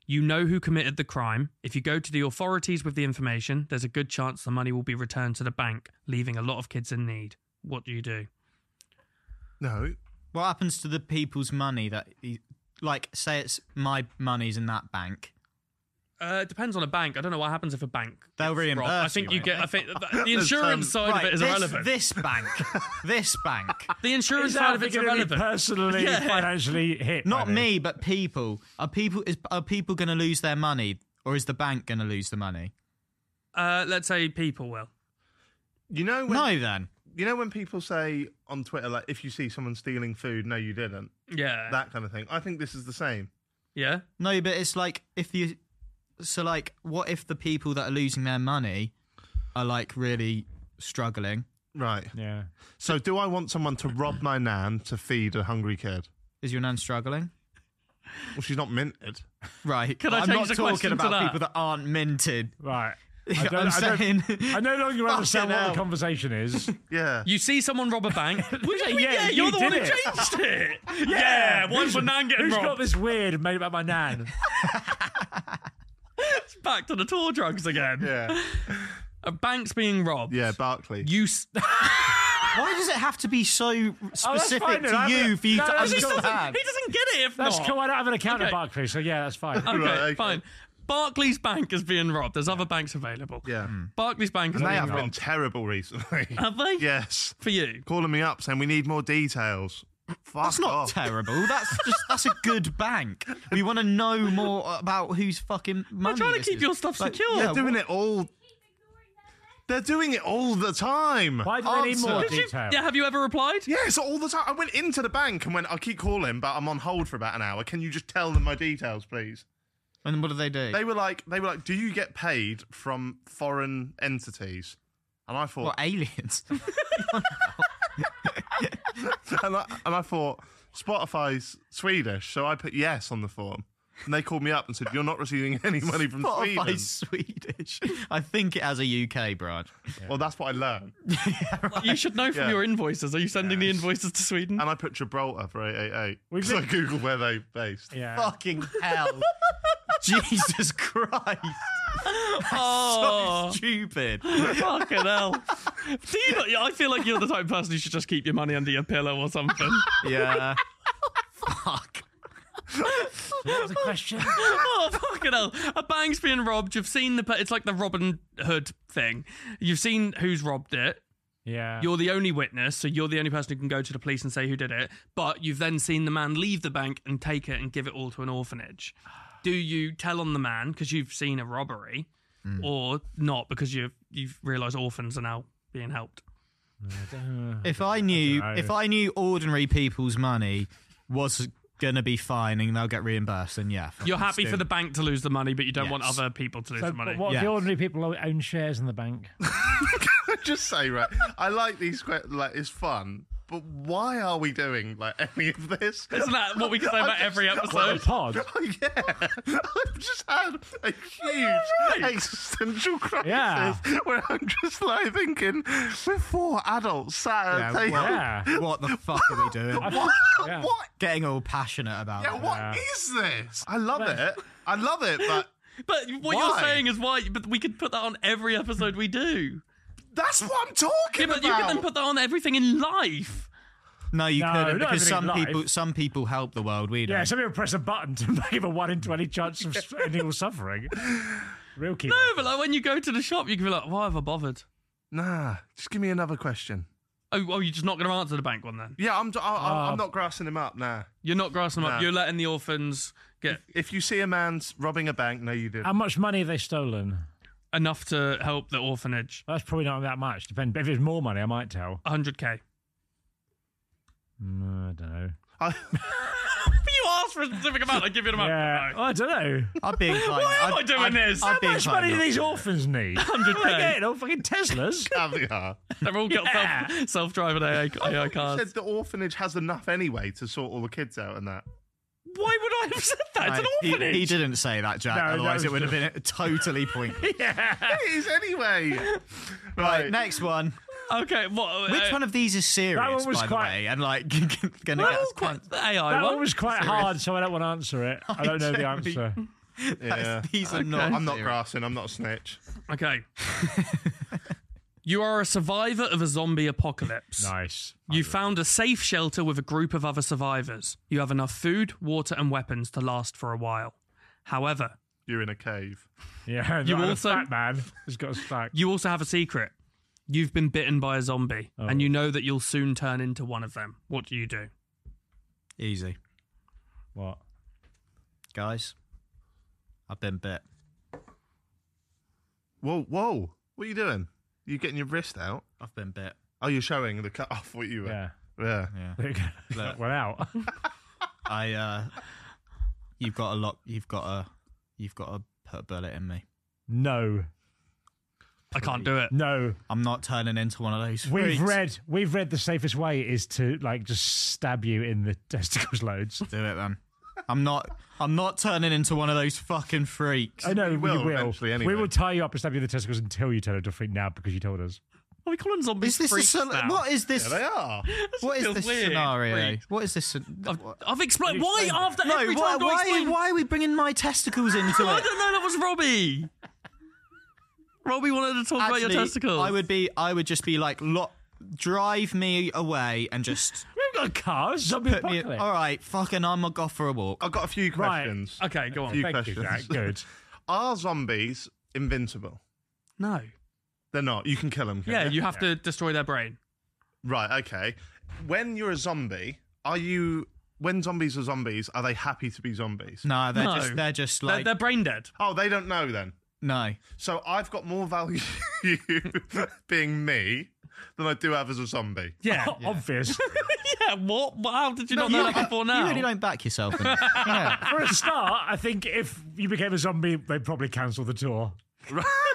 Speaker 4: You know who committed the crime. If you go to the authorities with the information, there's a good chance the money will be returned to the bank, leaving a lot of kids in need. What do you do?
Speaker 2: No.
Speaker 5: What happens to the people's money that, he, like, say it's my money's in that bank?
Speaker 4: Uh, it depends on a bank. I don't know what happens if a bank.
Speaker 5: They'll
Speaker 4: gets
Speaker 5: reimburse
Speaker 4: robbed. I think
Speaker 5: you,
Speaker 4: you
Speaker 5: won't
Speaker 4: get. I think the, the insurance side of
Speaker 5: right,
Speaker 4: it is
Speaker 5: this,
Speaker 4: irrelevant.
Speaker 5: This bank, this bank,
Speaker 4: the insurance
Speaker 3: Is
Speaker 4: side of
Speaker 3: Alfie
Speaker 4: it's
Speaker 3: gonna be
Speaker 4: irrelevant.
Speaker 3: personally,
Speaker 4: Yeah.
Speaker 3: financially hit. by
Speaker 5: not
Speaker 3: this?
Speaker 5: me, but people. Are people is are people going to lose their money, or is the bank going to lose the money?
Speaker 4: uh, let's say people will.
Speaker 2: You know when
Speaker 5: No, then
Speaker 2: you know when people say on Twitter like if you see someone stealing food, no you didn't.
Speaker 4: Yeah.
Speaker 2: That kind of thing. I think this is the same.
Speaker 4: yeah.
Speaker 5: no, but it's like if you, so like, what if the people that are losing their money are like really struggling?
Speaker 2: Right.
Speaker 3: Yeah.
Speaker 2: So do I want someone to rob my nan to feed a hungry kid?
Speaker 5: Is your nan struggling?
Speaker 2: Well, she's not minted.
Speaker 5: Right.
Speaker 4: Can I
Speaker 5: am
Speaker 4: change
Speaker 5: not
Speaker 4: the question
Speaker 5: talking
Speaker 4: to
Speaker 5: about
Speaker 4: that?
Speaker 5: people that aren't minted.
Speaker 3: Right.
Speaker 5: I'm saying-
Speaker 3: I no longer understand
Speaker 5: Fucking
Speaker 3: what
Speaker 5: hell.
Speaker 3: the conversation is.
Speaker 2: Yeah.
Speaker 4: You see someone rob a bank. Well, yeah,
Speaker 3: yeah,
Speaker 4: yeah, you're
Speaker 3: you
Speaker 4: the one who
Speaker 3: did it.
Speaker 4: changed it. yeah. One for Nan getting
Speaker 3: Who's got
Speaker 4: robbed.
Speaker 3: this weird made about my nan?
Speaker 4: Back to the tour drugs again.
Speaker 2: yeah.
Speaker 4: A bank's being robbed.
Speaker 2: Yeah, Barclay.
Speaker 4: You. S-
Speaker 5: Why does it have to be
Speaker 4: Oh,
Speaker 5: so specific
Speaker 3: fine, then.
Speaker 5: to
Speaker 3: I
Speaker 5: you
Speaker 3: haven't-
Speaker 5: for you
Speaker 3: No,
Speaker 5: to
Speaker 3: that's
Speaker 4: he,
Speaker 3: just-
Speaker 4: doesn't,
Speaker 5: understand?
Speaker 4: he doesn't get it if
Speaker 3: That's
Speaker 4: not.
Speaker 3: cool. I don't have an account
Speaker 4: Okay.
Speaker 3: at Barclays, so yeah, that's fine.
Speaker 4: Okay,
Speaker 2: Right, okay.
Speaker 4: fine. Barclays Bank is being robbed. There's other banks available.
Speaker 2: yeah.
Speaker 4: Barclays Bank is
Speaker 2: And they
Speaker 4: being
Speaker 2: have been
Speaker 4: robbed.
Speaker 2: terrible recently.
Speaker 5: Oh.
Speaker 4: Have they?
Speaker 2: yes.
Speaker 4: For you.
Speaker 2: Calling me up saying we need more details. Fuck
Speaker 5: That's not
Speaker 2: off.
Speaker 5: terrible. That's just that's a good bank. We want to know more about who's fucking money.
Speaker 4: I'm trying to
Speaker 5: this
Speaker 4: keep
Speaker 5: is.
Speaker 4: your stuff
Speaker 5: Like,
Speaker 4: secure.
Speaker 2: They're doing it all. They're doing it all the time.
Speaker 3: Why do they need more
Speaker 5: Answer.
Speaker 4: Did you-
Speaker 3: detail?
Speaker 4: yeah, have you ever replied?
Speaker 2: Yes, all the time. I went into the bank and went, I keep calling, but I'm on hold for about an hour. Can you just tell them my details, please?
Speaker 5: And what do they do?
Speaker 2: They were like, they were like, do you get paid from foreign entities? And I
Speaker 5: what
Speaker 2: thought,
Speaker 5: aliens?
Speaker 2: and, I, and I thought Spotify's Swedish, so I put yes on the form. And they called me up and said, you're not receiving any money from Sweden.
Speaker 5: Spotify Swedish. I think it has a UK branch.
Speaker 2: Well, that's what I learned.
Speaker 4: You should know from
Speaker 2: Yeah.
Speaker 4: your invoices. Are you sending the invoices to Sweden?
Speaker 2: And I put Gibraltar for 888
Speaker 3: We've
Speaker 2: because I
Speaker 3: been-
Speaker 2: googled where they based.
Speaker 3: Yeah.
Speaker 5: Fucking hell. Jesus Christ.
Speaker 4: Oh.
Speaker 5: So stupid.
Speaker 4: Fucking hell. Do you not, I feel like you're the type of person who should just keep your money under your pillow or something.
Speaker 5: Yeah. Fuck.
Speaker 3: What was the question?
Speaker 4: oh, fucking hell. A bank's being robbed. You've seen the. pe- It's like the Robin Hood thing. You've seen who's robbed it.
Speaker 3: Yeah.
Speaker 4: You're the only witness, so you're the only person who can go to the police and say who did it. But you've then seen the man leave the bank and take it and give it all to an orphanage. Do you tell on the man because you've seen a robbery,
Speaker 2: Mm.
Speaker 4: or not because you've you've realised orphans are now being helped?
Speaker 5: If I knew,
Speaker 3: dunno.
Speaker 5: if I knew ordinary people's money was gonna be fine and they'll get reimbursed, then yeah. fuck
Speaker 4: You're
Speaker 5: it,
Speaker 4: happy
Speaker 5: let's
Speaker 4: for the
Speaker 5: do
Speaker 4: bank to lose the money, but you don't want
Speaker 5: Yes.
Speaker 4: other people to lose
Speaker 3: so,
Speaker 4: the money.
Speaker 3: but what
Speaker 5: Yeah.
Speaker 3: the ordinary people who own shares in the bank?
Speaker 2: Just say right. I like these. que- Like it's fun, but why are we doing like any of this?
Speaker 4: Isn't that what we can say about every
Speaker 3: Well,
Speaker 4: episode?
Speaker 3: pod.
Speaker 2: yeah, I've just had a huge existential crisis
Speaker 3: Yeah.
Speaker 2: where I'm just like thinking, we're four adults sat at a
Speaker 5: Yeah,
Speaker 2: table.
Speaker 5: well-
Speaker 3: Yeah.
Speaker 5: it. What the fuck are we doing?
Speaker 2: What?
Speaker 3: Yeah.
Speaker 2: What?
Speaker 5: Getting all passionate about
Speaker 2: Yeah,
Speaker 5: it.
Speaker 2: what is this? I love it. I love it, but
Speaker 4: But what you're
Speaker 2: Why?
Speaker 4: saying is why. But we could put that on every episode we do.
Speaker 2: that's what I'm
Speaker 4: Yeah,
Speaker 2: talking
Speaker 4: but
Speaker 2: about.
Speaker 4: you could then put that on everything in life.
Speaker 5: No, you
Speaker 3: No,
Speaker 5: couldn't
Speaker 3: not
Speaker 5: because
Speaker 3: everything
Speaker 5: some
Speaker 3: live.
Speaker 5: people some people help the world. We don't.
Speaker 3: Yeah, some people press a button to make a one in twenty chance of ending all suffering. Real key.
Speaker 4: No, but like when you go to the shop, you can be like, why have I bothered?
Speaker 2: nah, just give me another question.
Speaker 4: Oh, oh you're just not going to answer the bank one then.
Speaker 2: Yeah, I'm. I, I,
Speaker 3: Oh.
Speaker 2: I'm not grassing him up now.
Speaker 4: You're not grassing them up.
Speaker 2: Nah.
Speaker 4: You're letting the orphans get
Speaker 2: If you see a man s- robbing a bank, no, you did.
Speaker 3: How much money have they stolen?
Speaker 4: enough to help the orphanage.
Speaker 3: That's probably not that much. Depend. If it's more money, I might tell.
Speaker 4: 100k.
Speaker 3: Mm, I don't know.
Speaker 2: I,
Speaker 4: You asked for a specific amount. I give you an amount.
Speaker 3: Yeah,
Speaker 4: No.
Speaker 3: I don't know.
Speaker 5: I'd be inclined.
Speaker 4: Why am I
Speaker 5: I'd-
Speaker 4: doing
Speaker 5: I'd-
Speaker 4: this?
Speaker 5: I'd
Speaker 4: How
Speaker 5: be
Speaker 3: How much
Speaker 5: inclined
Speaker 3: money do
Speaker 5: not
Speaker 3: these
Speaker 5: to.
Speaker 3: orphans need?
Speaker 4: 100k.
Speaker 3: Again, all fucking Teslas.
Speaker 2: caviar.
Speaker 4: They're all got
Speaker 3: Yeah.
Speaker 4: self, self-driving AI, AI
Speaker 2: You
Speaker 4: cars.
Speaker 2: said the orphanage has enough anyway to sort all the kids out and that.
Speaker 4: Why would I have said that? It's an
Speaker 5: No, he-
Speaker 4: orphanage.
Speaker 5: He, didn't say that, Jack.
Speaker 3: No, that
Speaker 5: Otherwise,
Speaker 3: was
Speaker 5: it would have been totally pointless.
Speaker 2: It is anyway.
Speaker 5: right, next one.
Speaker 4: Okay, what? uh,
Speaker 5: Which one of these is serious?
Speaker 3: that one was
Speaker 5: by
Speaker 3: quite-
Speaker 5: the way, and like gonna get us
Speaker 4: quite,
Speaker 5: quite.
Speaker 4: the AI
Speaker 3: That
Speaker 4: one.
Speaker 3: one was quite hard, so I don't want to answer it. I don't know the
Speaker 5: generally-
Speaker 3: answer.
Speaker 2: Yeah.
Speaker 5: These are not.
Speaker 2: I'm not
Speaker 5: serious.
Speaker 2: grassing. I'm not a snitch.
Speaker 4: Okay. you are a survivor of a zombie apocalypse.
Speaker 3: Nice.
Speaker 4: You found a safe shelter with a group of other survivors. You have enough food, water, and weapons to last for a while. However,
Speaker 2: You're in a cave.
Speaker 3: Yeah,
Speaker 4: You
Speaker 3: you like
Speaker 4: also-
Speaker 3: also fat man has got a stack.
Speaker 4: you also have a secret. You've been bitten by a zombie,
Speaker 5: Oh.
Speaker 4: and you know that you'll soon turn into one of them. What do you do?
Speaker 5: Easy,
Speaker 3: What?
Speaker 5: guys. I've been bit.
Speaker 2: Whoa, whoa. What are you doing? You getting your wrist out?
Speaker 5: I've been bit.
Speaker 2: Oh, you're showing the cut off what you were.
Speaker 3: Yeah.
Speaker 2: Yeah.
Speaker 3: That went out.
Speaker 5: I. uh You've got a lot. You've got a. You've got to put a bullet in me.
Speaker 3: No,
Speaker 4: I can't do it.
Speaker 3: no.
Speaker 5: I'm not turning into one of those.
Speaker 3: We've
Speaker 5: freaks.
Speaker 3: read. We've read the safest way is to like just stab you in the testicles loads.
Speaker 5: Do it then. I'm not. I'm not turning into one of those fucking freaks.
Speaker 3: I know we
Speaker 2: will
Speaker 3: will.
Speaker 2: eventually anyway.
Speaker 3: We will tie you up and stab you in the testicles until you turn into a freak now because you told us.
Speaker 4: Are we calling zombies
Speaker 5: Is this a
Speaker 4: freaks
Speaker 5: sol-
Speaker 4: now?
Speaker 5: what is this?
Speaker 2: There they are.
Speaker 5: what is
Speaker 4: feels
Speaker 5: this
Speaker 4: weird.
Speaker 5: scenario?
Speaker 4: Freaks.
Speaker 5: What is this?
Speaker 4: I've, I've explained. Why after
Speaker 5: no,
Speaker 4: every
Speaker 5: why,
Speaker 4: time do I
Speaker 5: why,
Speaker 4: explain?
Speaker 5: why are we bringing my testicles into
Speaker 4: I
Speaker 5: it?
Speaker 4: don't know. That was Robbie. Robbie wanted to talk about your testicles.
Speaker 5: I would be. I would just be like, lot, drive me away and just
Speaker 3: We've got a car. Zombie
Speaker 5: put me.
Speaker 3: apocalypse.
Speaker 5: All right, fucking, I'm a go for a walk.
Speaker 2: I've got a few
Speaker 3: Right.
Speaker 2: questions.
Speaker 4: Okay, go on.
Speaker 2: Few
Speaker 3: Thank you, Jack.
Speaker 2: questions.
Speaker 3: Good.
Speaker 2: Are zombies invincible?
Speaker 4: No.
Speaker 2: They're not. You can kill them.
Speaker 4: Yeah, you have to destroy their brain.
Speaker 2: Right. Okay. When you're a zombie, are you? When zombies are zombies, are they happy to be zombies?
Speaker 5: No, they're
Speaker 4: No.
Speaker 5: just. They're just
Speaker 4: They're,
Speaker 5: like
Speaker 4: they're brain dead.
Speaker 2: Oh, they don't know then.
Speaker 5: no.
Speaker 2: So I've got more value being me than I do have as a zombie.
Speaker 4: Yeah.
Speaker 3: Obvious.
Speaker 4: yeah, what? Well, How did you not know that before now?
Speaker 5: You really don't back yourself. in it. yeah.
Speaker 3: For a start, I think if you became a zombie, they'd probably cancel the tour.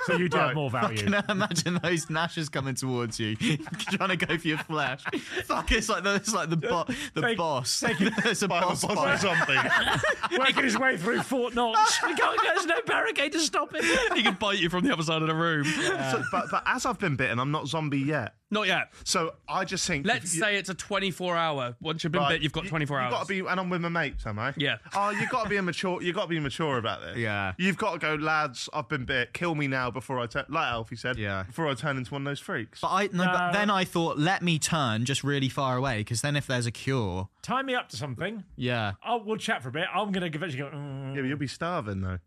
Speaker 3: So you do have more value.
Speaker 5: Can I imagine those gnashes coming towards you, trying to go for your flesh? Fuck! It's like the, it's like the bo- the
Speaker 3: Take-
Speaker 5: boss. There's a
Speaker 2: By
Speaker 5: boss.
Speaker 2: the
Speaker 5: fight.
Speaker 2: boss of zombie.
Speaker 3: Working his way through Fort Knox. We can't, there's no barricade to stop it.
Speaker 4: He can bite you from the other side of the room.
Speaker 2: So, but, but as I've been bitten, I'm not zombie yet.
Speaker 4: Not yet.
Speaker 2: So I just think.
Speaker 4: Let's
Speaker 2: if you-
Speaker 4: say it's a 24 hour. Once you've been
Speaker 2: right,
Speaker 4: bit, you've got
Speaker 2: you-
Speaker 4: 24
Speaker 2: You've
Speaker 4: hours.
Speaker 2: got to be, and I'm with my mates, am I?
Speaker 4: Yeah.
Speaker 2: Oh, you've got to be immature. You've got to be mature about this.
Speaker 5: Yeah.
Speaker 2: You've got to go, lads. I've been bit. Kill me now before I turn. Like Alfie said.
Speaker 5: Yeah.
Speaker 2: Before I turn into one of those freaks.
Speaker 5: But I no, But then I thought, let me turn just really far away, because then if there's a cure,
Speaker 3: Tie me up to something. Oh,
Speaker 5: yeah,
Speaker 3: I'll, we'll chat for a bit. I'm going to eventually go.
Speaker 2: yeah,
Speaker 3: Mm.
Speaker 2: but you'll be starving though.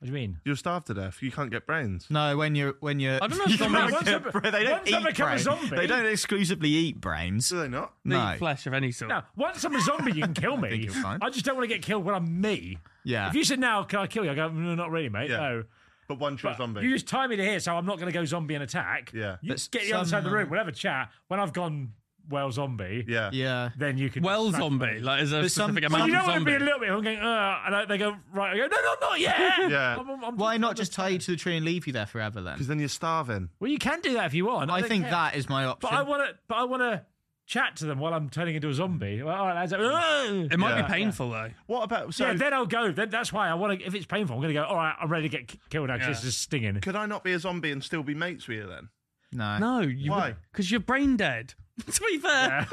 Speaker 3: What do you mean?
Speaker 2: You're starved to death. You can't get brains.
Speaker 5: No, when you're when you're
Speaker 4: I don't know if zombies
Speaker 3: Once I be-
Speaker 5: they don't
Speaker 3: once I
Speaker 5: eat
Speaker 3: become a
Speaker 5: brain.
Speaker 3: zombie-
Speaker 5: They don't exclusively eat brains.
Speaker 2: Do they not?
Speaker 5: No.
Speaker 4: eat flesh of any sort.
Speaker 3: No, once I'm a zombie, you can kill me. I,
Speaker 5: think you're fine. Ah.
Speaker 3: just don't want to get killed when I'm me.
Speaker 5: Yeah.
Speaker 3: If you said now, can I kill you? I go, no, not really, mate.
Speaker 2: Yeah.
Speaker 3: No.
Speaker 2: But one true
Speaker 3: But
Speaker 2: zombie.
Speaker 3: You just tie me to here, so I'm not going to go zombie and attack.
Speaker 2: Yeah.
Speaker 3: You
Speaker 5: But
Speaker 3: get the other side of the
Speaker 5: some-
Speaker 3: room. We'll have a chat. When I've gone well zombie,
Speaker 2: yeah.
Speaker 5: Yeah.
Speaker 3: then you can.
Speaker 4: Well,
Speaker 3: smack
Speaker 4: zombie,
Speaker 3: them.
Speaker 4: like is a
Speaker 5: But some-
Speaker 4: specific
Speaker 5: some-
Speaker 4: amount
Speaker 3: You
Speaker 4: of
Speaker 3: don't want
Speaker 4: zombie.
Speaker 3: to be a little bit. I'm going, uh, and I, they go right. I go, no, no, not yet.
Speaker 2: Yeah.
Speaker 3: I'm- I'm- I'm
Speaker 5: Why
Speaker 3: just-
Speaker 5: not
Speaker 3: I'm
Speaker 5: just tie you to the tree and leave you there forever then?
Speaker 2: Because then you're starving.
Speaker 3: Well, you can do that if you want.
Speaker 5: I
Speaker 3: don't
Speaker 5: think
Speaker 3: care.
Speaker 5: that is my option.
Speaker 3: But I want to. But I want to chat to them while I'm turning into a zombie. Well, all right, lads. Ugh.
Speaker 4: It might
Speaker 2: Yeah.
Speaker 4: be painful though.
Speaker 2: What about so?
Speaker 3: yeah, then I'll go. Then, that's why I want to. If it's painful, I'm going to go. All right, I'm ready to get k- killed now. 'cause
Speaker 4: Yeah.
Speaker 3: This is stinging.
Speaker 2: could I not be a zombie and still be mates with you then?
Speaker 4: No,
Speaker 5: no.
Speaker 4: you
Speaker 2: Why?
Speaker 4: Because you're brain dead. to be fair,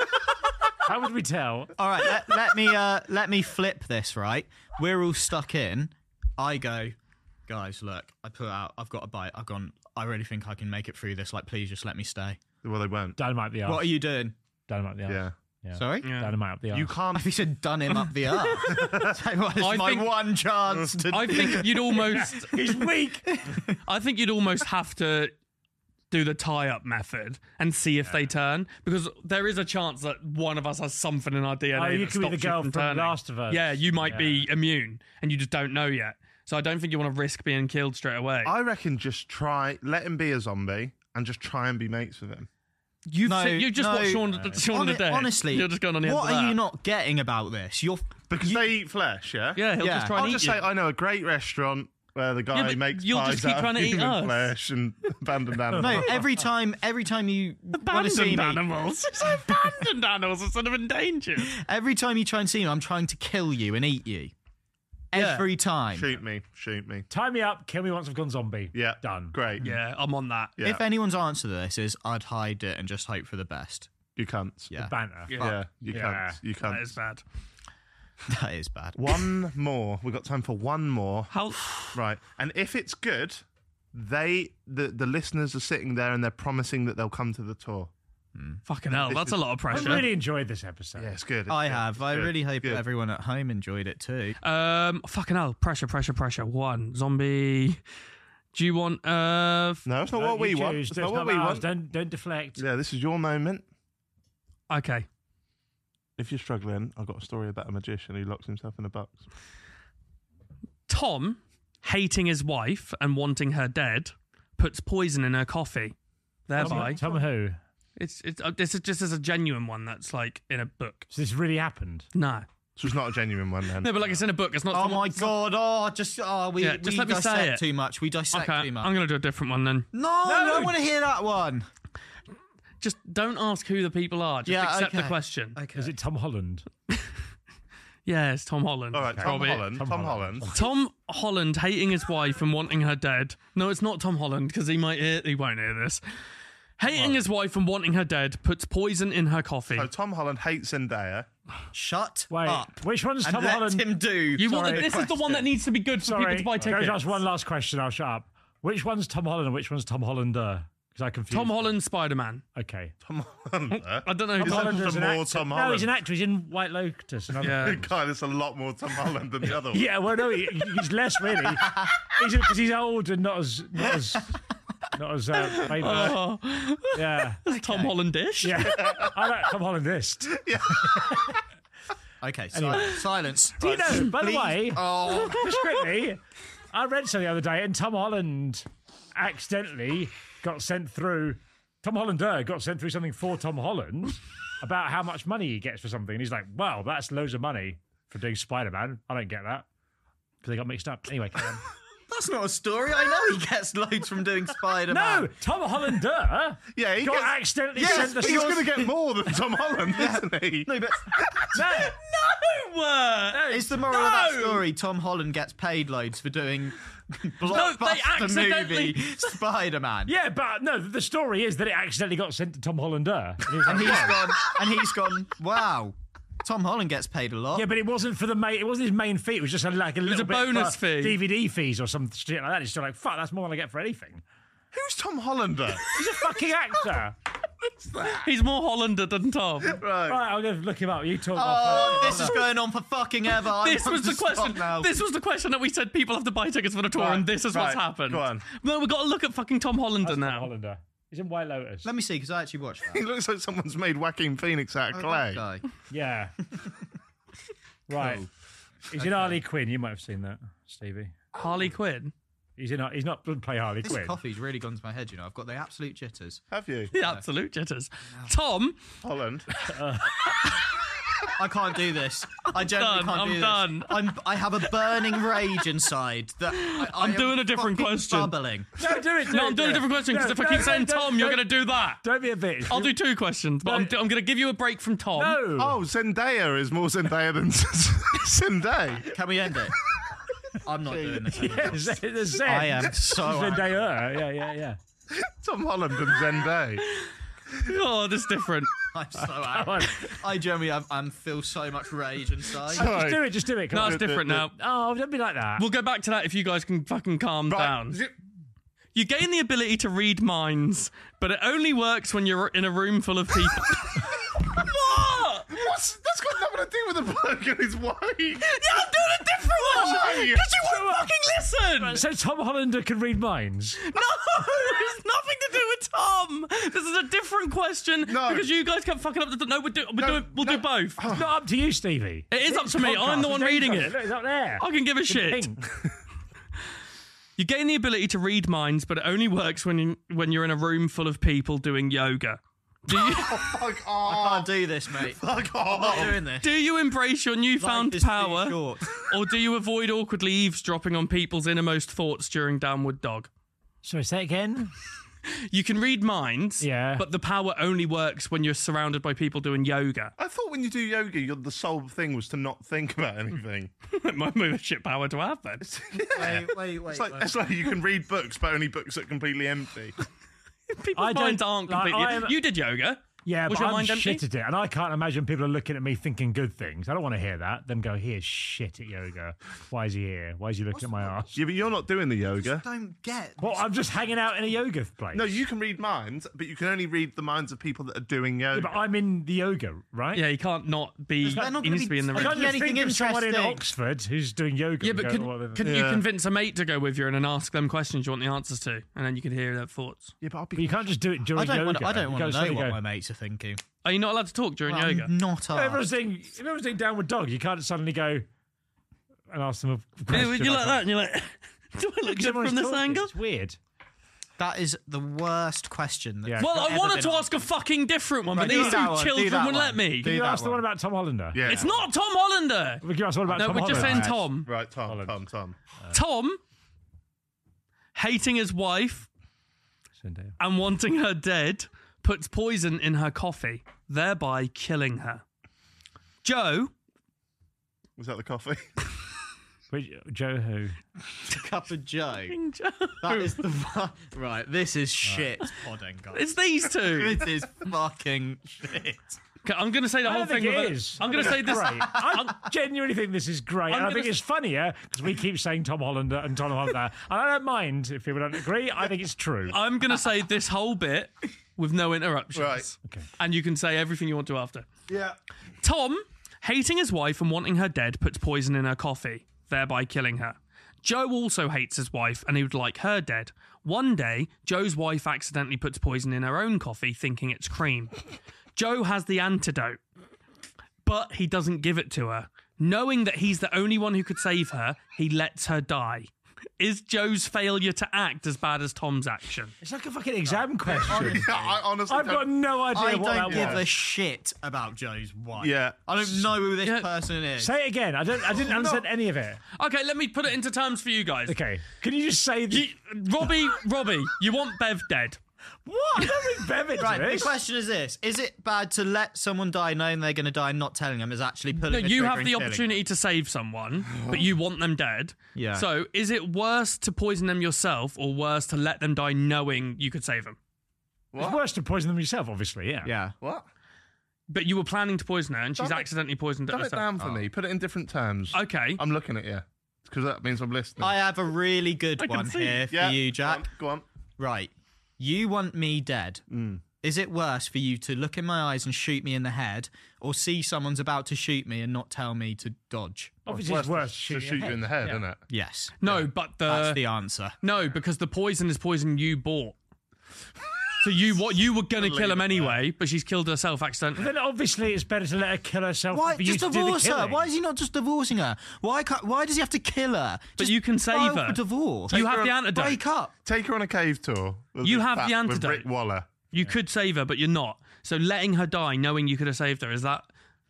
Speaker 3: How would we tell?
Speaker 5: All right, let, let me uh, let me flip this. Right, we're all stuck in. I go, guys. Look, I put out. I've got a bite. I've gone. I really think I can make it through this. Like, please, just let me stay.
Speaker 2: Well, they won't.
Speaker 3: Dynamite up the arse.
Speaker 5: What are you doing?
Speaker 3: Dynamite up the arse.
Speaker 2: Yeah.
Speaker 5: Sorry,
Speaker 3: Dynamite up the arse.
Speaker 2: You can't.
Speaker 5: you should done him up the arse. It's like, well,
Speaker 4: I
Speaker 5: it's my
Speaker 4: think-
Speaker 5: one chance to.
Speaker 4: I think you'd almost.
Speaker 3: He's weak.
Speaker 4: I think you'd almost have to do the tie-up method and see if they turn because there is a chance that one of us has something in our DNA.
Speaker 3: Oh, you
Speaker 4: that
Speaker 3: could be
Speaker 4: stops
Speaker 3: the
Speaker 4: you
Speaker 3: girl
Speaker 4: from
Speaker 3: from
Speaker 4: turning.
Speaker 3: Last of Us.
Speaker 4: Yeah, you might be immune and you just don't know yet. So I don't think you want to risk being killed straight away.
Speaker 2: I reckon just try let him be a zombie and just try and be mates with him.
Speaker 4: You've
Speaker 5: No,
Speaker 4: seen- you just
Speaker 5: no.
Speaker 4: watched Shaun, of the- Shaun of the
Speaker 5: Hon-
Speaker 4: Dead.
Speaker 5: honestly,
Speaker 4: you're just going on the
Speaker 5: what
Speaker 4: end of
Speaker 5: are
Speaker 4: that.
Speaker 5: you not getting about this? You're
Speaker 2: Because they eat flesh, yeah.
Speaker 4: Yeah, he'll
Speaker 5: Yeah.
Speaker 4: just try and
Speaker 2: I'll
Speaker 4: eat
Speaker 2: just
Speaker 4: you.
Speaker 2: say I know a great restaurant where the guy
Speaker 4: Yeah, but
Speaker 2: makes
Speaker 4: you'll
Speaker 2: pies
Speaker 4: just keep
Speaker 2: out
Speaker 4: trying
Speaker 2: of
Speaker 4: to eat
Speaker 2: human
Speaker 4: us.
Speaker 2: flesh and abandoned animals.
Speaker 5: no. Every time, every time you want to see
Speaker 4: abandoned
Speaker 5: me,
Speaker 4: animals. It's abandoned animals instead of endangered.
Speaker 5: every time you try and see me, I'm trying to kill you and eat you. Every time.
Speaker 2: Shoot me, shoot me.
Speaker 3: Tie me up. Kill me once I've gone zombie.
Speaker 2: Yeah,
Speaker 3: Done.
Speaker 2: Great.
Speaker 4: Yeah, I'm on that.
Speaker 2: Mm. Yeah.
Speaker 5: If anyone's answer to this is, I'd hide it and just hope for the best.
Speaker 2: you cunts.
Speaker 5: Yeah,
Speaker 3: Banter.
Speaker 2: yeah, you
Speaker 3: Yeah.
Speaker 2: cunts. You
Speaker 4: That is
Speaker 2: cunts.
Speaker 4: bad.
Speaker 5: that is bad.
Speaker 2: One more. We've got time for one more.
Speaker 4: How?
Speaker 2: Right. And if it's good, they the, the listeners are sitting there and they're promising that they'll come to the tour.
Speaker 4: Fucking hell, that's a lot of
Speaker 3: I
Speaker 4: pressure.
Speaker 3: really enjoyed this episode.
Speaker 2: Yeah, it's good. it's
Speaker 5: I
Speaker 2: good,
Speaker 5: have.
Speaker 2: it's
Speaker 5: I
Speaker 2: good,
Speaker 5: really
Speaker 2: it's
Speaker 5: hope
Speaker 2: good.
Speaker 5: everyone at home enjoyed it too.
Speaker 4: Um, fucking hell, pressure, pressure, pressure. One zombie. Do you want? Uh, f-
Speaker 2: No, it's not
Speaker 3: No,
Speaker 2: what
Speaker 3: you
Speaker 2: we want.
Speaker 3: choose.
Speaker 2: It's
Speaker 3: That's
Speaker 2: not what we
Speaker 3: not ours.
Speaker 2: want.
Speaker 3: Don't don't deflect.
Speaker 2: Yeah, this is your moment.
Speaker 4: okay.
Speaker 2: If you're struggling, I've got a story about a magician who locks himself in a box.
Speaker 4: Tom, hating his wife and wanting her dead, puts poison in her coffee. Thereby,
Speaker 3: Tom, Tom who?
Speaker 4: it's it's uh, this is just as a genuine one that's like in a book.
Speaker 3: So this really happened.
Speaker 4: No,
Speaker 2: So it's not a genuine one then.
Speaker 4: no, but like it's in a book. It's not.
Speaker 5: Oh
Speaker 4: someone-
Speaker 5: my god! Oh, just oh, we
Speaker 4: Yeah, just
Speaker 5: we
Speaker 4: let me say
Speaker 5: dissect
Speaker 4: it.
Speaker 5: too much. We dissect
Speaker 4: Okay,
Speaker 5: too much.
Speaker 4: I'm gonna do a different one then.
Speaker 5: No, I don't want to hear that one.
Speaker 4: Just don't ask who the people are. Just
Speaker 5: Yeah,
Speaker 4: accept the
Speaker 5: okay.
Speaker 4: question.
Speaker 5: Okay.
Speaker 3: Is it Tom Holland?
Speaker 4: Yeah, it's Tom Holland.
Speaker 2: All right, Tom
Speaker 4: Robbie.
Speaker 2: Holland. Tom,
Speaker 3: Tom
Speaker 2: Holland.
Speaker 3: Holland.
Speaker 4: Tom Holland hating his wife and wanting her dead. No, it's not Tom Holland because he might hear, he won't hear this. Hating his wife and wanting her dead puts poison in her coffee.
Speaker 2: So Tom Holland hates Zendaya.
Speaker 5: Shut
Speaker 3: Wait,
Speaker 5: up.
Speaker 3: which one's
Speaker 5: and
Speaker 3: Tom
Speaker 5: let
Speaker 3: Holland?
Speaker 5: him do.
Speaker 4: you want the, this is the one that needs to be good for
Speaker 3: Sorry,
Speaker 4: people to buy
Speaker 3: can I
Speaker 4: tickets.
Speaker 3: just ask one last question? I'll shut up. Which one's Tom Holland and which one's Tom Hollander? Because I confused.
Speaker 4: Tom Holland Spider Man.
Speaker 3: Okay.
Speaker 2: Tom Holland.
Speaker 4: I don't know.
Speaker 2: Is
Speaker 4: Tom
Speaker 2: that
Speaker 3: Hollander's
Speaker 2: just
Speaker 3: an
Speaker 2: more
Speaker 3: actor.
Speaker 2: Tom
Speaker 3: No, he's
Speaker 2: Holland?
Speaker 3: an actor. He's in White Lotus. And I'm-
Speaker 4: Yeah.
Speaker 2: God, it's a lot more Tom Holland than the other one.
Speaker 3: Yeah. Well, no, he, he's less really. He's because he's old and not as not as not as uh, famous.
Speaker 4: Oh,
Speaker 3: Yeah.
Speaker 4: it's Tom Hollandish.
Speaker 3: Yeah. I like Tom Hollandist.
Speaker 5: Okay, so silence.
Speaker 3: Do you know? By the way,
Speaker 5: Oh,
Speaker 3: Just quickly, I read something the other day, and Tom Holland accidentally got sent through. Tom Hollander got sent through something for Tom Holland about how much money he gets for something. And he's like, wow, that's loads of money for doing Spider Man. I don't get that. Because they got mixed up. Anyway, carry on.
Speaker 5: that's not a story. I know he gets loads from doing Spider-Man.
Speaker 3: no, Tom Hollander
Speaker 2: Yeah, he
Speaker 3: got
Speaker 2: gets-
Speaker 3: accidentally
Speaker 2: Yes,
Speaker 3: sent the
Speaker 2: but he's going to get more than Tom Holland, isn't he?
Speaker 5: no, but
Speaker 3: No,
Speaker 4: No, uh,
Speaker 5: Is the moral of that story Tom Holland gets paid loads for doing blockbuster
Speaker 4: accidentally-
Speaker 5: movie Spider Man?
Speaker 3: Yeah, but no, the story is that it accidentally got sent to Tom Hollander. And he was like,
Speaker 5: And he's gone and he's gone, Wow. Tom Holland gets paid a lot.
Speaker 3: Yeah, but it wasn't for the main. It wasn't his main fee. It was just a, like a little
Speaker 4: was a
Speaker 3: bit for
Speaker 4: bonus fee.
Speaker 3: DVD fees or some shit like that. It's just like fuck. That's more than I get for anything.
Speaker 2: Who's Tom Hollander?
Speaker 3: He's a fucking actor.
Speaker 1: What's that?
Speaker 4: He's more Hollander than Tom.
Speaker 2: Right.
Speaker 3: Right, I'll go look him up. You talk.
Speaker 5: Oh,
Speaker 3: I'll find out.
Speaker 5: this is going on for fucking ever. I
Speaker 4: This
Speaker 5: want
Speaker 4: was
Speaker 5: to
Speaker 4: the question.
Speaker 5: stop now.
Speaker 4: This was the question that we said people have to buy tickets for the tour,
Speaker 2: Right,
Speaker 4: and this is what's
Speaker 2: right,
Speaker 4: happened.
Speaker 2: go on.
Speaker 4: No, we've got to look at fucking Tom Hollander
Speaker 3: That's
Speaker 4: now.
Speaker 3: not Hollander. He's in White Lotus.
Speaker 5: Let me see, because I actually watched
Speaker 2: He
Speaker 5: that.
Speaker 2: looks like someone's made Joaquin Phoenix out of
Speaker 5: Oh,
Speaker 2: clay.
Speaker 5: That guy.
Speaker 3: Yeah. right.
Speaker 4: Oh.
Speaker 3: He's in Harley Quinn. You might have seen that, Stevie.
Speaker 4: Harley Quinn.
Speaker 3: He's in. He's not doesn't play Harley
Speaker 5: This
Speaker 3: Quinn.
Speaker 5: coffee's really gone to my head, you know. I've got the absolute jitters.
Speaker 2: Have you?
Speaker 4: The absolute jitters. Tom,
Speaker 2: Holland.
Speaker 5: I can't do this. I generally
Speaker 4: done,
Speaker 5: can't
Speaker 4: I'm
Speaker 5: do this.
Speaker 4: done.
Speaker 5: I'm I have a burning rage inside that I, I
Speaker 4: I'm
Speaker 5: am
Speaker 4: doing a different
Speaker 5: fucking
Speaker 4: question.
Speaker 5: Bubbling.
Speaker 3: No, do it. Do
Speaker 4: no,
Speaker 3: it,
Speaker 4: I'm doing
Speaker 3: do
Speaker 4: a
Speaker 3: it.
Speaker 4: different question because
Speaker 3: No,
Speaker 4: if I
Speaker 3: no,
Speaker 4: keep
Speaker 3: no,
Speaker 4: saying
Speaker 3: no,
Speaker 4: Tom,
Speaker 3: no,
Speaker 4: you're going to do that.
Speaker 3: Don't be a bitch.
Speaker 4: I'll do two questions, but I'm,
Speaker 3: No.
Speaker 4: I'm going to give you a break from Tom.
Speaker 3: No.
Speaker 2: Oh, Zendaya is more Zendaya than Zendaya.
Speaker 5: Can we end it? I'm not doing this.
Speaker 3: Yes, the Zen.
Speaker 5: I am so angry.
Speaker 3: Zendaya. Yeah, yeah, yeah.
Speaker 2: Tom Holland and Zendaya.
Speaker 4: Oh, that's different.
Speaker 5: I'm so angry. I generally have, I'm feel so much rage inside.
Speaker 2: Sorry.
Speaker 3: Just do it. Just do it. Come
Speaker 4: No,
Speaker 3: on.
Speaker 4: it's different now.
Speaker 3: Oh, don't be like that.
Speaker 4: We'll go back to that if you guys can fucking calm
Speaker 2: Right.
Speaker 4: down.
Speaker 2: Zip.
Speaker 4: You gain the ability to read minds, but it only works when you're in a room full of people. what?
Speaker 2: What's, that's got nothing to do with the bloke and his wife.
Speaker 4: Yeah, I'm doing a different one!
Speaker 2: Sorry.
Speaker 4: Because you won't fucking listen!
Speaker 3: So Tom Hollander can read minds.
Speaker 4: No, it's nothing to do with Tom. This is a different question
Speaker 2: No.
Speaker 4: because you guys kept fucking up. The, no, we'll do, we'll,
Speaker 2: No,
Speaker 4: do, we'll do both.
Speaker 3: It's not up to you, Stevie.
Speaker 4: It is up to me. I'm the
Speaker 3: Podcast.
Speaker 4: one
Speaker 3: It's
Speaker 4: reading
Speaker 3: dangerous.
Speaker 4: it.
Speaker 3: Look, It's up there.
Speaker 4: I can give a
Speaker 3: It's
Speaker 4: shit.
Speaker 3: pink.
Speaker 4: You gain the ability to read minds, but it only works when you, when you're in a room full of people doing yoga. Do you
Speaker 2: Fuck
Speaker 5: I
Speaker 2: off.
Speaker 5: can't do this, mate.
Speaker 2: Fuck
Speaker 5: I'm not
Speaker 2: off.
Speaker 5: doing this.
Speaker 4: do you embrace your newfound
Speaker 5: Life is too
Speaker 4: power,
Speaker 5: short.
Speaker 4: or do you avoid awkwardly eavesdropping on people's innermost thoughts during Downward Dog?
Speaker 3: Sorry, say it again.
Speaker 4: You can read minds,
Speaker 3: Yeah.
Speaker 4: but the power only works when you're surrounded by people doing yoga.
Speaker 2: I thought when you do yoga, your the sole thing was to not think about anything.
Speaker 4: My move shit power to have then.
Speaker 5: Wait, wait, wait.
Speaker 2: It's like,
Speaker 5: wait.
Speaker 2: it's like you can read books, but only books that are completely empty.
Speaker 4: People's
Speaker 3: I don't-
Speaker 4: minds aren't
Speaker 3: like,
Speaker 4: completely.
Speaker 3: I'm-
Speaker 4: you did yoga.
Speaker 3: Yeah,
Speaker 4: Was
Speaker 3: but
Speaker 4: your
Speaker 3: I'm
Speaker 4: mind
Speaker 3: shit
Speaker 4: empty?
Speaker 3: at it, and I can't imagine people are looking at me thinking good things. I don't want to hear that. Them go, here's shit at yoga. Why is he here? Why is he looking at my ass?
Speaker 2: Yeah, but you're not doing the yoga.
Speaker 5: don't get.
Speaker 3: Well, I'm just hanging out in a yoga place.
Speaker 2: No, you can read minds, but you can only read the minds of people that are doing uh,
Speaker 3: Yeah,
Speaker 2: yoga.
Speaker 3: but I'm in the yoga, right?
Speaker 4: Yeah, he can't not be.
Speaker 5: They're not
Speaker 4: he
Speaker 5: gonna
Speaker 4: needs to be in the
Speaker 3: I
Speaker 5: be-
Speaker 4: room.
Speaker 3: can't just
Speaker 5: Anything
Speaker 3: think of someone in
Speaker 5: interesting?
Speaker 3: Oxford who's doing yoga.
Speaker 4: Yeah,
Speaker 3: and
Speaker 4: but
Speaker 3: going,
Speaker 4: could,
Speaker 3: "Well,
Speaker 4: could you
Speaker 2: Yeah.
Speaker 4: convince a mate to go with you and then ask them questions you want the answers to, and then you can hear their thoughts?
Speaker 2: yeah, but I'll
Speaker 3: But
Speaker 2: be.
Speaker 3: you can't just do it during
Speaker 5: I
Speaker 3: yoga.
Speaker 5: don't want. I
Speaker 3: You
Speaker 5: don't want
Speaker 3: go
Speaker 5: to know
Speaker 3: suddenly
Speaker 5: what
Speaker 3: go,
Speaker 5: my mates are thinking.
Speaker 4: Are you not allowed to talk during
Speaker 5: I'm
Speaker 4: yoga?
Speaker 5: not.
Speaker 3: If
Speaker 5: asked.
Speaker 3: everyone's doing, if everyone's doing downward dog, you can't suddenly go and ask them a
Speaker 4: Yeah,
Speaker 3: question.
Speaker 4: you like that, and you're like, do I look
Speaker 3: Because
Speaker 4: good
Speaker 3: everyone's
Speaker 4: from this
Speaker 3: talking,
Speaker 4: angle?
Speaker 3: It's weird.
Speaker 5: That is the worst question. That
Speaker 3: Yeah.
Speaker 4: Well,
Speaker 5: I've
Speaker 4: I
Speaker 5: ever
Speaker 4: wanted
Speaker 5: been
Speaker 4: to
Speaker 5: asked.
Speaker 4: ask a fucking different one,
Speaker 5: Right,
Speaker 4: but
Speaker 5: do
Speaker 4: these
Speaker 5: that
Speaker 4: two
Speaker 5: one, do
Speaker 4: children
Speaker 5: that
Speaker 4: wouldn't let
Speaker 5: one.
Speaker 4: me.
Speaker 5: Do
Speaker 3: You
Speaker 5: that
Speaker 3: asked the one about Tom Hollander.
Speaker 2: Yeah.
Speaker 4: It's not Tom Hollander.
Speaker 3: We can ask one about
Speaker 4: No,
Speaker 3: Tom
Speaker 4: we're just
Speaker 3: Hollander.
Speaker 4: saying Tom.
Speaker 2: Right, Tom,
Speaker 3: Holland.
Speaker 2: Tom, Tom.
Speaker 4: Tom hating his wife
Speaker 3: Zendaya.
Speaker 4: and wanting her dead puts poison in her coffee, thereby killing her. Joe,
Speaker 2: Was that the coffee?
Speaker 3: Wait, Joe who?
Speaker 5: cup of Joe. That is the fu- right. This is shit podding, guys.
Speaker 4: it's these two.
Speaker 5: This is fucking shit.
Speaker 4: Okay, I'm going to say the
Speaker 3: I
Speaker 4: whole
Speaker 3: don't
Speaker 4: thing.
Speaker 3: think it
Speaker 4: with a-
Speaker 3: is.
Speaker 4: I'm going to say this.
Speaker 3: Great. I genuinely think this is great. and I
Speaker 4: gonna
Speaker 3: think it's funnier because we keep saying Tom Hollander and Tom Hollander. and I don't mind if people don't agree. I think it's true.
Speaker 4: I'm going to say this whole bit with no interruptions.
Speaker 2: Right.
Speaker 3: Okay.
Speaker 4: And you can say everything you want to after.
Speaker 2: yeah.
Speaker 4: Tom, hating his wife and wanting her dead, puts poison in her coffee, thereby killing her. Joe also hates his wife and he would like her dead. One day, Joe's wife accidentally puts poison in her own coffee, thinking it's cream. Joe has the antidote, but he doesn't give it to her. Knowing that he's the only one who could save her, he lets her die. Is Joe's failure to act as bad as Tom's action?
Speaker 3: It's like a fucking exam question.
Speaker 2: Yeah, I honestly.
Speaker 3: I've got
Speaker 2: don't-
Speaker 3: no idea
Speaker 5: I
Speaker 3: what that
Speaker 5: don't give
Speaker 3: was.
Speaker 5: a shit about Joe's wife.
Speaker 2: Yeah.
Speaker 5: I don't know who this
Speaker 4: Yeah.
Speaker 5: person is.
Speaker 3: Say it again. I don't. I didn't understand any of it.
Speaker 4: Okay, let me put it into terms for you guys.
Speaker 3: Okay. Can you just say the,
Speaker 4: You, Robbie, Robbie, you want Bev dead.
Speaker 3: what? I don't think Bev into
Speaker 5: Right,
Speaker 3: this.
Speaker 5: the question is this: Is it bad to let someone die knowing they're going to die and not telling them is actually pulling?
Speaker 4: No,
Speaker 5: the
Speaker 4: you
Speaker 5: trigger
Speaker 4: have
Speaker 5: and
Speaker 4: the
Speaker 5: killing
Speaker 4: opportunity to save someone, but you want them dead.
Speaker 5: Yeah.
Speaker 4: So, is it worse to poison them yourself, or worse to let them die knowing you could save them?
Speaker 3: It's worse to poison them yourself, obviously. Yeah.
Speaker 5: them? Yeah.
Speaker 2: What?
Speaker 4: But you were planning to poison her, and she's
Speaker 2: Dumb it-
Speaker 4: accidentally poisoned
Speaker 2: Dumb it
Speaker 4: herself. Oh.
Speaker 2: down for me. Put it in different terms.
Speaker 4: Okay.
Speaker 2: I'm looking at you because that means I'm listening.
Speaker 5: I have a really good
Speaker 4: I can
Speaker 5: one
Speaker 4: see.
Speaker 5: here for you, Jack.
Speaker 2: Go on.
Speaker 5: Right, you want me dead. Is it worse for you to look in my eyes and shoot me in the head, or see someone's about to shoot me and not tell me to dodge?
Speaker 3: Obviously, it's worse
Speaker 2: to shoot you in the head,
Speaker 3: Yeah.
Speaker 2: isn't it?
Speaker 5: Yes.
Speaker 4: No, but the,
Speaker 5: That's the answer.
Speaker 4: no, because the poison is poison you bought. So you what you were gonna kill him anyway, but she's killed herself accidentally.
Speaker 3: Then obviously, it's better to let her kill herself.
Speaker 5: Why
Speaker 3: for you
Speaker 5: just
Speaker 3: to do the
Speaker 5: divorce her?
Speaker 3: killing.
Speaker 5: Why is he not just divorcing her? Why can't, why does he have to kill her?
Speaker 4: But
Speaker 5: Just
Speaker 4: you can save
Speaker 5: file
Speaker 4: her.
Speaker 5: For divorce.
Speaker 4: You have the antidote.
Speaker 5: Break up.
Speaker 2: Take her on a cave tour. with
Speaker 4: You
Speaker 2: the
Speaker 4: have
Speaker 2: bat-
Speaker 4: the antidote.
Speaker 2: With Rick Waller.
Speaker 4: You could save her, but you're not. So letting her die, knowing you could have saved her, is that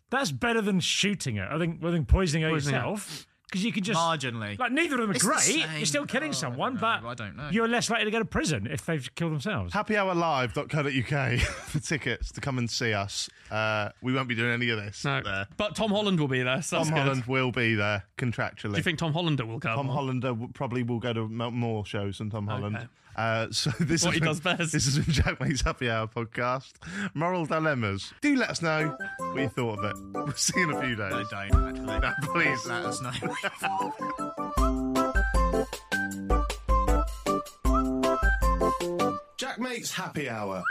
Speaker 3: That's better than shooting her. I think, I think poisoning her
Speaker 4: Poisoning her.
Speaker 3: yourself because you can just
Speaker 5: Marginally.
Speaker 3: Like neither of them are
Speaker 5: It's the
Speaker 3: great.
Speaker 5: same.
Speaker 3: You're still killing
Speaker 5: Oh, I
Speaker 3: someone,
Speaker 5: don't know.
Speaker 3: but
Speaker 5: I don't know.
Speaker 3: You're less likely to go to prison if they've killed themselves.
Speaker 2: Happyhourlive.co.uk for tickets to come and see us. Uh, we won't be doing any of this.
Speaker 4: no?
Speaker 2: There.
Speaker 4: But Tom Holland will be there. So
Speaker 2: Tom
Speaker 4: that's good.
Speaker 2: Holland will be there contractually.
Speaker 4: Do you think Tom Hollander will come?
Speaker 2: Tom
Speaker 4: or-
Speaker 2: Hollander w- probably will go to m- more shows than Tom Holland.
Speaker 4: Okay.
Speaker 2: Uh, so this has
Speaker 4: What he
Speaker 2: been-
Speaker 4: does best.
Speaker 2: This has been Jack Mate's Happy Hour podcast. Moral dilemmas. Do let us know what you thought of it. We'll see you in a few days.
Speaker 5: I don't actually.
Speaker 2: No, please.
Speaker 5: Let us know.
Speaker 1: Jack Mate's Happy Hour.